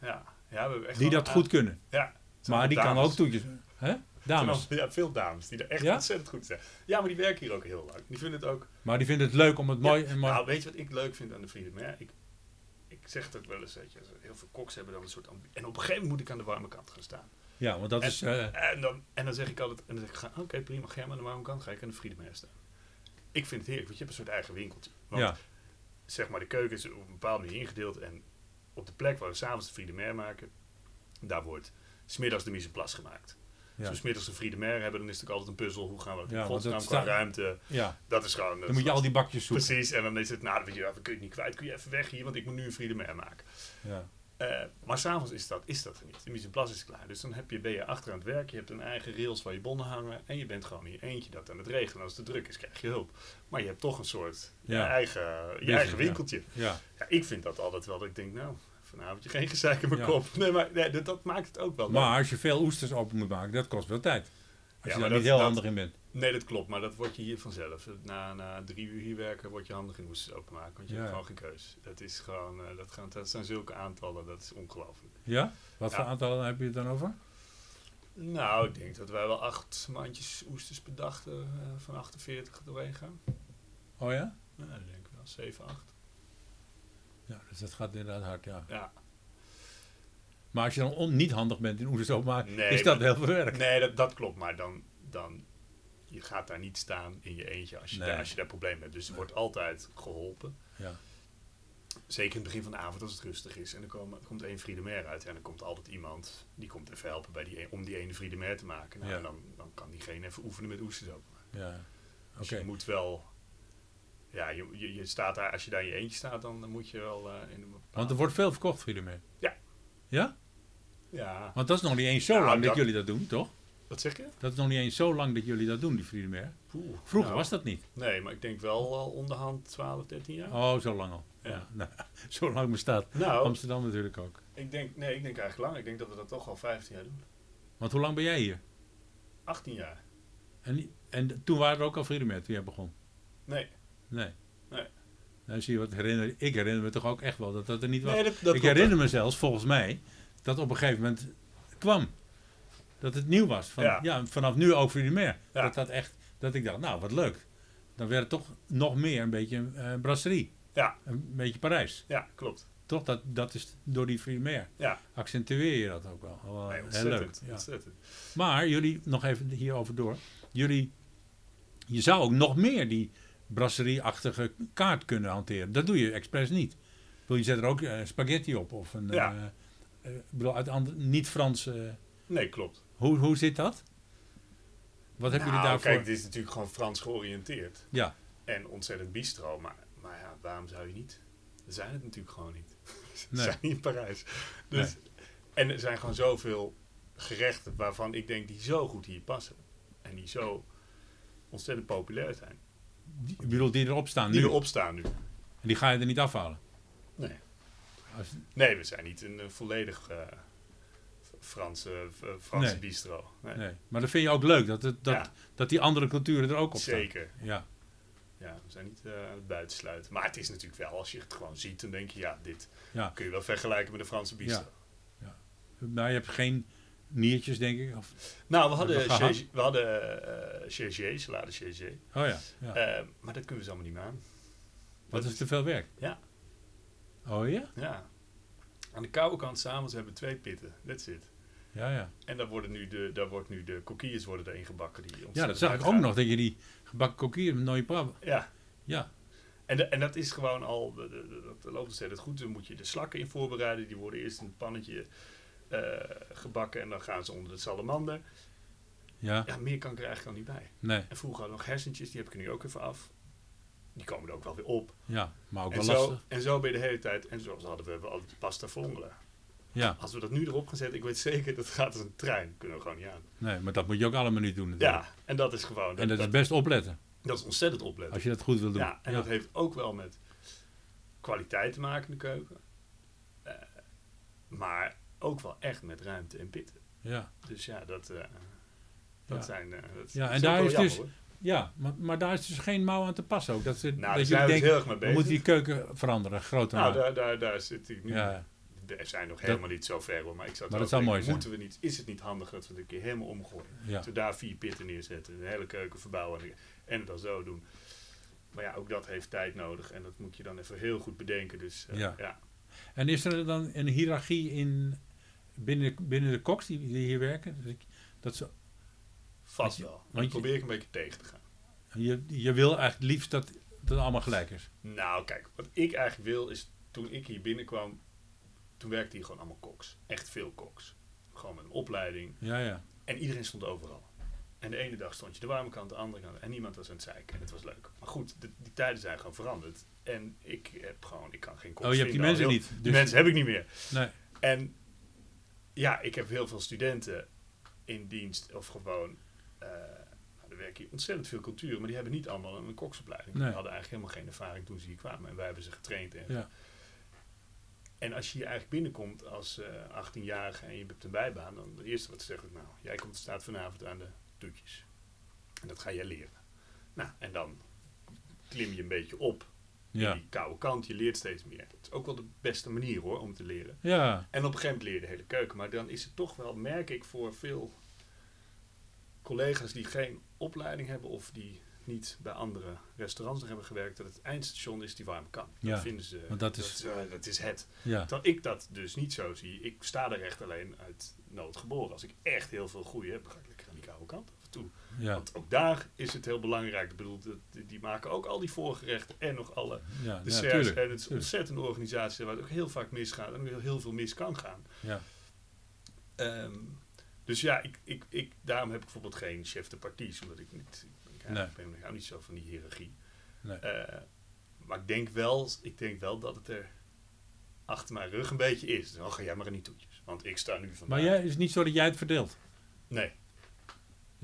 [SPEAKER 3] Ja, ja we hebben echt
[SPEAKER 2] Die
[SPEAKER 3] wel
[SPEAKER 2] dat
[SPEAKER 3] een
[SPEAKER 2] goed
[SPEAKER 3] a-
[SPEAKER 2] kunnen.
[SPEAKER 3] Ja, het zijn
[SPEAKER 2] Maar die
[SPEAKER 3] dames.
[SPEAKER 2] kan ook toetjes. Hè? Dames.
[SPEAKER 3] Ja, veel dames die er echt
[SPEAKER 2] Ja?
[SPEAKER 3] ontzettend goed zijn. Ja, maar die werken hier ook heel lang. Die vinden het ook.
[SPEAKER 2] Maar die vinden het leuk om het mooi. en mooi-
[SPEAKER 3] Nou, weet je wat ik leuk vind aan de Freedom Air? Ik, ik zeg het ook wel eens, weet je, heel veel koks hebben dan een soort ambi- En op een gegeven moment moet ik aan de warme kant gaan staan.
[SPEAKER 2] ja, want dat
[SPEAKER 3] en,
[SPEAKER 2] is. eh,
[SPEAKER 3] en, dan, en dan zeg ik altijd, en dan zeg ik, oké prima, ga jij maar aan de warme kant, ga ik aan de Freedom Air staan. Ik vind het heerlijk, want je hebt een soort eigen winkeltje. Want
[SPEAKER 2] ja,
[SPEAKER 3] zeg maar, de keuken is op een bepaalde manier ingedeeld. En op de plek waar we s'avonds de Friedemer maken, daar wordt smiddags de mise en place gemaakt.
[SPEAKER 2] Ja.
[SPEAKER 3] Als we smiddags de Friedemer hebben, dan is het ook altijd een puzzel. Hoe gaan we het
[SPEAKER 2] Ja,
[SPEAKER 3] in
[SPEAKER 2] want dat
[SPEAKER 3] godsnaam qua
[SPEAKER 2] staat-
[SPEAKER 3] ruimte?
[SPEAKER 2] ja.
[SPEAKER 3] Dat is gewoon... dat
[SPEAKER 2] Dan moet
[SPEAKER 3] is
[SPEAKER 2] je al
[SPEAKER 3] lastig.
[SPEAKER 2] die bakjes zoeken.
[SPEAKER 3] Precies, en dan is het, nou, dan weet je, ja, we kunnen het niet kwijt. Kun je even weg hier, want ik moet nu een Friedemer maken.
[SPEAKER 2] Ja.
[SPEAKER 3] Eh, maar s'avonds is dat, is dat er niet. De mise en place is klaar. Dus dan heb je, ben je achter aan het werk. Je hebt een eigen rails waar je bonnen hangen. En je bent gewoon in je eentje dat aan het regelen. En als het te druk is, krijg je hulp. Maar je hebt toch een soort
[SPEAKER 2] Ja.
[SPEAKER 3] je eigen, je
[SPEAKER 2] Business,
[SPEAKER 3] eigen
[SPEAKER 2] ja.
[SPEAKER 3] winkeltje.
[SPEAKER 2] ja.
[SPEAKER 3] Ja, ik vind dat altijd wel dat ik denk, nou, vanavond je geen gezeik in mijn
[SPEAKER 2] Ja.
[SPEAKER 3] kop. Nee, maar nee, dat, dat maakt het ook wel. leuk.
[SPEAKER 2] Maar als je veel oesters open moet maken, dat kost wel tijd. Als
[SPEAKER 3] Ja,
[SPEAKER 2] je
[SPEAKER 3] maar
[SPEAKER 2] daar
[SPEAKER 3] dat-
[SPEAKER 2] niet heel
[SPEAKER 3] dat-
[SPEAKER 2] handig in bent.
[SPEAKER 3] Nee, dat klopt, maar dat word je hier vanzelf. Na, na drie uur hier werken word je handig in oesters openmaken, want je
[SPEAKER 2] Ja.
[SPEAKER 3] hebt gewoon geen keus. Dat, is gewoon, eh, dat, gaan, dat zijn zulke aantallen, dat is ongelooflijk.
[SPEAKER 2] Ja? Wat
[SPEAKER 3] Ja.
[SPEAKER 2] voor aantallen heb je het dan over?
[SPEAKER 3] Nou, ik denk dat wij wel acht mandjes oesters per dag er, eh, van 48 doorheen gaan.
[SPEAKER 2] Oh ja?
[SPEAKER 3] Nou, dat denk ik wel, 7, 8.
[SPEAKER 2] Ja, dus dat gaat inderdaad hard, ja.
[SPEAKER 3] Ja.
[SPEAKER 2] Maar als je dan on- niet handig bent in oesters openmaken,
[SPEAKER 3] Nee,
[SPEAKER 2] is dat
[SPEAKER 3] maar-
[SPEAKER 2] heel veel werk.
[SPEAKER 3] Nee, dat, dat klopt, maar dan, dan, je gaat daar niet staan in je eentje als je,
[SPEAKER 2] Nee.
[SPEAKER 3] daar, als je daar problemen hebt. Dus er wordt altijd geholpen.
[SPEAKER 2] Ja.
[SPEAKER 3] Zeker in het begin van de avond als het rustig is. En dan komen, er komt één Friedemer uit. En dan komt altijd iemand die komt even helpen bij die, een- om die ene Friedemer te maken. Nou,
[SPEAKER 2] Ja.
[SPEAKER 3] en dan, dan kan diegene even oefenen met oesters ook.
[SPEAKER 2] ja. Oké.
[SPEAKER 3] Dus je moet wel... Ja, je, je, je staat daar, als je daar in je eentje staat, dan, dan moet je wel... eh, in een bepaalde-
[SPEAKER 2] Want er wordt veel verkocht, Friedemeer.
[SPEAKER 3] Ja.
[SPEAKER 2] Ja?
[SPEAKER 3] Ja,
[SPEAKER 2] Want dat is nog niet eens zo
[SPEAKER 3] Nou,
[SPEAKER 2] lang dat...
[SPEAKER 3] dat-
[SPEAKER 2] jullie dat doen, toch?
[SPEAKER 3] wat zeg je?
[SPEAKER 2] Dat is nog niet eens zo lang dat jullie dat doen, die Friedemeer.
[SPEAKER 3] Oeh,
[SPEAKER 2] Vroeger
[SPEAKER 3] nou,
[SPEAKER 2] was dat niet.
[SPEAKER 3] Nee, maar ik denk wel eh, al onderhand 12, 13 jaar.
[SPEAKER 2] Oh, zo lang al. Ja.
[SPEAKER 3] Ja.
[SPEAKER 2] Nou, zo lang bestaat
[SPEAKER 3] Nou,
[SPEAKER 2] Amsterdam natuurlijk ook.
[SPEAKER 3] ik denk, nee, ik denk eigenlijk lang. Ik denk dat we dat toch al 15 jaar doen.
[SPEAKER 2] Want hoe lang ben jij hier?
[SPEAKER 3] 18 jaar.
[SPEAKER 2] En, en toen waren er ook al Friedemeer, toen jij begon.
[SPEAKER 3] Nee.
[SPEAKER 2] Nee.
[SPEAKER 3] Nee.
[SPEAKER 2] Nou, zie je wat herinner, ik herinner me toch ook echt wel dat dat er niet was.
[SPEAKER 3] nee dat, dat
[SPEAKER 2] ik
[SPEAKER 3] klopt
[SPEAKER 2] herinner me zelfs, volgens mij, dat op een gegeven moment kwam. Dat het nieuw was. Van, ja.
[SPEAKER 3] Ja.
[SPEAKER 2] vanaf nu ook voor jullie meer.
[SPEAKER 3] Ja.
[SPEAKER 2] Dat, dat, echt, dat ik dacht, nou wat leuk. Dan werd het toch nog meer een beetje een eh, brasserie.
[SPEAKER 3] Ja.
[SPEAKER 2] Een beetje Parijs.
[SPEAKER 3] Ja, klopt.
[SPEAKER 2] Toch? Dat, dat is door die Frimer.
[SPEAKER 3] Ja.
[SPEAKER 2] Accentueer je dat ook wel. Wel
[SPEAKER 3] Nee,
[SPEAKER 2] heel Oh, leuk.
[SPEAKER 3] ontzettend.
[SPEAKER 2] Ja.
[SPEAKER 3] ontzettend.
[SPEAKER 2] Maar jullie, nog even hierover door. Jullie, je zou ook nog meer die brasserie-achtige kaart kunnen hanteren. Dat doe je expres niet. Ik bedoel, je zet er ook eh, spaghetti op. Of een,
[SPEAKER 3] Ja.
[SPEAKER 2] eh, eh, ik bedoel, uit ander- niet Frans. eh,
[SPEAKER 3] Nee, klopt.
[SPEAKER 2] hoe, hoe zit dat? Wat hebben
[SPEAKER 3] Nou,
[SPEAKER 2] jullie daarvoor?
[SPEAKER 3] Kijk, dit is natuurlijk gewoon Frans georiënteerd.
[SPEAKER 2] Ja.
[SPEAKER 3] En ontzettend bistro. Maar, maar ja, waarom zou je niet? We zijn het natuurlijk gewoon niet. We
[SPEAKER 2] Nee.
[SPEAKER 3] zijn niet in Parijs. Dus, En er zijn gewoon zoveel gerechten waarvan ik denk die zo goed hier passen. En die zo ontzettend populair zijn.
[SPEAKER 2] Die, ik bedoel, die erop staan.
[SPEAKER 3] Die
[SPEAKER 2] Die,
[SPEAKER 3] erop staan nu.
[SPEAKER 2] die ga je er niet afhalen.
[SPEAKER 3] Nee.
[SPEAKER 2] Als-
[SPEAKER 3] Nee, we zijn niet een, eh, volledig eh, F- Franse, F- eh, Franse
[SPEAKER 2] Nee.
[SPEAKER 3] bistro. Nee,
[SPEAKER 2] nee. Maar dat vind je ook leuk, dat, het, dat,
[SPEAKER 3] Ja.
[SPEAKER 2] dat die andere culturen er ook op staan.
[SPEAKER 3] zeker.
[SPEAKER 2] Ja.
[SPEAKER 3] Ja, we zijn niet eh, aan het buitensluiten. Maar het is natuurlijk wel, als je het gewoon ziet, dan denk je, ja, dit
[SPEAKER 2] Ja.
[SPEAKER 3] kun je wel vergelijken met de Franse bistro.
[SPEAKER 2] Maar je hebt geen niertjes, denk ik. Of,
[SPEAKER 3] Nou, we hadden,
[SPEAKER 2] Hebben we gehad?
[SPEAKER 3] Gégé- we hadden eh Gégé, salade Gégé.
[SPEAKER 2] oh ja, ja.
[SPEAKER 3] Eh, maar dat kunnen we ze allemaal niet meer aan.
[SPEAKER 2] Wat
[SPEAKER 3] dat
[SPEAKER 2] is te veel werk?
[SPEAKER 3] Ja.
[SPEAKER 2] Oh ja?
[SPEAKER 3] Ja. Aan de koude kant s'avonds hebben we twee pitten. That's it.
[SPEAKER 2] Ja, ja.
[SPEAKER 3] En daar, worden nu de, daar wordt nu de coquilles worden erin gebakken. Die
[SPEAKER 2] Ja,
[SPEAKER 3] ontzettend
[SPEAKER 2] dat zag
[SPEAKER 3] hard
[SPEAKER 2] ik ook
[SPEAKER 3] gaan.
[SPEAKER 2] nog, dat je die gebakken kokkier met nooit pap.
[SPEAKER 3] Ja.
[SPEAKER 2] Ja.
[SPEAKER 3] En, de- en dat is gewoon al, de- de- de- dat loopt ontzettend goed. Dan moet je de slakken in voorbereiden. Die worden eerst in een pannetje eh, gebakken en dan gaan ze onder de salamander.
[SPEAKER 2] Ja,
[SPEAKER 3] Ja, meer kan ik er eigenlijk al niet bij.
[SPEAKER 2] nee.
[SPEAKER 3] En vroeger hadden we nog hersentjes, die heb ik er nu ook even af. Die komen er ook wel weer op.
[SPEAKER 2] Ja, maar ook
[SPEAKER 3] En
[SPEAKER 2] wel
[SPEAKER 3] zo,
[SPEAKER 2] lastig.
[SPEAKER 3] en zo ben je de hele tijd. En zoals hadden we, we altijd pasta vongelen.
[SPEAKER 2] Ja,
[SPEAKER 3] Als we dat nu erop gaan zetten, ik weet zeker dat gaat als een trein. Kunnen we gewoon niet aan.
[SPEAKER 2] nee, maar dat moet je ook alle minuut doen natuurlijk.
[SPEAKER 3] Ja, en dat is gewoon.
[SPEAKER 2] en dat, is best opletten,
[SPEAKER 3] dat is ontzettend opletten.
[SPEAKER 2] als je dat goed wil doen.
[SPEAKER 3] Ja, en dat heeft ook wel met kwaliteit te maken in de keuken. Eh, maar ook wel echt met ruimte en pitten.
[SPEAKER 2] ja.
[SPEAKER 3] Dus ja, dat, eh, dat
[SPEAKER 2] Ja.
[SPEAKER 3] zijn... eh, dat,
[SPEAKER 2] Ja,
[SPEAKER 3] dat
[SPEAKER 2] en daar
[SPEAKER 3] ook
[SPEAKER 2] is
[SPEAKER 3] wel
[SPEAKER 2] dus-
[SPEAKER 3] jammer,
[SPEAKER 2] Ja, maar, maar daar is dus geen mouw aan te passen ook. Dat, ze,
[SPEAKER 3] hoor. Nou, daar
[SPEAKER 2] dat
[SPEAKER 3] zijn
[SPEAKER 2] jullie
[SPEAKER 3] we dus
[SPEAKER 2] denken,
[SPEAKER 3] heel erg mee
[SPEAKER 2] we moeten
[SPEAKER 3] bezig.
[SPEAKER 2] die keuken veranderen, groter
[SPEAKER 3] Nou,
[SPEAKER 2] maken.
[SPEAKER 3] daar, daar, daar zit ik nu...
[SPEAKER 2] eh, Ja,
[SPEAKER 3] We zijn nog helemaal niet zo ver, hoor. Maar ik zat
[SPEAKER 2] Maar dat
[SPEAKER 3] erover
[SPEAKER 2] zou mooi
[SPEAKER 3] te
[SPEAKER 2] zijn.
[SPEAKER 3] denken, Moeten we niet, is het niet handig dat we het een keer helemaal omgooien?
[SPEAKER 2] ja.
[SPEAKER 3] Dat we daar vier pitten neerzetten, de hele keuken verbouwen en- en het dan zo doen. Maar ja, ook dat heeft tijd nodig. En dat moet je dan even heel goed bedenken. Dus eh,
[SPEAKER 2] Ja.
[SPEAKER 3] ja,
[SPEAKER 2] En is er dan een hiërarchie in, binnen, de, binnen de koks die, die hier werken? Dat ik- Dat ze,
[SPEAKER 3] vast
[SPEAKER 2] je-
[SPEAKER 3] wel.
[SPEAKER 2] want
[SPEAKER 3] Dan
[SPEAKER 2] je-
[SPEAKER 3] probeer ik een beetje tegen te gaan.
[SPEAKER 2] je, je wil eigenlijk het liefst dat dat het allemaal gelijk is.
[SPEAKER 3] Nou, kijk, wat ik eigenlijk wil is, toen ik hier binnenkwam, toen werkte hier gewoon allemaal koks. Echt veel koks. Gewoon met een opleiding.
[SPEAKER 2] Ja, ja.
[SPEAKER 3] En iedereen stond overal. En de ene dag stond je de warme kant, de andere kant. En niemand was aan het zeiken. En het was leuk. Maar goed, de- die tijden zijn gewoon veranderd. En ik heb gewoon, ik kan geen koks
[SPEAKER 2] Oh, je hebt die
[SPEAKER 3] vinden.
[SPEAKER 2] mensen
[SPEAKER 3] Al heel-
[SPEAKER 2] niet.
[SPEAKER 3] Die
[SPEAKER 2] Dus-
[SPEAKER 3] mensen heb ik niet meer.
[SPEAKER 2] Nee.
[SPEAKER 3] En ja, ik heb heel veel studenten in dienst of gewoon. eh, nou, er werken hier ontzettend veel culturen, maar die hebben niet allemaal een koksopleiding.
[SPEAKER 2] Nee.
[SPEAKER 3] Die hadden eigenlijk helemaal geen ervaring toen ze hier kwamen. En wij hebben ze getraind. En,
[SPEAKER 2] Ja.
[SPEAKER 3] en als je hier eigenlijk binnenkomt als eh 18-jarige en je hebt een bijbaan, dan het eerste wat ze zeggen, nou, jij komt staat vanavond aan de toetjes. En dat ga jij leren. Nou, en dan klim je een beetje op
[SPEAKER 2] Ja.
[SPEAKER 3] die koude kant. Je leert steeds meer. Het is ook wel de beste manier hoor, om te leren.
[SPEAKER 2] Ja.
[SPEAKER 3] En op een gegeven moment leer je de hele keuken. Maar dan is het toch wel, merk ik, voor veel collega's die geen opleiding hebben of die niet bij andere restaurants nog hebben gewerkt, dat het eindstation is die warm kan.
[SPEAKER 2] Ja,
[SPEAKER 3] dat vinden ze.
[SPEAKER 2] want dat is-
[SPEAKER 3] eh, dat is het.
[SPEAKER 2] Ja.
[SPEAKER 3] Terwijl ik dat dus niet zo zie. Ik sta er echt alleen uit nood geboren. Als ik echt heel veel groei heb, dan ga ik lekker aan die koude kant af en toe.
[SPEAKER 2] Ja.
[SPEAKER 3] Want ook daar is het heel belangrijk. Ik bedoel, dat- die- die maken ook al die voorgerechten en nog alle
[SPEAKER 2] Ja.
[SPEAKER 3] de
[SPEAKER 2] ja,
[SPEAKER 3] SERS
[SPEAKER 2] tuurlijk.
[SPEAKER 3] en het is een
[SPEAKER 2] tuurlijk.
[SPEAKER 3] ontzettende organisatie waar het ook heel vaak misgaat en ook heel veel mis kan gaan.
[SPEAKER 2] Ja.
[SPEAKER 3] Ehm, dus ja, ik, ik, ik, daarom heb ik bijvoorbeeld geen chef de parties, omdat ik niet, ik,
[SPEAKER 2] Nee.
[SPEAKER 3] ik ben ik hou niet zo van die hiërarchie.
[SPEAKER 2] Nee.
[SPEAKER 3] Eh, maar ik denk, wel, ik denk wel dat het er achter mijn rug een beetje is. Dan ga jij maar niet toetjes, want ik sta nu vandaag.
[SPEAKER 2] Maar jij, is het niet zo dat jij het verdeelt?
[SPEAKER 3] Nee,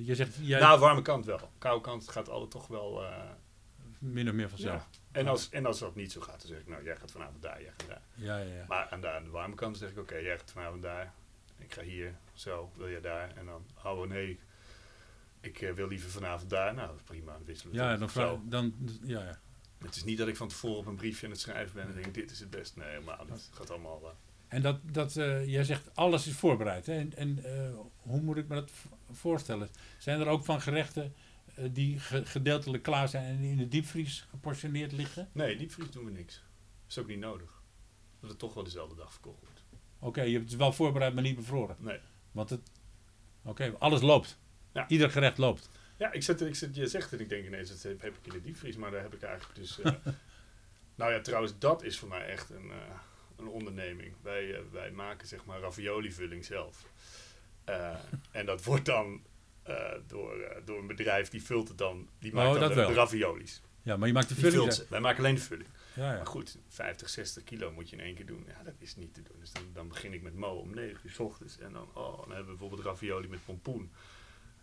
[SPEAKER 2] Je zegt, jij
[SPEAKER 3] nou warme kant wel. Koude kant gaat alle toch wel... eh,
[SPEAKER 2] min of meer vanzelf.
[SPEAKER 3] En, als, en als dat niet zo gaat, dan zeg ik, nou jij gaat vanavond daar, jij gaat daar.
[SPEAKER 2] Ja, ja, ja.
[SPEAKER 3] Maar aan de, aan de warme kant zeg ik, oké, jij gaat vanavond daar. Ik ga hier, zo, wil jij daar? En dan, oh nee, ik eh, wil liever vanavond daar. Nou, dat is prima, dan wisselen we
[SPEAKER 2] Ja,
[SPEAKER 3] het
[SPEAKER 2] dan,
[SPEAKER 3] op.
[SPEAKER 2] vraag,
[SPEAKER 3] Zo.
[SPEAKER 2] dan dus, ja, ja.
[SPEAKER 3] Het is niet dat ik van tevoren op een briefje aan het schrijven ben en denk, dit is het best. Nee, helemaal niet. Het gaat allemaal... eh,
[SPEAKER 2] En dat, dat eh, jij zegt, alles is voorbereid. Hè? En, en eh, hoe moet ik me dat v- voorstellen? Zijn er ook van gerechten eh, die ge- gedeeltelijk klaar zijn en in de diepvries geportioneerd liggen?
[SPEAKER 3] Nee, diepvries doen we niks. is ook niet nodig. Dat het toch wel dezelfde dag verkocht wordt.
[SPEAKER 2] Oké, je hebt het wel voorbereid, maar niet bevroren.
[SPEAKER 3] Nee.
[SPEAKER 2] Want het, oké, alles loopt.
[SPEAKER 3] Ja.
[SPEAKER 2] Ieder gerecht loopt.
[SPEAKER 3] Ja, ik zit, er- ik zit, je zegt het, ik denk ineens, dat heb heb ik in de diepvries, maar daar heb ik eigenlijk dus... eh, nou ja, trouwens, dat is voor mij echt een, eh, een onderneming. Wij, eh, wij maken zeg maar ravioli-vulling zelf. Eh, en dat wordt dan eh, eh, door, eh, door een bedrijf. Die vult het dan. Die
[SPEAKER 2] Oh,
[SPEAKER 3] maakt dan
[SPEAKER 2] dat
[SPEAKER 3] de,
[SPEAKER 2] wel.
[SPEAKER 3] de raviolis.
[SPEAKER 2] Ja, maar je maakt de
[SPEAKER 3] Die
[SPEAKER 2] vulling.
[SPEAKER 3] vult ze. Wij maken alleen de vulling.
[SPEAKER 2] Ja, ja.
[SPEAKER 3] Maar Nou goed, 50, 60 kilo moet je in één keer doen. Ja, dat is niet te doen. Dus dan, dan begin ik met mo om 9 uur s ochtends. En dan, oh, dan hebben we bijvoorbeeld ravioli met pompoen.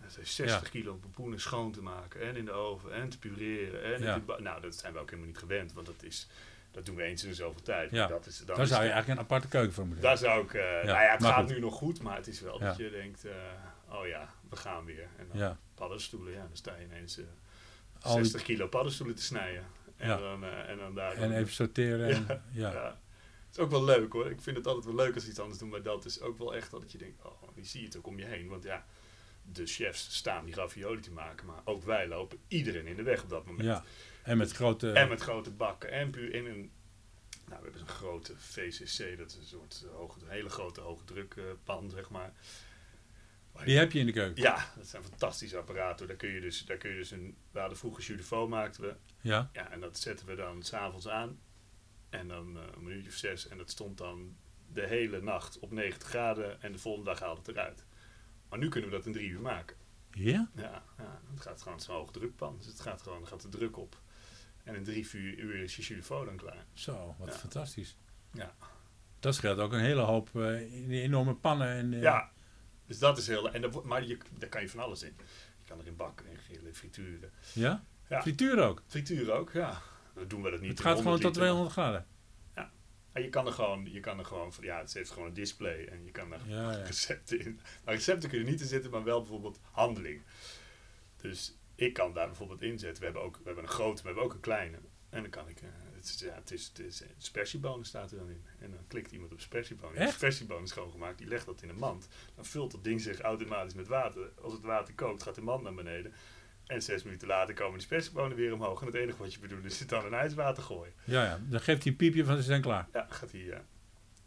[SPEAKER 3] Dat is 60
[SPEAKER 2] Ja.
[SPEAKER 3] kilo pompoenen schoon te maken. En in de oven. En te pureren. En
[SPEAKER 2] Ja.
[SPEAKER 3] te ba- nou, dat zijn we ook helemaal niet gewend. Want dat, is, dat doen we eens in de zoveel tijd.
[SPEAKER 2] Ja.
[SPEAKER 3] Dat is, dan
[SPEAKER 2] Daar
[SPEAKER 3] is
[SPEAKER 2] zou je
[SPEAKER 3] het-
[SPEAKER 2] eigenlijk een aparte keuken voor moeten
[SPEAKER 3] daar zou ik, eh, nou ja, het
[SPEAKER 2] maar
[SPEAKER 3] gaat
[SPEAKER 2] goed.
[SPEAKER 3] nu nog goed, maar het is wel dat
[SPEAKER 2] Ja.
[SPEAKER 3] je denkt, eh, oh ja, we gaan weer. En dan
[SPEAKER 2] hebben. Ja.
[SPEAKER 3] paddenstoelen, ja, dan sta je ineens eh,
[SPEAKER 2] Al die-
[SPEAKER 3] 60 kilo paddenstoelen te snijden. En,
[SPEAKER 2] Ja.
[SPEAKER 3] dan, eh, en dan daar.
[SPEAKER 2] En even sorteren. En, ja.
[SPEAKER 3] ja. Het is ook wel leuk hoor. Ik vind het altijd wel leuk als ze iets anders doen, maar dat is ook wel echt dat je denkt, oh, die zie je het ook om je heen. Want ja, de chefs staan die ravioli te maken, maar ook wij lopen iedereen in de weg op dat moment.
[SPEAKER 2] Ja. En met grote...
[SPEAKER 3] En met grote bakken en puur in een. Nou, we hebben een grote VCC, dat is een soort eh, hoge, een hele grote hoge drukpan, zeg maar.
[SPEAKER 2] Die heb je in de keuken.
[SPEAKER 3] Ja, dat zijn fantastische apparaten. Daar kun je dus, daar kun je dus een. We hadden vroeger jus de veau maakten we.
[SPEAKER 2] Ja.
[SPEAKER 3] Ja, en dat zetten we dan s'avonds aan. En dan eh, een minuutje of zes. En dat stond dan de hele nacht op 90 graden. En de volgende dag haalde het eruit. Maar nu kunnen we dat in drie uur maken.
[SPEAKER 2] Ja?
[SPEAKER 3] Ja, ja, het gaat gewoon zo'n hoog drukpan. Dus het gaat gewoon, gaat de druk op. En in drie, vier uur is je Julefo dan klaar.
[SPEAKER 2] Zo, wat
[SPEAKER 3] Ja.
[SPEAKER 2] fantastisch.
[SPEAKER 3] Ja.
[SPEAKER 2] Dat scheelt ook een hele hoop eh, in die enorme pannen. En, eh,
[SPEAKER 3] Ja. Dus dat is heel... En dat, wordt- maar je, daar kan je van alles in. Je kan erin bakken, in grillen, frituren.
[SPEAKER 2] ja?
[SPEAKER 3] Ja.
[SPEAKER 2] Frituur ook.
[SPEAKER 3] Frituur ook, ja. Dan doen we dat niet.
[SPEAKER 2] het
[SPEAKER 3] in
[SPEAKER 2] gaat gewoon
[SPEAKER 3] 100
[SPEAKER 2] tot
[SPEAKER 3] liter,
[SPEAKER 2] 200 graden.
[SPEAKER 3] maar- maar je kan er gewoon... Je kan er gewoon ja, het heeft gewoon een display. En je kan er
[SPEAKER 2] Ja, ja.
[SPEAKER 3] recepten in. Maar recepten kun je er niet in zitten, maar wel bijvoorbeeld handeling. Dus ik kan daar bijvoorbeeld inzetten. We hebben ook we hebben een grote, we hebben ook een kleine. En dan kan ik. eh, het, is- ja, het is, het is eh, spersiebonen staat er dan in. En dan klikt iemand op spersiebonen. Die
[SPEAKER 2] Echt?
[SPEAKER 3] spersiebonen schoongemaakt, die legt dat in een mand. Dan vult dat ding zich automatisch met water. Als het water kookt, gaat de mand naar beneden. En zes minuten later komen die spersiebonen weer omhoog. En het enige wat je bedoelt is het dan in ijswater gooien.
[SPEAKER 2] Ja, ja. Dan geeft hij een piepje van ze zijn klaar.
[SPEAKER 3] Ja, gaat die. eh,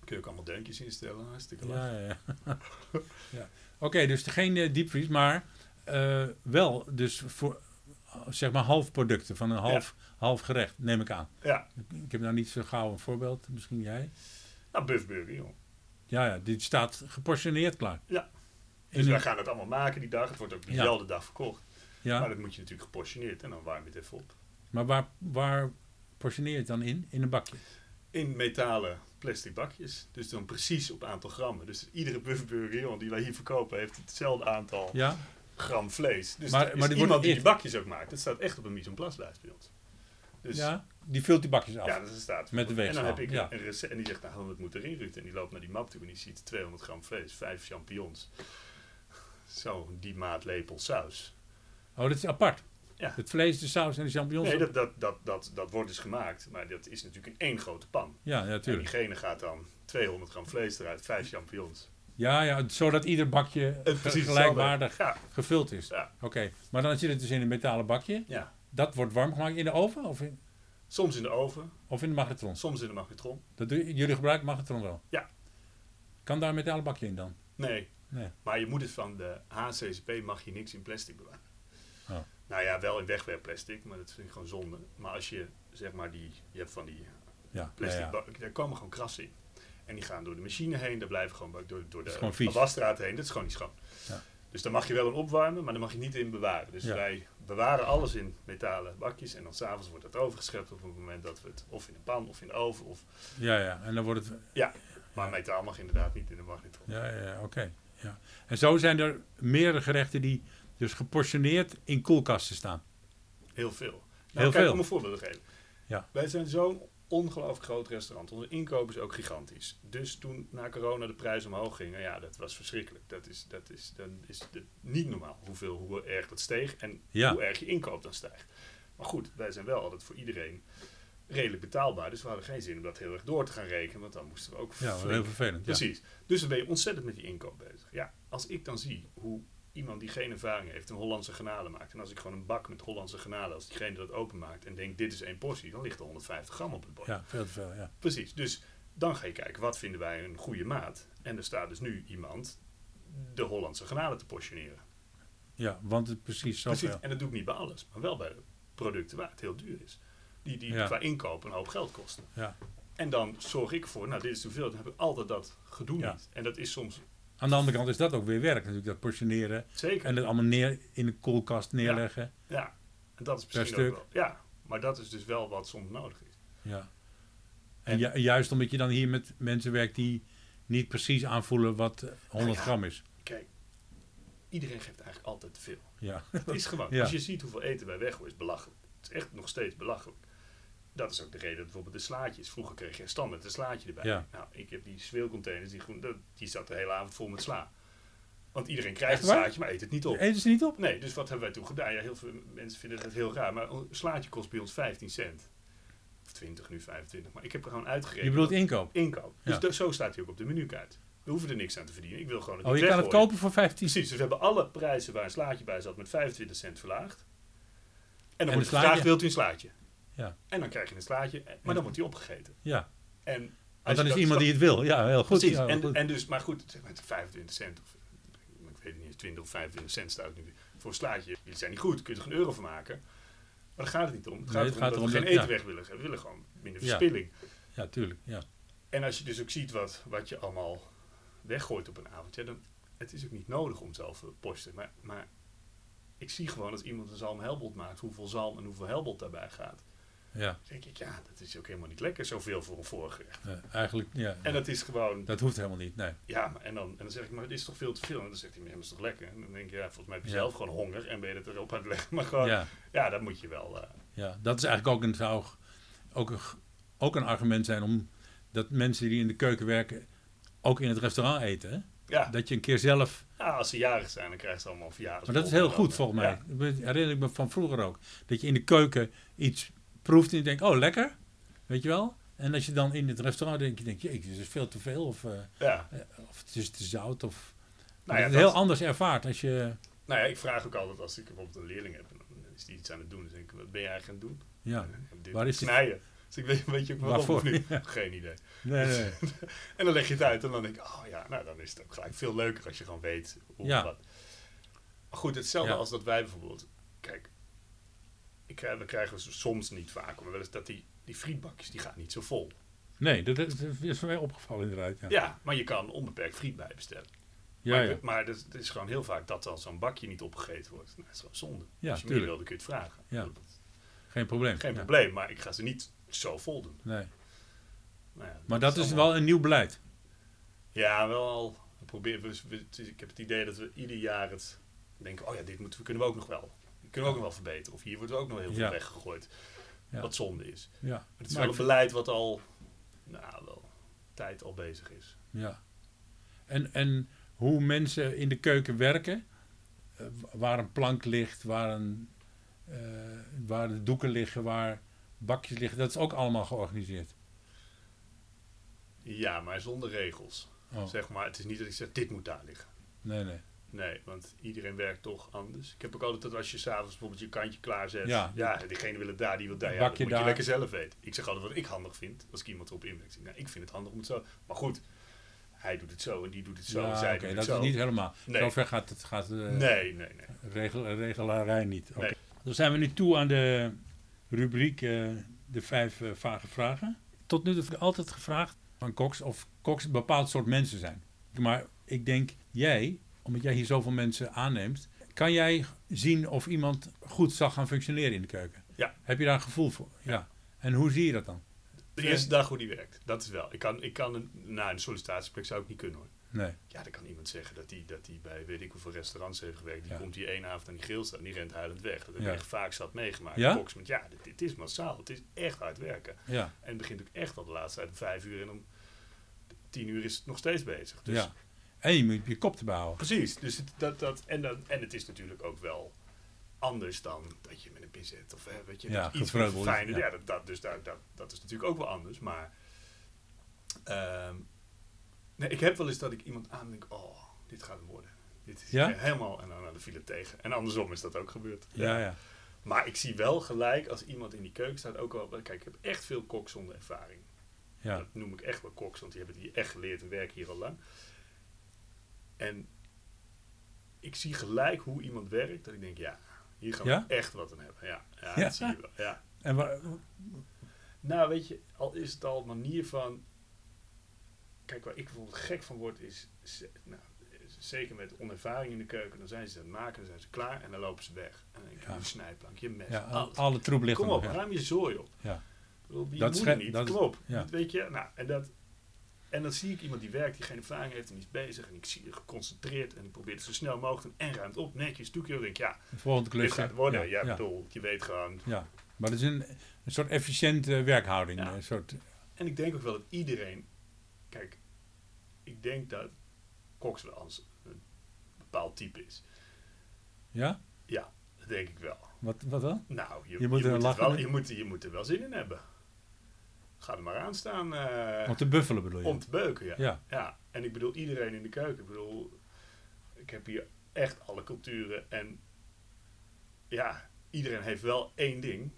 [SPEAKER 3] kun je ook allemaal deuntjes instellen. Hartstikke leuk.
[SPEAKER 2] Ja, ja, ja. ja. Oké, dus geen eh, diepvries, maar eh, wel dus voor eh, zeg maar half producten van een half, half gerecht, neem ik aan.
[SPEAKER 3] Ja.
[SPEAKER 2] Ik heb nou niet zo gauw een voorbeeld, misschien jij.
[SPEAKER 3] Nou, buffburger, joh.
[SPEAKER 2] Ja, ja, dit staat geportioneerd klaar.
[SPEAKER 3] Ja.
[SPEAKER 2] In
[SPEAKER 3] Dus
[SPEAKER 2] een-
[SPEAKER 3] wij gaan het allemaal maken die dag. Het wordt ook
[SPEAKER 2] Ja.
[SPEAKER 3] diezelfde dag verkocht. Maar
[SPEAKER 2] ja,
[SPEAKER 3] dat moet je natuurlijk geportioneerd en dan warm je het even op.
[SPEAKER 2] maar waar, waar portioneer je het dan in? In een bakje.
[SPEAKER 3] Oh, In metalen plastic bakjes. Dus dan precies op aantal grammen. Dus iedere buffburger joh, die wij hier verkopen heeft hetzelfde aantal
[SPEAKER 2] Ja,
[SPEAKER 3] gram vlees. Dus
[SPEAKER 2] Maar-
[SPEAKER 3] er is
[SPEAKER 2] maar die
[SPEAKER 3] iemand
[SPEAKER 2] wordt
[SPEAKER 3] die die
[SPEAKER 2] eerst-
[SPEAKER 3] bakjes ook maakt. Dat staat echt op een mise en place lijst bij ons. Dus ja,
[SPEAKER 2] ja, die vult die bakjes af.
[SPEAKER 3] dat staat.
[SPEAKER 2] Met de
[SPEAKER 3] En dan
[SPEAKER 2] weegschaal,
[SPEAKER 3] heb ik
[SPEAKER 2] ja.
[SPEAKER 3] een recept en die zegt, nou, dat moet erin, Ruud. En die loopt naar die map toe en die ziet 200 gram vlees, 5 champignons. Zo, die maatlepel saus.
[SPEAKER 2] Oh, dat is apart.
[SPEAKER 3] Ja.
[SPEAKER 2] Het vlees, de saus en de champignons.
[SPEAKER 3] Nee, dat, dat, dat, dat, dat wordt dus gemaakt, maar dat is natuurlijk in één grote pan.
[SPEAKER 2] Ja, ja,
[SPEAKER 3] En
[SPEAKER 2] natuurlijk.
[SPEAKER 3] diegene gaat dan 200 gram vlees eruit, 5 champignons.
[SPEAKER 2] Ja, ja, zodat ieder bakje
[SPEAKER 3] Het
[SPEAKER 2] ge- gelijkwaardig
[SPEAKER 3] hetzelfde. Ja, dus,
[SPEAKER 2] gevuld is.
[SPEAKER 3] Ja.
[SPEAKER 2] Oké, maar dan zit het dus in een metalen bakje.
[SPEAKER 3] ja.
[SPEAKER 2] Dat wordt warm gemaakt in de oven of in,
[SPEAKER 3] Soms in de oven,
[SPEAKER 2] of in de magnetron?
[SPEAKER 3] soms in de magnetron.
[SPEAKER 2] Dat doe, jullie gebruiken magnetron wel?
[SPEAKER 3] Ja.
[SPEAKER 2] Kan daar een metalen bakje in dan?
[SPEAKER 3] Nee.
[SPEAKER 2] Nee.
[SPEAKER 3] Maar je moet het van de HCCP mag je niks in plastic bewaren.
[SPEAKER 2] Oh.
[SPEAKER 3] Nou ja, wel in wegwerpplastic, maar dat vind ik gewoon zonde. Maar als je zeg maar die, je hebt van Dus die
[SPEAKER 2] Ja.
[SPEAKER 3] plastic,
[SPEAKER 2] ja, ja.
[SPEAKER 3] bak- daar komen gewoon krassen in. En die gaan door de machine heen, daar blijven gewoon bak- door, door
[SPEAKER 2] is
[SPEAKER 3] de
[SPEAKER 2] gewoon vies.
[SPEAKER 3] wasstraat heen. Dat is gewoon niet schoon.
[SPEAKER 2] Ja.
[SPEAKER 3] Dus daar mag je wel in opwarmen, maar daar mag je niet in bewaren. Dus
[SPEAKER 2] Ja.
[SPEAKER 3] wij bewaren alles in metalen bakjes en dan s'avonds wordt dat overgeschept op het moment dat we het of in de pan of in de oven. Of,
[SPEAKER 2] ja, ja. En dan wordt het...
[SPEAKER 3] maar
[SPEAKER 2] Ja.
[SPEAKER 3] metaal mag inderdaad niet in de magnetron.
[SPEAKER 2] Ja, ja, ja, oké. Ja. En zo zijn er meerdere gerechten die dus geportioneerd in koelkasten staan.
[SPEAKER 3] Heel veel. Nou,
[SPEAKER 2] Heel
[SPEAKER 3] kijk,
[SPEAKER 2] veel.
[SPEAKER 3] om een voorbeeld te geven.
[SPEAKER 2] Ja.
[SPEAKER 3] Wij zijn zo'n ongelooflijk groot restaurant. Onze inkoop is ook gigantisch. Dus toen na corona de prijzen omhoog gingen, ja, dat was verschrikkelijk. Dat is, dat is, dan is het niet normaal hoeveel, hoe erg dat steeg en
[SPEAKER 2] Ja.
[SPEAKER 3] hoe erg je inkoop dan stijgt. Maar goed, wij zijn wel altijd voor iedereen redelijk betaalbaar. Dus we hadden geen zin om dat heel erg door te gaan rekenen, want dan moesten we ook
[SPEAKER 2] Ja,
[SPEAKER 3] flink
[SPEAKER 2] heel vervelend. Ja.
[SPEAKER 3] Precies. Dus dan ben je ontzettend met die inkoop bezig. Ja, als ik dan zie hoe iemand die geen ervaring heeft een Hollandse granalen maakt. En als ik gewoon een bak met Hollandse granalen, als diegene dat openmaakt en denkt dit is één portie, dan ligt er 150 gram op het bord.
[SPEAKER 2] Ja, veel te veel, ja.
[SPEAKER 3] Precies. Dus dan ga je kijken, wat vinden wij een goede maat? En er staat dus nu iemand de Hollandse granalen te portioneren.
[SPEAKER 2] Ja, want het precies zoveel.
[SPEAKER 3] Precies. En dat doe ik niet bij alles, maar wel bij de producten waar het heel duur is. Die, die
[SPEAKER 2] Ja.
[SPEAKER 3] qua inkoop een hoop geld kosten.
[SPEAKER 2] Ja.
[SPEAKER 3] En dan zorg ik ervoor, nou dit is te veel, dan heb ik altijd dat gedoe
[SPEAKER 2] Ja.
[SPEAKER 3] niet. En dat is soms
[SPEAKER 2] Aan de andere kant is dat ook weer werk natuurlijk, dat portioneren
[SPEAKER 3] Zeker.
[SPEAKER 2] en het allemaal neer in de koelkast neerleggen.
[SPEAKER 3] Ja, en dat is
[SPEAKER 2] Per
[SPEAKER 3] misschien ook
[SPEAKER 2] stuk.
[SPEAKER 3] wel. Ja, maar dat is dus wel wat soms nodig is.
[SPEAKER 2] Ja. En ju- juist omdat je dan hier met mensen werkt die niet precies aanvoelen wat eh, 100
[SPEAKER 3] Ah, Ja.
[SPEAKER 2] gram is.
[SPEAKER 3] Kijk, iedereen geeft eigenlijk altijd te veel.
[SPEAKER 2] Ja.
[SPEAKER 3] Het is gewoon.
[SPEAKER 2] Ja.
[SPEAKER 3] Als je ziet hoeveel eten wij weggooien, is belachelijk. Het is echt nog steeds belachelijk. Dat is ook de reden dat bijvoorbeeld de slaatjes. Vroeger kreeg je standaard een slaatje erbij.
[SPEAKER 2] Ja.
[SPEAKER 3] Nou, ik heb die zweelcontainers, die, groen, dat- die zat de hele avond vol met sla. Want iedereen krijgt
[SPEAKER 2] Echt
[SPEAKER 3] een
[SPEAKER 2] waar?
[SPEAKER 3] slaatje, maar eet het niet op.
[SPEAKER 2] Eten ze niet op?
[SPEAKER 3] Nee, dus wat hebben wij toen gedaan? Ja, heel veel mensen vinden het heel raar, maar een slaatje kost bij ons 15 cent. Of 20, nu 25. Maar ik heb er gewoon uitgerekend.
[SPEAKER 2] Je bedoelt
[SPEAKER 3] wat-
[SPEAKER 2] inkoop.
[SPEAKER 3] inkoop. Dus
[SPEAKER 2] Ja.
[SPEAKER 3] da- zo staat hij ook op de menukaart. We hoeven er niks aan te verdienen. Ik wil gewoon het
[SPEAKER 2] Oh,
[SPEAKER 3] niet
[SPEAKER 2] je kan het
[SPEAKER 3] weggooien.
[SPEAKER 2] kopen voor 15
[SPEAKER 3] Precies, dus we hebben alle prijzen waar een slaatje bij zat met 25 cent verlaagd. En dan
[SPEAKER 2] een
[SPEAKER 3] wordt
[SPEAKER 2] slaatje.
[SPEAKER 3] gevraagd, wilt u een slaatje?
[SPEAKER 2] Ja.
[SPEAKER 3] En dan krijg je een slaatje, en- maar dan wordt die opgegeten.
[SPEAKER 2] Ja,
[SPEAKER 3] En als
[SPEAKER 2] want
[SPEAKER 3] je
[SPEAKER 2] dan is
[SPEAKER 3] dat
[SPEAKER 2] iemand
[SPEAKER 3] snap-
[SPEAKER 2] die het wil. Ja, heel goed.
[SPEAKER 3] Precies,
[SPEAKER 2] Ja,
[SPEAKER 3] en,
[SPEAKER 2] goed.
[SPEAKER 3] en dus, maar goed, zeg maar 25 cent, of, ik weet het niet, eens, 20 of 25 cent staat nu voor een slaatje. Die zijn niet goed, kun je er een euro van maken. Maar daar gaat het niet om. Het
[SPEAKER 2] Nee,
[SPEAKER 3] gaat,
[SPEAKER 2] het
[SPEAKER 3] erom
[SPEAKER 2] gaat
[SPEAKER 3] dat
[SPEAKER 2] erom
[SPEAKER 3] we geen
[SPEAKER 2] dat-
[SPEAKER 3] eten
[SPEAKER 2] ja.
[SPEAKER 3] weg willen. We willen gewoon minder
[SPEAKER 2] Ja.
[SPEAKER 3] verspilling.
[SPEAKER 2] ja tuurlijk. Ja.
[SPEAKER 3] En als je dus ook ziet wat, wat je allemaal weggooit op een avond, ja, dan het is ook niet nodig om zelf te posten. Maar, maar ik zie gewoon als iemand een zalm helbot maakt, hoeveel zalm en hoeveel helbot daarbij gaat.
[SPEAKER 2] Ja,
[SPEAKER 3] Dan denk ik, ja, dat is ook helemaal niet lekker, zoveel voor een voorgerecht.
[SPEAKER 2] eh, eigenlijk, ja.
[SPEAKER 3] En dat is gewoon,
[SPEAKER 2] Dat hoeft helemaal niet, nee.
[SPEAKER 3] ja, maar, en, dan, en dan zeg ik, maar het is toch veel te veel? En dan zegt hij, maar dat is toch lekker? En dan denk ik, ja, volgens mij heb je
[SPEAKER 2] Ja.
[SPEAKER 3] zelf gewoon honger en ben je het erop aan het leggen. Maar gewoon, ja,
[SPEAKER 2] Ja,
[SPEAKER 3] dat moet je wel. eh,
[SPEAKER 2] ja, dat is eigenlijk ook een, zou ook, een- ook een argument zijn om dat mensen die in de keuken werken ook in het restaurant eten. hè?
[SPEAKER 3] ja.
[SPEAKER 2] Dat je een keer zelf
[SPEAKER 3] ja, als ze jarig zijn, dan krijgen ze allemaal eh, verjaardag.
[SPEAKER 2] Maar dat is heel goed volgens mij. Dat herinner ik me van vroeger ook. Dat je in de keuken iets proeft en je denkt, oh lekker. Weet je wel? En als je dan in het restaurant denkt, je denkt, jee, dit is veel te veel. Of, eh,
[SPEAKER 3] ja.
[SPEAKER 2] of het is te zout. Of,
[SPEAKER 3] Nou ja,
[SPEAKER 2] dat je het
[SPEAKER 3] dat-
[SPEAKER 2] heel anders ervaart als je...
[SPEAKER 3] Nou ja, ik vraag ook altijd als ik bijvoorbeeld een leerling heb en dan is die iets aan het doen. Dan denk ik, wat ben jij eigenlijk aan het doen?
[SPEAKER 2] Ja,
[SPEAKER 3] Dit
[SPEAKER 2] Waar is dit?
[SPEAKER 3] snijden. Dus ik weet, weet je ook waarom of
[SPEAKER 2] Waarvoor?
[SPEAKER 3] niet? Geen idee.
[SPEAKER 2] nee, nee.
[SPEAKER 3] En dan leg je het uit en dan denk ik, oh ja, nou dan is het ook gelijk veel leuker als je gewoon weet hoe
[SPEAKER 2] Ja.
[SPEAKER 3] wat. Maar goed, hetzelfde
[SPEAKER 2] Ja.
[SPEAKER 3] als dat wij bijvoorbeeld, kijk, ik, krijg- we krijgen dus soms niet vaak, maar wel eens dat die, die frietbakjes, die gaan niet zo vol.
[SPEAKER 2] nee dat, is, dat is mij opgevallen inderdaad. Ja,
[SPEAKER 3] Ja, maar je kan onbeperkt friet bij bestellen.
[SPEAKER 2] ja,
[SPEAKER 3] maar
[SPEAKER 2] ja.
[SPEAKER 3] maar dat- het is gewoon heel vaak dat dan zo'n bakje niet opgegeten wordt. Nou, dat is gewoon
[SPEAKER 2] Ja,
[SPEAKER 3] zonde. als je meer
[SPEAKER 2] tuurlijk.
[SPEAKER 3] wil, dan kun je het vragen.
[SPEAKER 2] Ja.
[SPEAKER 3] Dat-
[SPEAKER 2] geen probleem.
[SPEAKER 3] Geen
[SPEAKER 2] Ja,
[SPEAKER 3] probleem, maar ik ga ze niet zo vol doen.
[SPEAKER 2] Nee.
[SPEAKER 3] Nou ja,
[SPEAKER 2] Maar dat is
[SPEAKER 3] allemaal-
[SPEAKER 2] wel een nieuw beleid.
[SPEAKER 3] Ja, wel al. We proberen, we, we- het is- ik heb het idee dat we ieder jaar het denken: oh ja, dit moeten we, kunnen we ook nog wel. Dit kunnen we ook nog wel verbeteren. Of hier wordt ook nog heel veel
[SPEAKER 2] Ja.
[SPEAKER 3] weggegooid.
[SPEAKER 2] Ja.
[SPEAKER 3] Wat zonde is. Maar
[SPEAKER 2] Ja.
[SPEAKER 3] het is
[SPEAKER 2] Maar
[SPEAKER 3] wel een
[SPEAKER 2] ik-
[SPEAKER 3] beleid wat al, nou wel, tijd al bezig is.
[SPEAKER 2] Ja. En, en hoe mensen in de keuken werken, eh, wa- waar een plank ligt, waar, een, eh, waar de doeken liggen, waar bakjes liggen, dat is ook allemaal georganiseerd.
[SPEAKER 3] Ja, maar zonder regels.
[SPEAKER 2] Oh,
[SPEAKER 3] Zeg maar, het is niet dat ik zeg: dit moet daar liggen.
[SPEAKER 2] nee, nee.
[SPEAKER 3] Nee, want iedereen werkt toch anders. Ik heb ook altijd dat als je s'avonds bijvoorbeeld je kantje klaarzet. Ja,
[SPEAKER 2] Ja.
[SPEAKER 3] diegene wil het daar, die wil daar. Ja,
[SPEAKER 2] Bak
[SPEAKER 3] dat
[SPEAKER 2] je
[SPEAKER 3] moet je
[SPEAKER 2] daar.
[SPEAKER 3] lekker zelf weten. Ik zeg altijd wat ik handig vind, als ik iemand erop inwerk. Ik zeg, Nou, ik vind het handig om het zo. Maar goed, hij doet het zo en die doet het zo
[SPEAKER 2] Ja,
[SPEAKER 3] en zij
[SPEAKER 2] oké,
[SPEAKER 3] doet
[SPEAKER 2] dat
[SPEAKER 3] het zo.
[SPEAKER 2] is niet helemaal.
[SPEAKER 3] Nee.
[SPEAKER 2] Zover gaat het gaat, eh,
[SPEAKER 3] nee, nee, nee.
[SPEAKER 2] regel, regelarij niet. Oké.
[SPEAKER 3] Nee.
[SPEAKER 2] Dan zijn we nu toe aan de rubriek eh, de vijf eh, vage vragen. Tot nu toe heb ik altijd gevraagd aan Cox of Cox een bepaald soort mensen zijn. Maar ik denk, jij, omdat jij hier zoveel mensen aanneemt, kan jij zien of iemand goed zal gaan functioneren in de keuken?
[SPEAKER 3] Ja.
[SPEAKER 2] Heb je daar een gevoel voor? Ja. En hoe zie je dat dan?
[SPEAKER 3] De eerste dag hoe die werkt, dat is wel. Ik kan, ik kan een, nou, een sollicitatiegesprek zou ik niet kunnen hoor.
[SPEAKER 2] Nee.
[SPEAKER 3] Ja, dan kan iemand zeggen dat hij dat die bij weet ik hoeveel restaurants heeft gewerkt. Die
[SPEAKER 2] Ja.
[SPEAKER 3] komt hier één avond aan die grill staan en die rent huilend weg. Dat heb
[SPEAKER 2] Ja.
[SPEAKER 3] ik echt vaak zat meegemaakt.
[SPEAKER 2] Ja?
[SPEAKER 3] Cox met, ja, dit, dit is massaal. Het is echt hard werken.
[SPEAKER 2] Ja.
[SPEAKER 3] En het begint ook echt al de laatste tijd om vijf uur en om tien uur is het nog steeds bezig. Dus
[SPEAKER 2] ja. En je moet je kop te behouden.
[SPEAKER 3] precies. Dus het, dat, dat, en, dan, en het is natuurlijk ook wel anders dan dat je met een pincet of hè, weet je,
[SPEAKER 2] Ja,
[SPEAKER 3] dat is iets
[SPEAKER 2] gevreugeld,
[SPEAKER 3] fijner. Ja.
[SPEAKER 2] ja.
[SPEAKER 3] dat, dat, dus daar, dat, dat is natuurlijk ook wel anders. Maar ehm, nee, ik heb wel eens dat ik iemand aan denk, oh, dit gaat hem worden. Dit is
[SPEAKER 2] Ja?
[SPEAKER 3] helemaal en dan aan de file tegen. En andersom is dat ook gebeurd.
[SPEAKER 2] Ja, ja.
[SPEAKER 3] Maar ik zie wel gelijk als iemand in die keuken staat ook al. Kijk, ik heb echt veel koks zonder ervaring.
[SPEAKER 2] ja.
[SPEAKER 3] Dat noem ik echt wel koks, want die hebben die echt geleerd en werken hier al lang. En ik zie gelijk hoe iemand werkt, dat ik denk, ja, hier gaan
[SPEAKER 2] Ja?
[SPEAKER 3] we echt wat aan hebben. Ja, ja,
[SPEAKER 2] Ja.
[SPEAKER 3] dat zie je wel. Ja.
[SPEAKER 2] En waar,
[SPEAKER 3] Nou, weet je, al is het al een manier van... Kijk, waar ik bijvoorbeeld gek van word, is... ze- Nou, eh, zeker met onervaring in de keuken, dan zijn ze het aan het maken, dan zijn ze klaar en dan lopen ze weg. En dan denk je,
[SPEAKER 2] Ja.
[SPEAKER 3] je snijplank, je mes,
[SPEAKER 2] Ja, al-
[SPEAKER 3] alles.
[SPEAKER 2] alle troep ligt
[SPEAKER 3] Kom
[SPEAKER 2] er
[SPEAKER 3] op,
[SPEAKER 2] nog, ja.
[SPEAKER 3] ruim je zooi op.
[SPEAKER 2] Ja.
[SPEAKER 3] Ik bedoel, Je
[SPEAKER 2] Dat
[SPEAKER 3] moet
[SPEAKER 2] sche-
[SPEAKER 3] er niet,
[SPEAKER 2] dat is-
[SPEAKER 3] kom op.
[SPEAKER 2] ja.
[SPEAKER 3] Dat weet je, nou, en, dat, en dan zie ik iemand die werkt, die geen ervaring heeft en die is bezig. En ik zie je geconcentreerd en die probeert het zo snel mogelijk en ruimt op, netjes, doekje. Dan denk ik, ja,
[SPEAKER 2] De volgende klus.
[SPEAKER 3] dit gaat het worden. Ja,
[SPEAKER 2] Ja,
[SPEAKER 3] ik
[SPEAKER 2] ja,
[SPEAKER 3] bedoel, je weet gewoon.
[SPEAKER 2] ja. Maar dat is een, een soort efficiënte werkhouding.
[SPEAKER 3] Ja.
[SPEAKER 2] Een soort,
[SPEAKER 3] En ik denk ook wel dat iedereen, kijk, ik denk dat Cox wel eens een bepaald type is.
[SPEAKER 2] ja?
[SPEAKER 3] Ja, dat denk ik wel.
[SPEAKER 2] Wat, wat dan?
[SPEAKER 3] Nou, je,
[SPEAKER 2] Je moet er
[SPEAKER 3] het
[SPEAKER 2] lachen,
[SPEAKER 3] wel,
[SPEAKER 2] hè?
[SPEAKER 3] je, moet, je moet er wel zin in hebben. Ga er maar aan staan eh,
[SPEAKER 2] Om te buffelen bedoel je?
[SPEAKER 3] om te beuken, ja.
[SPEAKER 2] Ja.
[SPEAKER 3] Ja, en ik bedoel iedereen in de keuken. Ik bedoel, ik heb hier echt alle culturen. En ja, iedereen heeft wel één ding.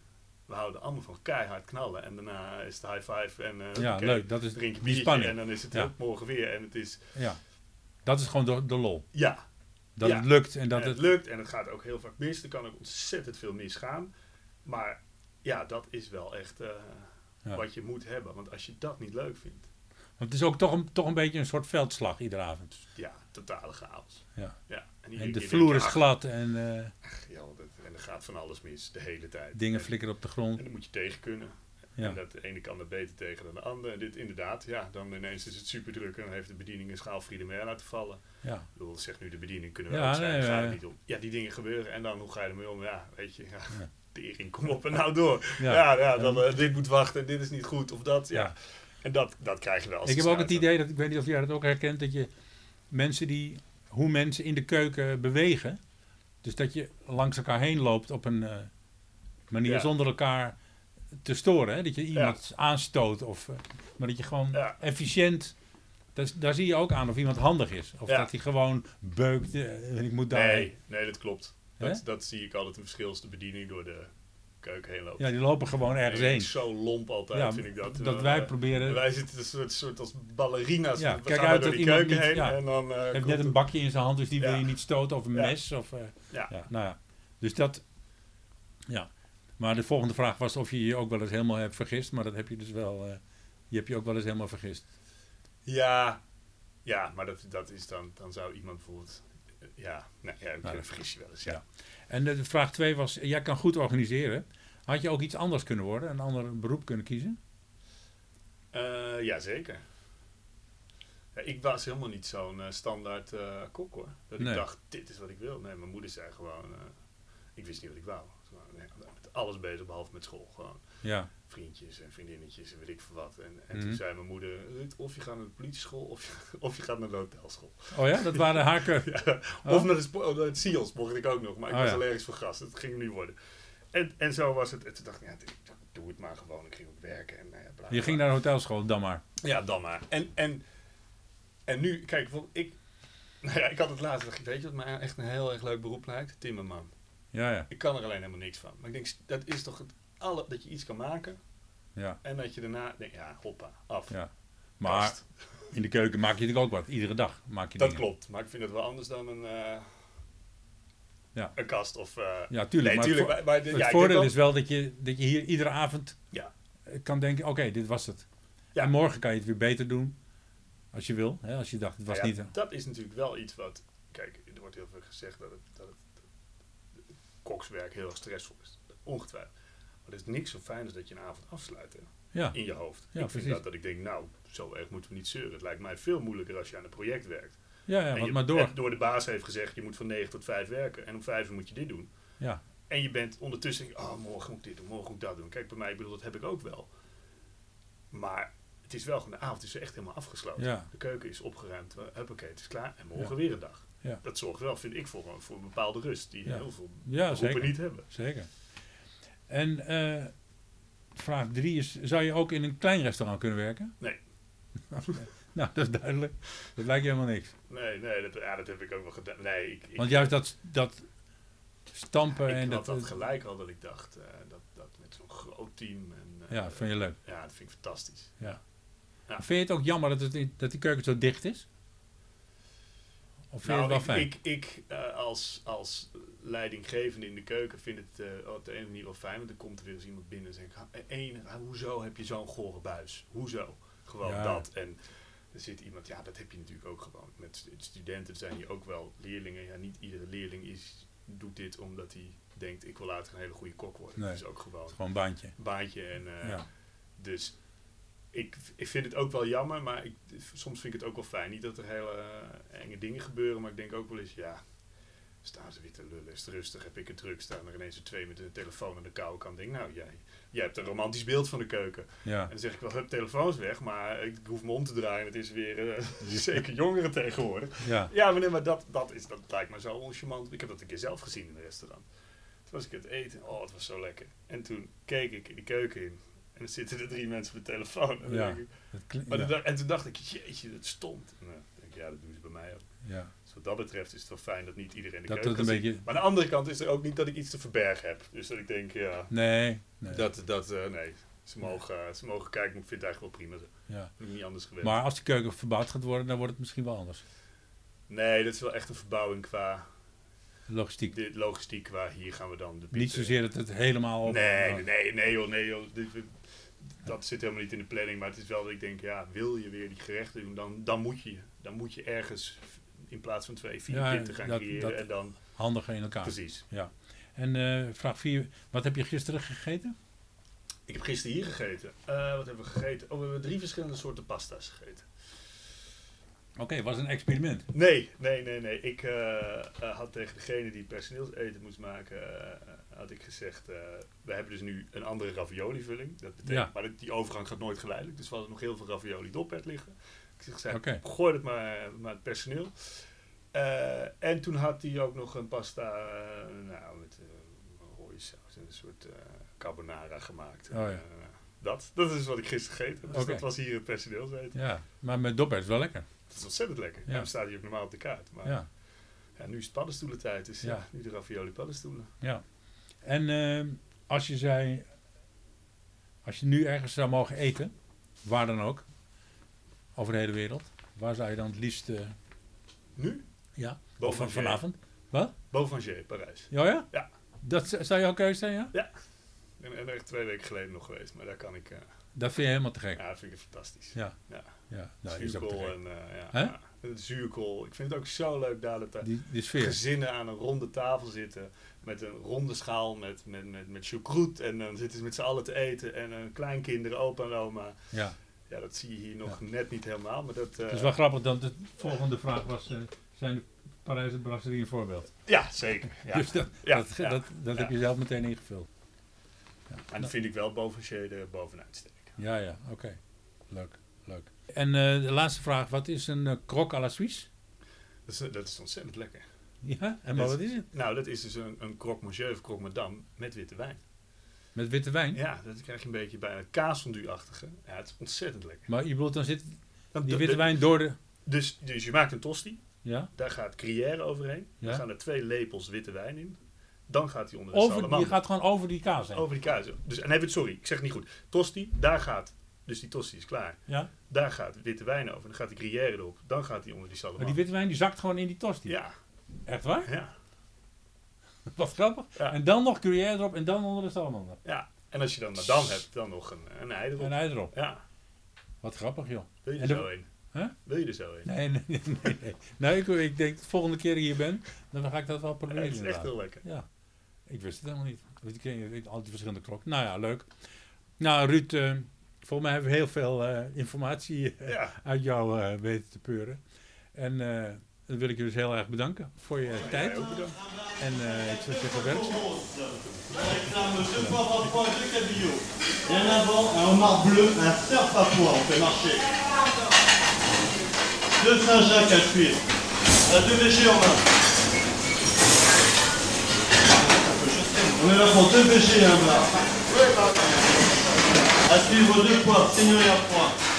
[SPEAKER 3] We houden allemaal van keihard knallen. En daarna is het high five. En eh,
[SPEAKER 2] ja,
[SPEAKER 3] oké,
[SPEAKER 2] leuk. Dat is
[SPEAKER 3] Drink je
[SPEAKER 2] die
[SPEAKER 3] biertje
[SPEAKER 2] spanning.
[SPEAKER 3] en dan is het
[SPEAKER 2] Ja.
[SPEAKER 3] ook morgen weer. En het is,
[SPEAKER 2] Ja. Dat is gewoon de, de lol.
[SPEAKER 3] ja,
[SPEAKER 2] Dat
[SPEAKER 3] Ja.
[SPEAKER 2] het lukt en dat
[SPEAKER 3] en het,
[SPEAKER 2] het...
[SPEAKER 3] lukt. En het gaat ook heel vaak mis. Er kan ook ontzettend veel misgaan. Maar ja, dat is wel echt eh,
[SPEAKER 2] Ja.
[SPEAKER 3] wat je moet hebben. Want als je dat niet leuk vindt,
[SPEAKER 2] Want het is ook toch een, toch een beetje een soort veldslag iedere avond.
[SPEAKER 3] ja, totale chaos.
[SPEAKER 2] Ja.
[SPEAKER 3] Ja, en, iedere
[SPEAKER 2] En de
[SPEAKER 3] keer
[SPEAKER 2] vloer
[SPEAKER 3] denk
[SPEAKER 2] is
[SPEAKER 3] je, "Ah,
[SPEAKER 2] glad en eh,
[SPEAKER 3] ach, joh, dat- en er gaat van alles mis de hele tijd.
[SPEAKER 2] dingen
[SPEAKER 3] En-
[SPEAKER 2] flikkeren op de
[SPEAKER 3] En
[SPEAKER 2] grond.
[SPEAKER 3] dan moet je tegen kunnen. En
[SPEAKER 2] Ja.
[SPEAKER 3] dat de ene kan dat beter tegen dan de ander. En dit inderdaad, ja, dan ineens is het super druk en dan heeft de bediening een schaal Friede meer laten vallen.
[SPEAKER 2] Ja.
[SPEAKER 3] Ik bedoel, zegt nu de bediening, kunnen we
[SPEAKER 2] Ja,
[SPEAKER 3] ook zijn,
[SPEAKER 2] nee,
[SPEAKER 3] daar gaat
[SPEAKER 2] ja.
[SPEAKER 3] het niet om. Ja, die dingen gebeuren en dan hoe ga je ermee om? Ja, weet je, ja,
[SPEAKER 2] Ja.
[SPEAKER 3] tering, kom op en nou door. Ja,
[SPEAKER 2] Ja.
[SPEAKER 3] ja, dan, eh, dit moet wachten en dit is niet goed of dat. Ja.
[SPEAKER 2] Ja.
[SPEAKER 3] En dat, dat krijg je wel als
[SPEAKER 2] Ik heb ook het
[SPEAKER 3] strijd.
[SPEAKER 2] idee, dat ik weet niet of jij dat ook herkent, dat je mensen die, hoe mensen in de keuken bewegen, dus dat je langs elkaar heen loopt op een eh, manier
[SPEAKER 3] Ja.
[SPEAKER 2] zonder elkaar te storen. Hè? Dat je iemand aanstoot, of, eh, maar dat je gewoon
[SPEAKER 3] Ja.
[SPEAKER 2] efficiënt, dat is- daar zie je ook aan of iemand handig is. Of
[SPEAKER 3] Ja.
[SPEAKER 2] dat hij gewoon beukt eh, en ik moet daar...
[SPEAKER 3] Nee, nee, dat klopt. Dat,
[SPEAKER 2] Hè?
[SPEAKER 3] dat zie ik altijd een verschil als de bediening door de keuken heen loopt.
[SPEAKER 2] Ja, die lopen gewoon ergens
[SPEAKER 3] Nee, dat
[SPEAKER 2] heen.
[SPEAKER 3] is Zo lomp altijd,
[SPEAKER 2] Ja,
[SPEAKER 3] vind ik dat.
[SPEAKER 2] Dat
[SPEAKER 3] Eh,
[SPEAKER 2] wij proberen...
[SPEAKER 3] Wij zitten een soort, soort als ballerina's.
[SPEAKER 2] Ja,
[SPEAKER 3] we
[SPEAKER 2] kijk
[SPEAKER 3] gaan
[SPEAKER 2] uit
[SPEAKER 3] door
[SPEAKER 2] dat
[SPEAKER 3] die
[SPEAKER 2] iemand
[SPEAKER 3] keuken
[SPEAKER 2] niet-
[SPEAKER 3] heen
[SPEAKER 2] ja.
[SPEAKER 3] en dan... eh,
[SPEAKER 2] heeft
[SPEAKER 3] komt
[SPEAKER 2] net een
[SPEAKER 3] het-
[SPEAKER 2] bakje in zijn hand, dus die
[SPEAKER 3] Ja.
[SPEAKER 2] wil je niet stoten of een
[SPEAKER 3] Ja.
[SPEAKER 2] mes. Of, eh,
[SPEAKER 3] Ja.
[SPEAKER 2] nou ja. Dus dat. Ja. Maar de volgende vraag was of je je ook wel eens helemaal hebt vergist. Maar dat heb je dus wel. eh, je hebt je ook wel eens helemaal vergist.
[SPEAKER 3] Ja, ja maar dat, dat is dan, dan zou iemand bijvoorbeeld. Ja, nou, ja ik
[SPEAKER 2] Nou, dat-
[SPEAKER 3] vergis je wel eens. Ja.
[SPEAKER 2] ja. En de, de vraag 2 was: jij kan goed organiseren. Had je ook iets anders kunnen worden? Een ander beroep kunnen kiezen?
[SPEAKER 3] Eh, ja, zeker. Ja, ik was helemaal niet zo'n eh, standaard eh, kok hoor. Dat
[SPEAKER 2] Nee.
[SPEAKER 3] ik dacht, dit is wat ik wil. Nee, mijn moeder zei gewoon, eh, ik wist niet wat ik wou. Ze waren met alles bezig behalve met school. Gewoon
[SPEAKER 2] Ja.
[SPEAKER 3] vriendjes en vriendinnetjes en weet ik veel wat. En, en
[SPEAKER 2] Mhm.
[SPEAKER 3] toen zei mijn moeder, Ruud, of je gaat naar de politieschool of je, of je gaat naar de hotelschool.
[SPEAKER 2] Oh ja, dat waren haar keu-
[SPEAKER 3] Ja,
[SPEAKER 2] Oh.
[SPEAKER 3] Of naar de spo- oh, naar het Sions mocht ik ook nog, maar ik
[SPEAKER 2] Oh,
[SPEAKER 3] was
[SPEAKER 2] ja.
[SPEAKER 3] allergisch voor gas. Dat ging nu worden. En, en zo was het. En toen dacht ik, ja, dit- doe het maar gewoon. Ik ging ook werken. En, nou ja, bla,
[SPEAKER 2] Je
[SPEAKER 3] bla.
[SPEAKER 2] ging naar de hotelschool, dan maar.
[SPEAKER 3] Ja, dan maar. En, en, en nu, kijk, bijvoorbeeld, ik, nou ja, ik had het laatst, dacht ik, weet je wat mij echt een heel erg leuk beroep lijkt? Timmerman.
[SPEAKER 2] Ja, ja.
[SPEAKER 3] Ik kan er alleen helemaal niks van. Maar ik denk, dat is toch het alle, dat je iets kan maken
[SPEAKER 2] ja,
[SPEAKER 3] en dat je daarna, nee, ja, hoppa, af.
[SPEAKER 2] ja. Maar
[SPEAKER 3] Kast.
[SPEAKER 2] in de keuken maak je natuurlijk ook wat. Iedere dag maak je
[SPEAKER 3] dat
[SPEAKER 2] dingen.
[SPEAKER 3] klopt. Maar ik vind dat wel anders dan een, eh,
[SPEAKER 2] Ja.
[SPEAKER 3] een kast of... eh,
[SPEAKER 2] Ja, tuurlijk.
[SPEAKER 3] nee,
[SPEAKER 2] maar het
[SPEAKER 3] tuurlijk.
[SPEAKER 2] vo-
[SPEAKER 3] Maar, maar dit-
[SPEAKER 2] Het
[SPEAKER 3] ja, ik denk
[SPEAKER 2] voordeel
[SPEAKER 3] wel-
[SPEAKER 2] is wel dat je, dat je hier iedere avond
[SPEAKER 3] Ja.
[SPEAKER 2] eh, kan denken, oké, dit was het.
[SPEAKER 3] Ja.
[SPEAKER 2] En morgen kan je het weer beter doen, als je wil. Hè? Als je dacht, het was
[SPEAKER 3] Nou ja,
[SPEAKER 2] niet...
[SPEAKER 3] Dat is natuurlijk wel iets wat. Kijk, er wordt heel veel gezegd dat het, dat het, het kokswerk heel erg stressvol is. Ongetwijfeld. Maar het is niks zo fijn als dat je een avond afsluit hè,
[SPEAKER 2] Ja,
[SPEAKER 3] in je hoofd.
[SPEAKER 2] Ja,
[SPEAKER 3] ik vind
[SPEAKER 2] precies.
[SPEAKER 3] dat, dat ik denk, nou, zo erg moeten we niet zeuren. Het lijkt mij veel moeilijker als je aan een project werkt.
[SPEAKER 2] ja, ja
[SPEAKER 3] En
[SPEAKER 2] wat
[SPEAKER 3] je-
[SPEAKER 2] maar door.
[SPEAKER 3] en door de baas heeft gezegd, je moet van 9 tot 5 werken. En om 5 uur moet je dit doen.
[SPEAKER 2] Ja.
[SPEAKER 3] En je bent ondertussen, denk je, oh, morgen moet ik dit doen, morgen moet ik dat doen. Kijk, bij mij, ik bedoel, dat heb ik ook wel. Maar het is wel gewoon, de avond is echt helemaal afgesloten.
[SPEAKER 2] Ja.
[SPEAKER 3] De keuken is opgeruimd, eh, huppakee, het is klaar. En morgen weer een dag.
[SPEAKER 2] Ja.
[SPEAKER 3] Dat zorgt wel, vind ik, voor, een- voor een bepaalde rust. Die
[SPEAKER 2] Ja.
[SPEAKER 3] heel veel
[SPEAKER 2] Ja,
[SPEAKER 3] groepen
[SPEAKER 2] zeker.
[SPEAKER 3] niet hebben.
[SPEAKER 2] Zeker. En eh, vraag drie is, zou je ook in een klein restaurant kunnen werken?
[SPEAKER 3] Nee.
[SPEAKER 2] nou, dat is duidelijk. Dat lijkt je helemaal niks.
[SPEAKER 3] Nee, nee, dat, ja, dat heb ik ook wel gedaan. Nee, ik, ik,
[SPEAKER 2] Want juist dat, dat stampen
[SPEAKER 3] ik
[SPEAKER 2] en
[SPEAKER 3] had
[SPEAKER 2] dat...
[SPEAKER 3] dat gelijk al dat ik dacht, eh, dat, dat met zo'n groot team. En, eh,
[SPEAKER 2] ja, vind je leuk.
[SPEAKER 3] ja, dat vind ik fantastisch.
[SPEAKER 2] Ja.
[SPEAKER 3] Ja.
[SPEAKER 2] Vind je het ook jammer dat, het in- dat die keuken zo dicht is? Of vind je het wel
[SPEAKER 3] Nou,
[SPEAKER 2] fijn?
[SPEAKER 3] ik, ik, ik eh, als, als leidinggevende in de keuken vind het eh, op de ene manier wel fijn. Want dan komt er weer eens iemand binnen en zegt... "Ha, eh, één, ah, hoezo heb je zo'n gore buis? Hoezo? Gewoon
[SPEAKER 2] Ja.
[SPEAKER 3] dat. En er zit iemand, ja, dat heb je natuurlijk ook gewoon. Met stu- studenten zijn hier ook wel leerlingen. Ja, niet iedere leerling is, doet dit omdat hij denkt, ik wil later een hele goede kok worden.
[SPEAKER 2] Nee.
[SPEAKER 3] Dat is ook gewoon
[SPEAKER 2] Gewoon een baantje.
[SPEAKER 3] een baantje. En, eh,
[SPEAKER 2] Ja.
[SPEAKER 3] Dus ik, ik vind het ook wel jammer, maar ik, soms vind ik het ook wel fijn. Niet dat er hele eh, enge dingen gebeuren, maar ik denk ook wel eens, ja, staan ze weer te lullen. Is het rustig, heb ik het druk, staan er ineens twee met een telefoon aan de koude kant. Denk, nou, jij, jij hebt een romantisch beeld van de keuken.
[SPEAKER 2] Ja.
[SPEAKER 3] En dan zeg ik wel, hup, telefoons weg, maar ik hoef me om te draaien. Het is weer eh, zeker jongeren tegenwoordig.
[SPEAKER 2] ja.
[SPEAKER 3] Ja, maar, nee, maar dat, dat, is, dat lijkt me zo oncharmant. Ik heb dat een keer zelf gezien in een restaurant. Toen was ik aan het eten. Oh, het was zo lekker. En toen keek ik in de keuken in. En dan zitten er drie mensen op de telefoon. En, dan
[SPEAKER 2] Ja.
[SPEAKER 3] denk ik,
[SPEAKER 2] Dat klink-
[SPEAKER 3] maar
[SPEAKER 2] ja.
[SPEAKER 3] dan- en toen dacht ik, jeetje, dat stond. Nou, dan denk ik, ja, dat doen ze bij mij ook.
[SPEAKER 2] ja.
[SPEAKER 3] Dus wat dat betreft is het wel fijn dat niet iedereen de
[SPEAKER 2] Dat
[SPEAKER 3] keuken
[SPEAKER 2] het een
[SPEAKER 3] kan zien.
[SPEAKER 2] beetje-
[SPEAKER 3] Maar aan de andere kant is er ook niet dat ik iets te verbergen heb. Dus dat ik denk, ja,
[SPEAKER 2] Nee. nee.
[SPEAKER 3] dat, dat eh, nee. Ze mogen, eh, ze mogen kijken, maar ik vind het eigenlijk wel prima.
[SPEAKER 2] Ja.
[SPEAKER 3] Ik ben niet anders gewend.
[SPEAKER 2] Maar als de keuken verbouwd gaat worden, dan wordt het misschien wel anders.
[SPEAKER 3] Nee, dat is wel echt een verbouwing qua
[SPEAKER 2] Logistiek.
[SPEAKER 3] dit logistiek. Qua hier gaan we dan de
[SPEAKER 2] Niet
[SPEAKER 3] pizza-
[SPEAKER 2] zozeer dat het helemaal... eh, op-
[SPEAKER 3] Nee, nee, nee, nee joh, nee joh. Dit- dit- Dat zit helemaal niet in de planning, maar het is wel dat ik denk, ja, wil je weer die gerechten doen, dan, dan, moet, je, dan moet je ergens in plaats van twee, vier
[SPEAKER 2] Ja,
[SPEAKER 3] punten gaan
[SPEAKER 2] dat-
[SPEAKER 3] creëren
[SPEAKER 2] dat-
[SPEAKER 3] en dan,
[SPEAKER 2] Handiger in elkaar.
[SPEAKER 3] precies.
[SPEAKER 2] En eh, vraag 4. Wat heb je gisteren gegeten?
[SPEAKER 3] Ik heb gisteren hier gegeten. Eh, wat hebben we gegeten? Oh, we hebben drie verschillende soorten pasta's gegeten.
[SPEAKER 2] Oké, was een experiment.
[SPEAKER 3] Nee, nee, nee, nee. Ik eh, eh, had tegen degene die personeelseten moest maken, eh, had ik gezegd, eh, we hebben dus nu een andere ravioli-vulling. Dat betekent,
[SPEAKER 2] Ja.
[SPEAKER 3] maar dit- die overgang gaat nooit geleidelijk. Dus we hadden nog heel veel ravioli doppet liggen. Ik zeg, zei,
[SPEAKER 2] Oké.
[SPEAKER 3] gooi het maar, maar het personeel. Eh, en toen had hij ook nog een pasta, eh, nou, met eh rode saus en een soort eh, carbonara gemaakt.
[SPEAKER 2] Oh ja.
[SPEAKER 3] Eh, dat, dat is wat ik gisteren gegeten heb. Dus
[SPEAKER 2] Oké.
[SPEAKER 3] dat was hier het personeelseten.
[SPEAKER 2] Ja, maar met dopper is wel lekker.
[SPEAKER 3] Dat is ontzettend lekker.
[SPEAKER 2] Ja.
[SPEAKER 3] Daarom staat hij ook normaal op de kaart. Maar
[SPEAKER 2] Ja,
[SPEAKER 3] ja, nu is het paddenstoelentijd, dus ja.
[SPEAKER 2] Ja.
[SPEAKER 3] nu de ravioli paddenstoelen.
[SPEAKER 2] ja. En ehm, als je zei... Als je nu ergens zou mogen eten, waar dan ook, over de hele wereld, waar zou je dan het liefst... eh,
[SPEAKER 3] Nu?
[SPEAKER 2] ja,
[SPEAKER 3] Boven
[SPEAKER 2] of van,
[SPEAKER 3] van Zee.
[SPEAKER 2] vanavond?
[SPEAKER 3] Bovanger, Parijs.
[SPEAKER 2] Ja, Oh ja?
[SPEAKER 3] Ja.
[SPEAKER 2] Dat z- zou jouw keuze zijn, ja?
[SPEAKER 3] Ik ben er echt twee weken geleden nog geweest, maar daar kan ik... eh,
[SPEAKER 2] Dat vind je helemaal te gek.
[SPEAKER 3] ja, dat vind ik fantastisch.
[SPEAKER 2] Ja.
[SPEAKER 3] Ja.
[SPEAKER 2] Ja, nou, die is ook te
[SPEAKER 3] zuurkool
[SPEAKER 2] gek.
[SPEAKER 3] en... eh, ja,
[SPEAKER 2] Hè?
[SPEAKER 3] ja. En het zuurkool. Ik vind het ook zo leuk daar dat daar
[SPEAKER 2] Die, die sfeer.
[SPEAKER 3] gezinnen aan een ronde tafel zitten. Met een ronde schaal met, met, met, met choucroute. En dan zitten ze met z'n allen te eten. En eh, kleinkinderen, opa en oma.
[SPEAKER 2] Ja.
[SPEAKER 3] Ja, dat zie je hier nog net niet helemaal. Maar dat... eh,
[SPEAKER 2] Het is wel grappig dat de volgende vraag was: eh, zijn de Parijse brasserie een voorbeeld?
[SPEAKER 3] Ja, zeker. Ja.
[SPEAKER 2] Dus dat,
[SPEAKER 3] Ja,
[SPEAKER 2] dat,
[SPEAKER 3] ja,
[SPEAKER 2] dat, dat heb
[SPEAKER 3] ja.
[SPEAKER 2] je zelf meteen ingevuld.
[SPEAKER 3] en dan vind ik wel Bovanger er bovenuit steken.
[SPEAKER 2] Ja, ja, oké. Leuk, leuk. En eh, de laatste vraag: wat is een eh, croque à la Suisse?
[SPEAKER 3] Dat is, dat is ontzettend lekker.
[SPEAKER 2] Ja, en maar
[SPEAKER 3] Dus-
[SPEAKER 2] wat is het?
[SPEAKER 3] Nou, dat is dus een, een croque monsieur of croque madame met witte wijn.
[SPEAKER 2] Met witte wijn?
[SPEAKER 3] Ja, dat krijg je een beetje bijna kaasfondue-achtige. Ja, het is ontzettend lekker.
[SPEAKER 2] Maar je bedoelt, dan zit
[SPEAKER 3] Dan-
[SPEAKER 2] die
[SPEAKER 3] de-
[SPEAKER 2] witte
[SPEAKER 3] de-
[SPEAKER 2] wijn door de.
[SPEAKER 3] Dus, dus je maakt een tosti,
[SPEAKER 2] Ja?
[SPEAKER 3] daar gaat gruyère overheen.
[SPEAKER 2] Ja.
[SPEAKER 3] Dan gaan er twee lepels witte wijn in. Dan gaat die onder de
[SPEAKER 2] Over, die
[SPEAKER 3] salamander.
[SPEAKER 2] gaat gewoon over die kaas heen.
[SPEAKER 3] Over die kaas. Dus, en nee, sorry, ik zeg het niet goed. Tosti, daar gaat... Dus die tosti is klaar.
[SPEAKER 2] Ja?
[SPEAKER 3] Daar gaat witte wijn over. Dan gaat die gruyère erop. Dan gaat die onder die
[SPEAKER 2] Maar
[SPEAKER 3] salamander.
[SPEAKER 2] die witte wijn die zakt gewoon in die tosti.
[SPEAKER 3] Ja,
[SPEAKER 2] Echt waar?
[SPEAKER 3] ja,
[SPEAKER 2] Wat grappig.
[SPEAKER 3] Ja.
[SPEAKER 2] En dan nog gruyère erop en dan onder de salamander.
[SPEAKER 3] ja. En als je dan madame hebt, dan nog een, een ei erop.
[SPEAKER 2] En hij erop.
[SPEAKER 3] Ja,
[SPEAKER 2] Wat grappig, joh.
[SPEAKER 3] wil je er
[SPEAKER 2] En de-
[SPEAKER 3] zo een?
[SPEAKER 2] Huh?
[SPEAKER 3] Wil je er zo een?
[SPEAKER 2] Nee, nee, nee. nee, nee. Nou, ik, ik denk de volgende keer ik hier ben, dan ga ik dat wel
[SPEAKER 3] Ja,
[SPEAKER 2] proberen.
[SPEAKER 3] het is echt
[SPEAKER 2] inderdaad.
[SPEAKER 3] heel lekker.
[SPEAKER 2] Ja, ik wist het helemaal niet. Want Ik kreeg ik weet al die verschillende klokken. Nou ja, leuk. Nou, Ruud, eh, volgens mij hebben we heel veel eh, informatie eh,
[SPEAKER 3] Ja.
[SPEAKER 2] uit jou eh, weten te peuren. En eh, dan wil ik je dus heel erg bedanken voor je tijd.
[SPEAKER 3] Heel bedankt.
[SPEAKER 2] En eh, ik zou zeggen, werk.
[SPEAKER 1] On réclame deux fois par pois, deux cabillauds. Et un avant, un homard bleu, un cerf à pois, on fait marcher. Deux Saint-Jacques à cuire. La deux béchés en main. On est là pour deux béchés et un bras. À suivre deux pois, seigneur et un pois.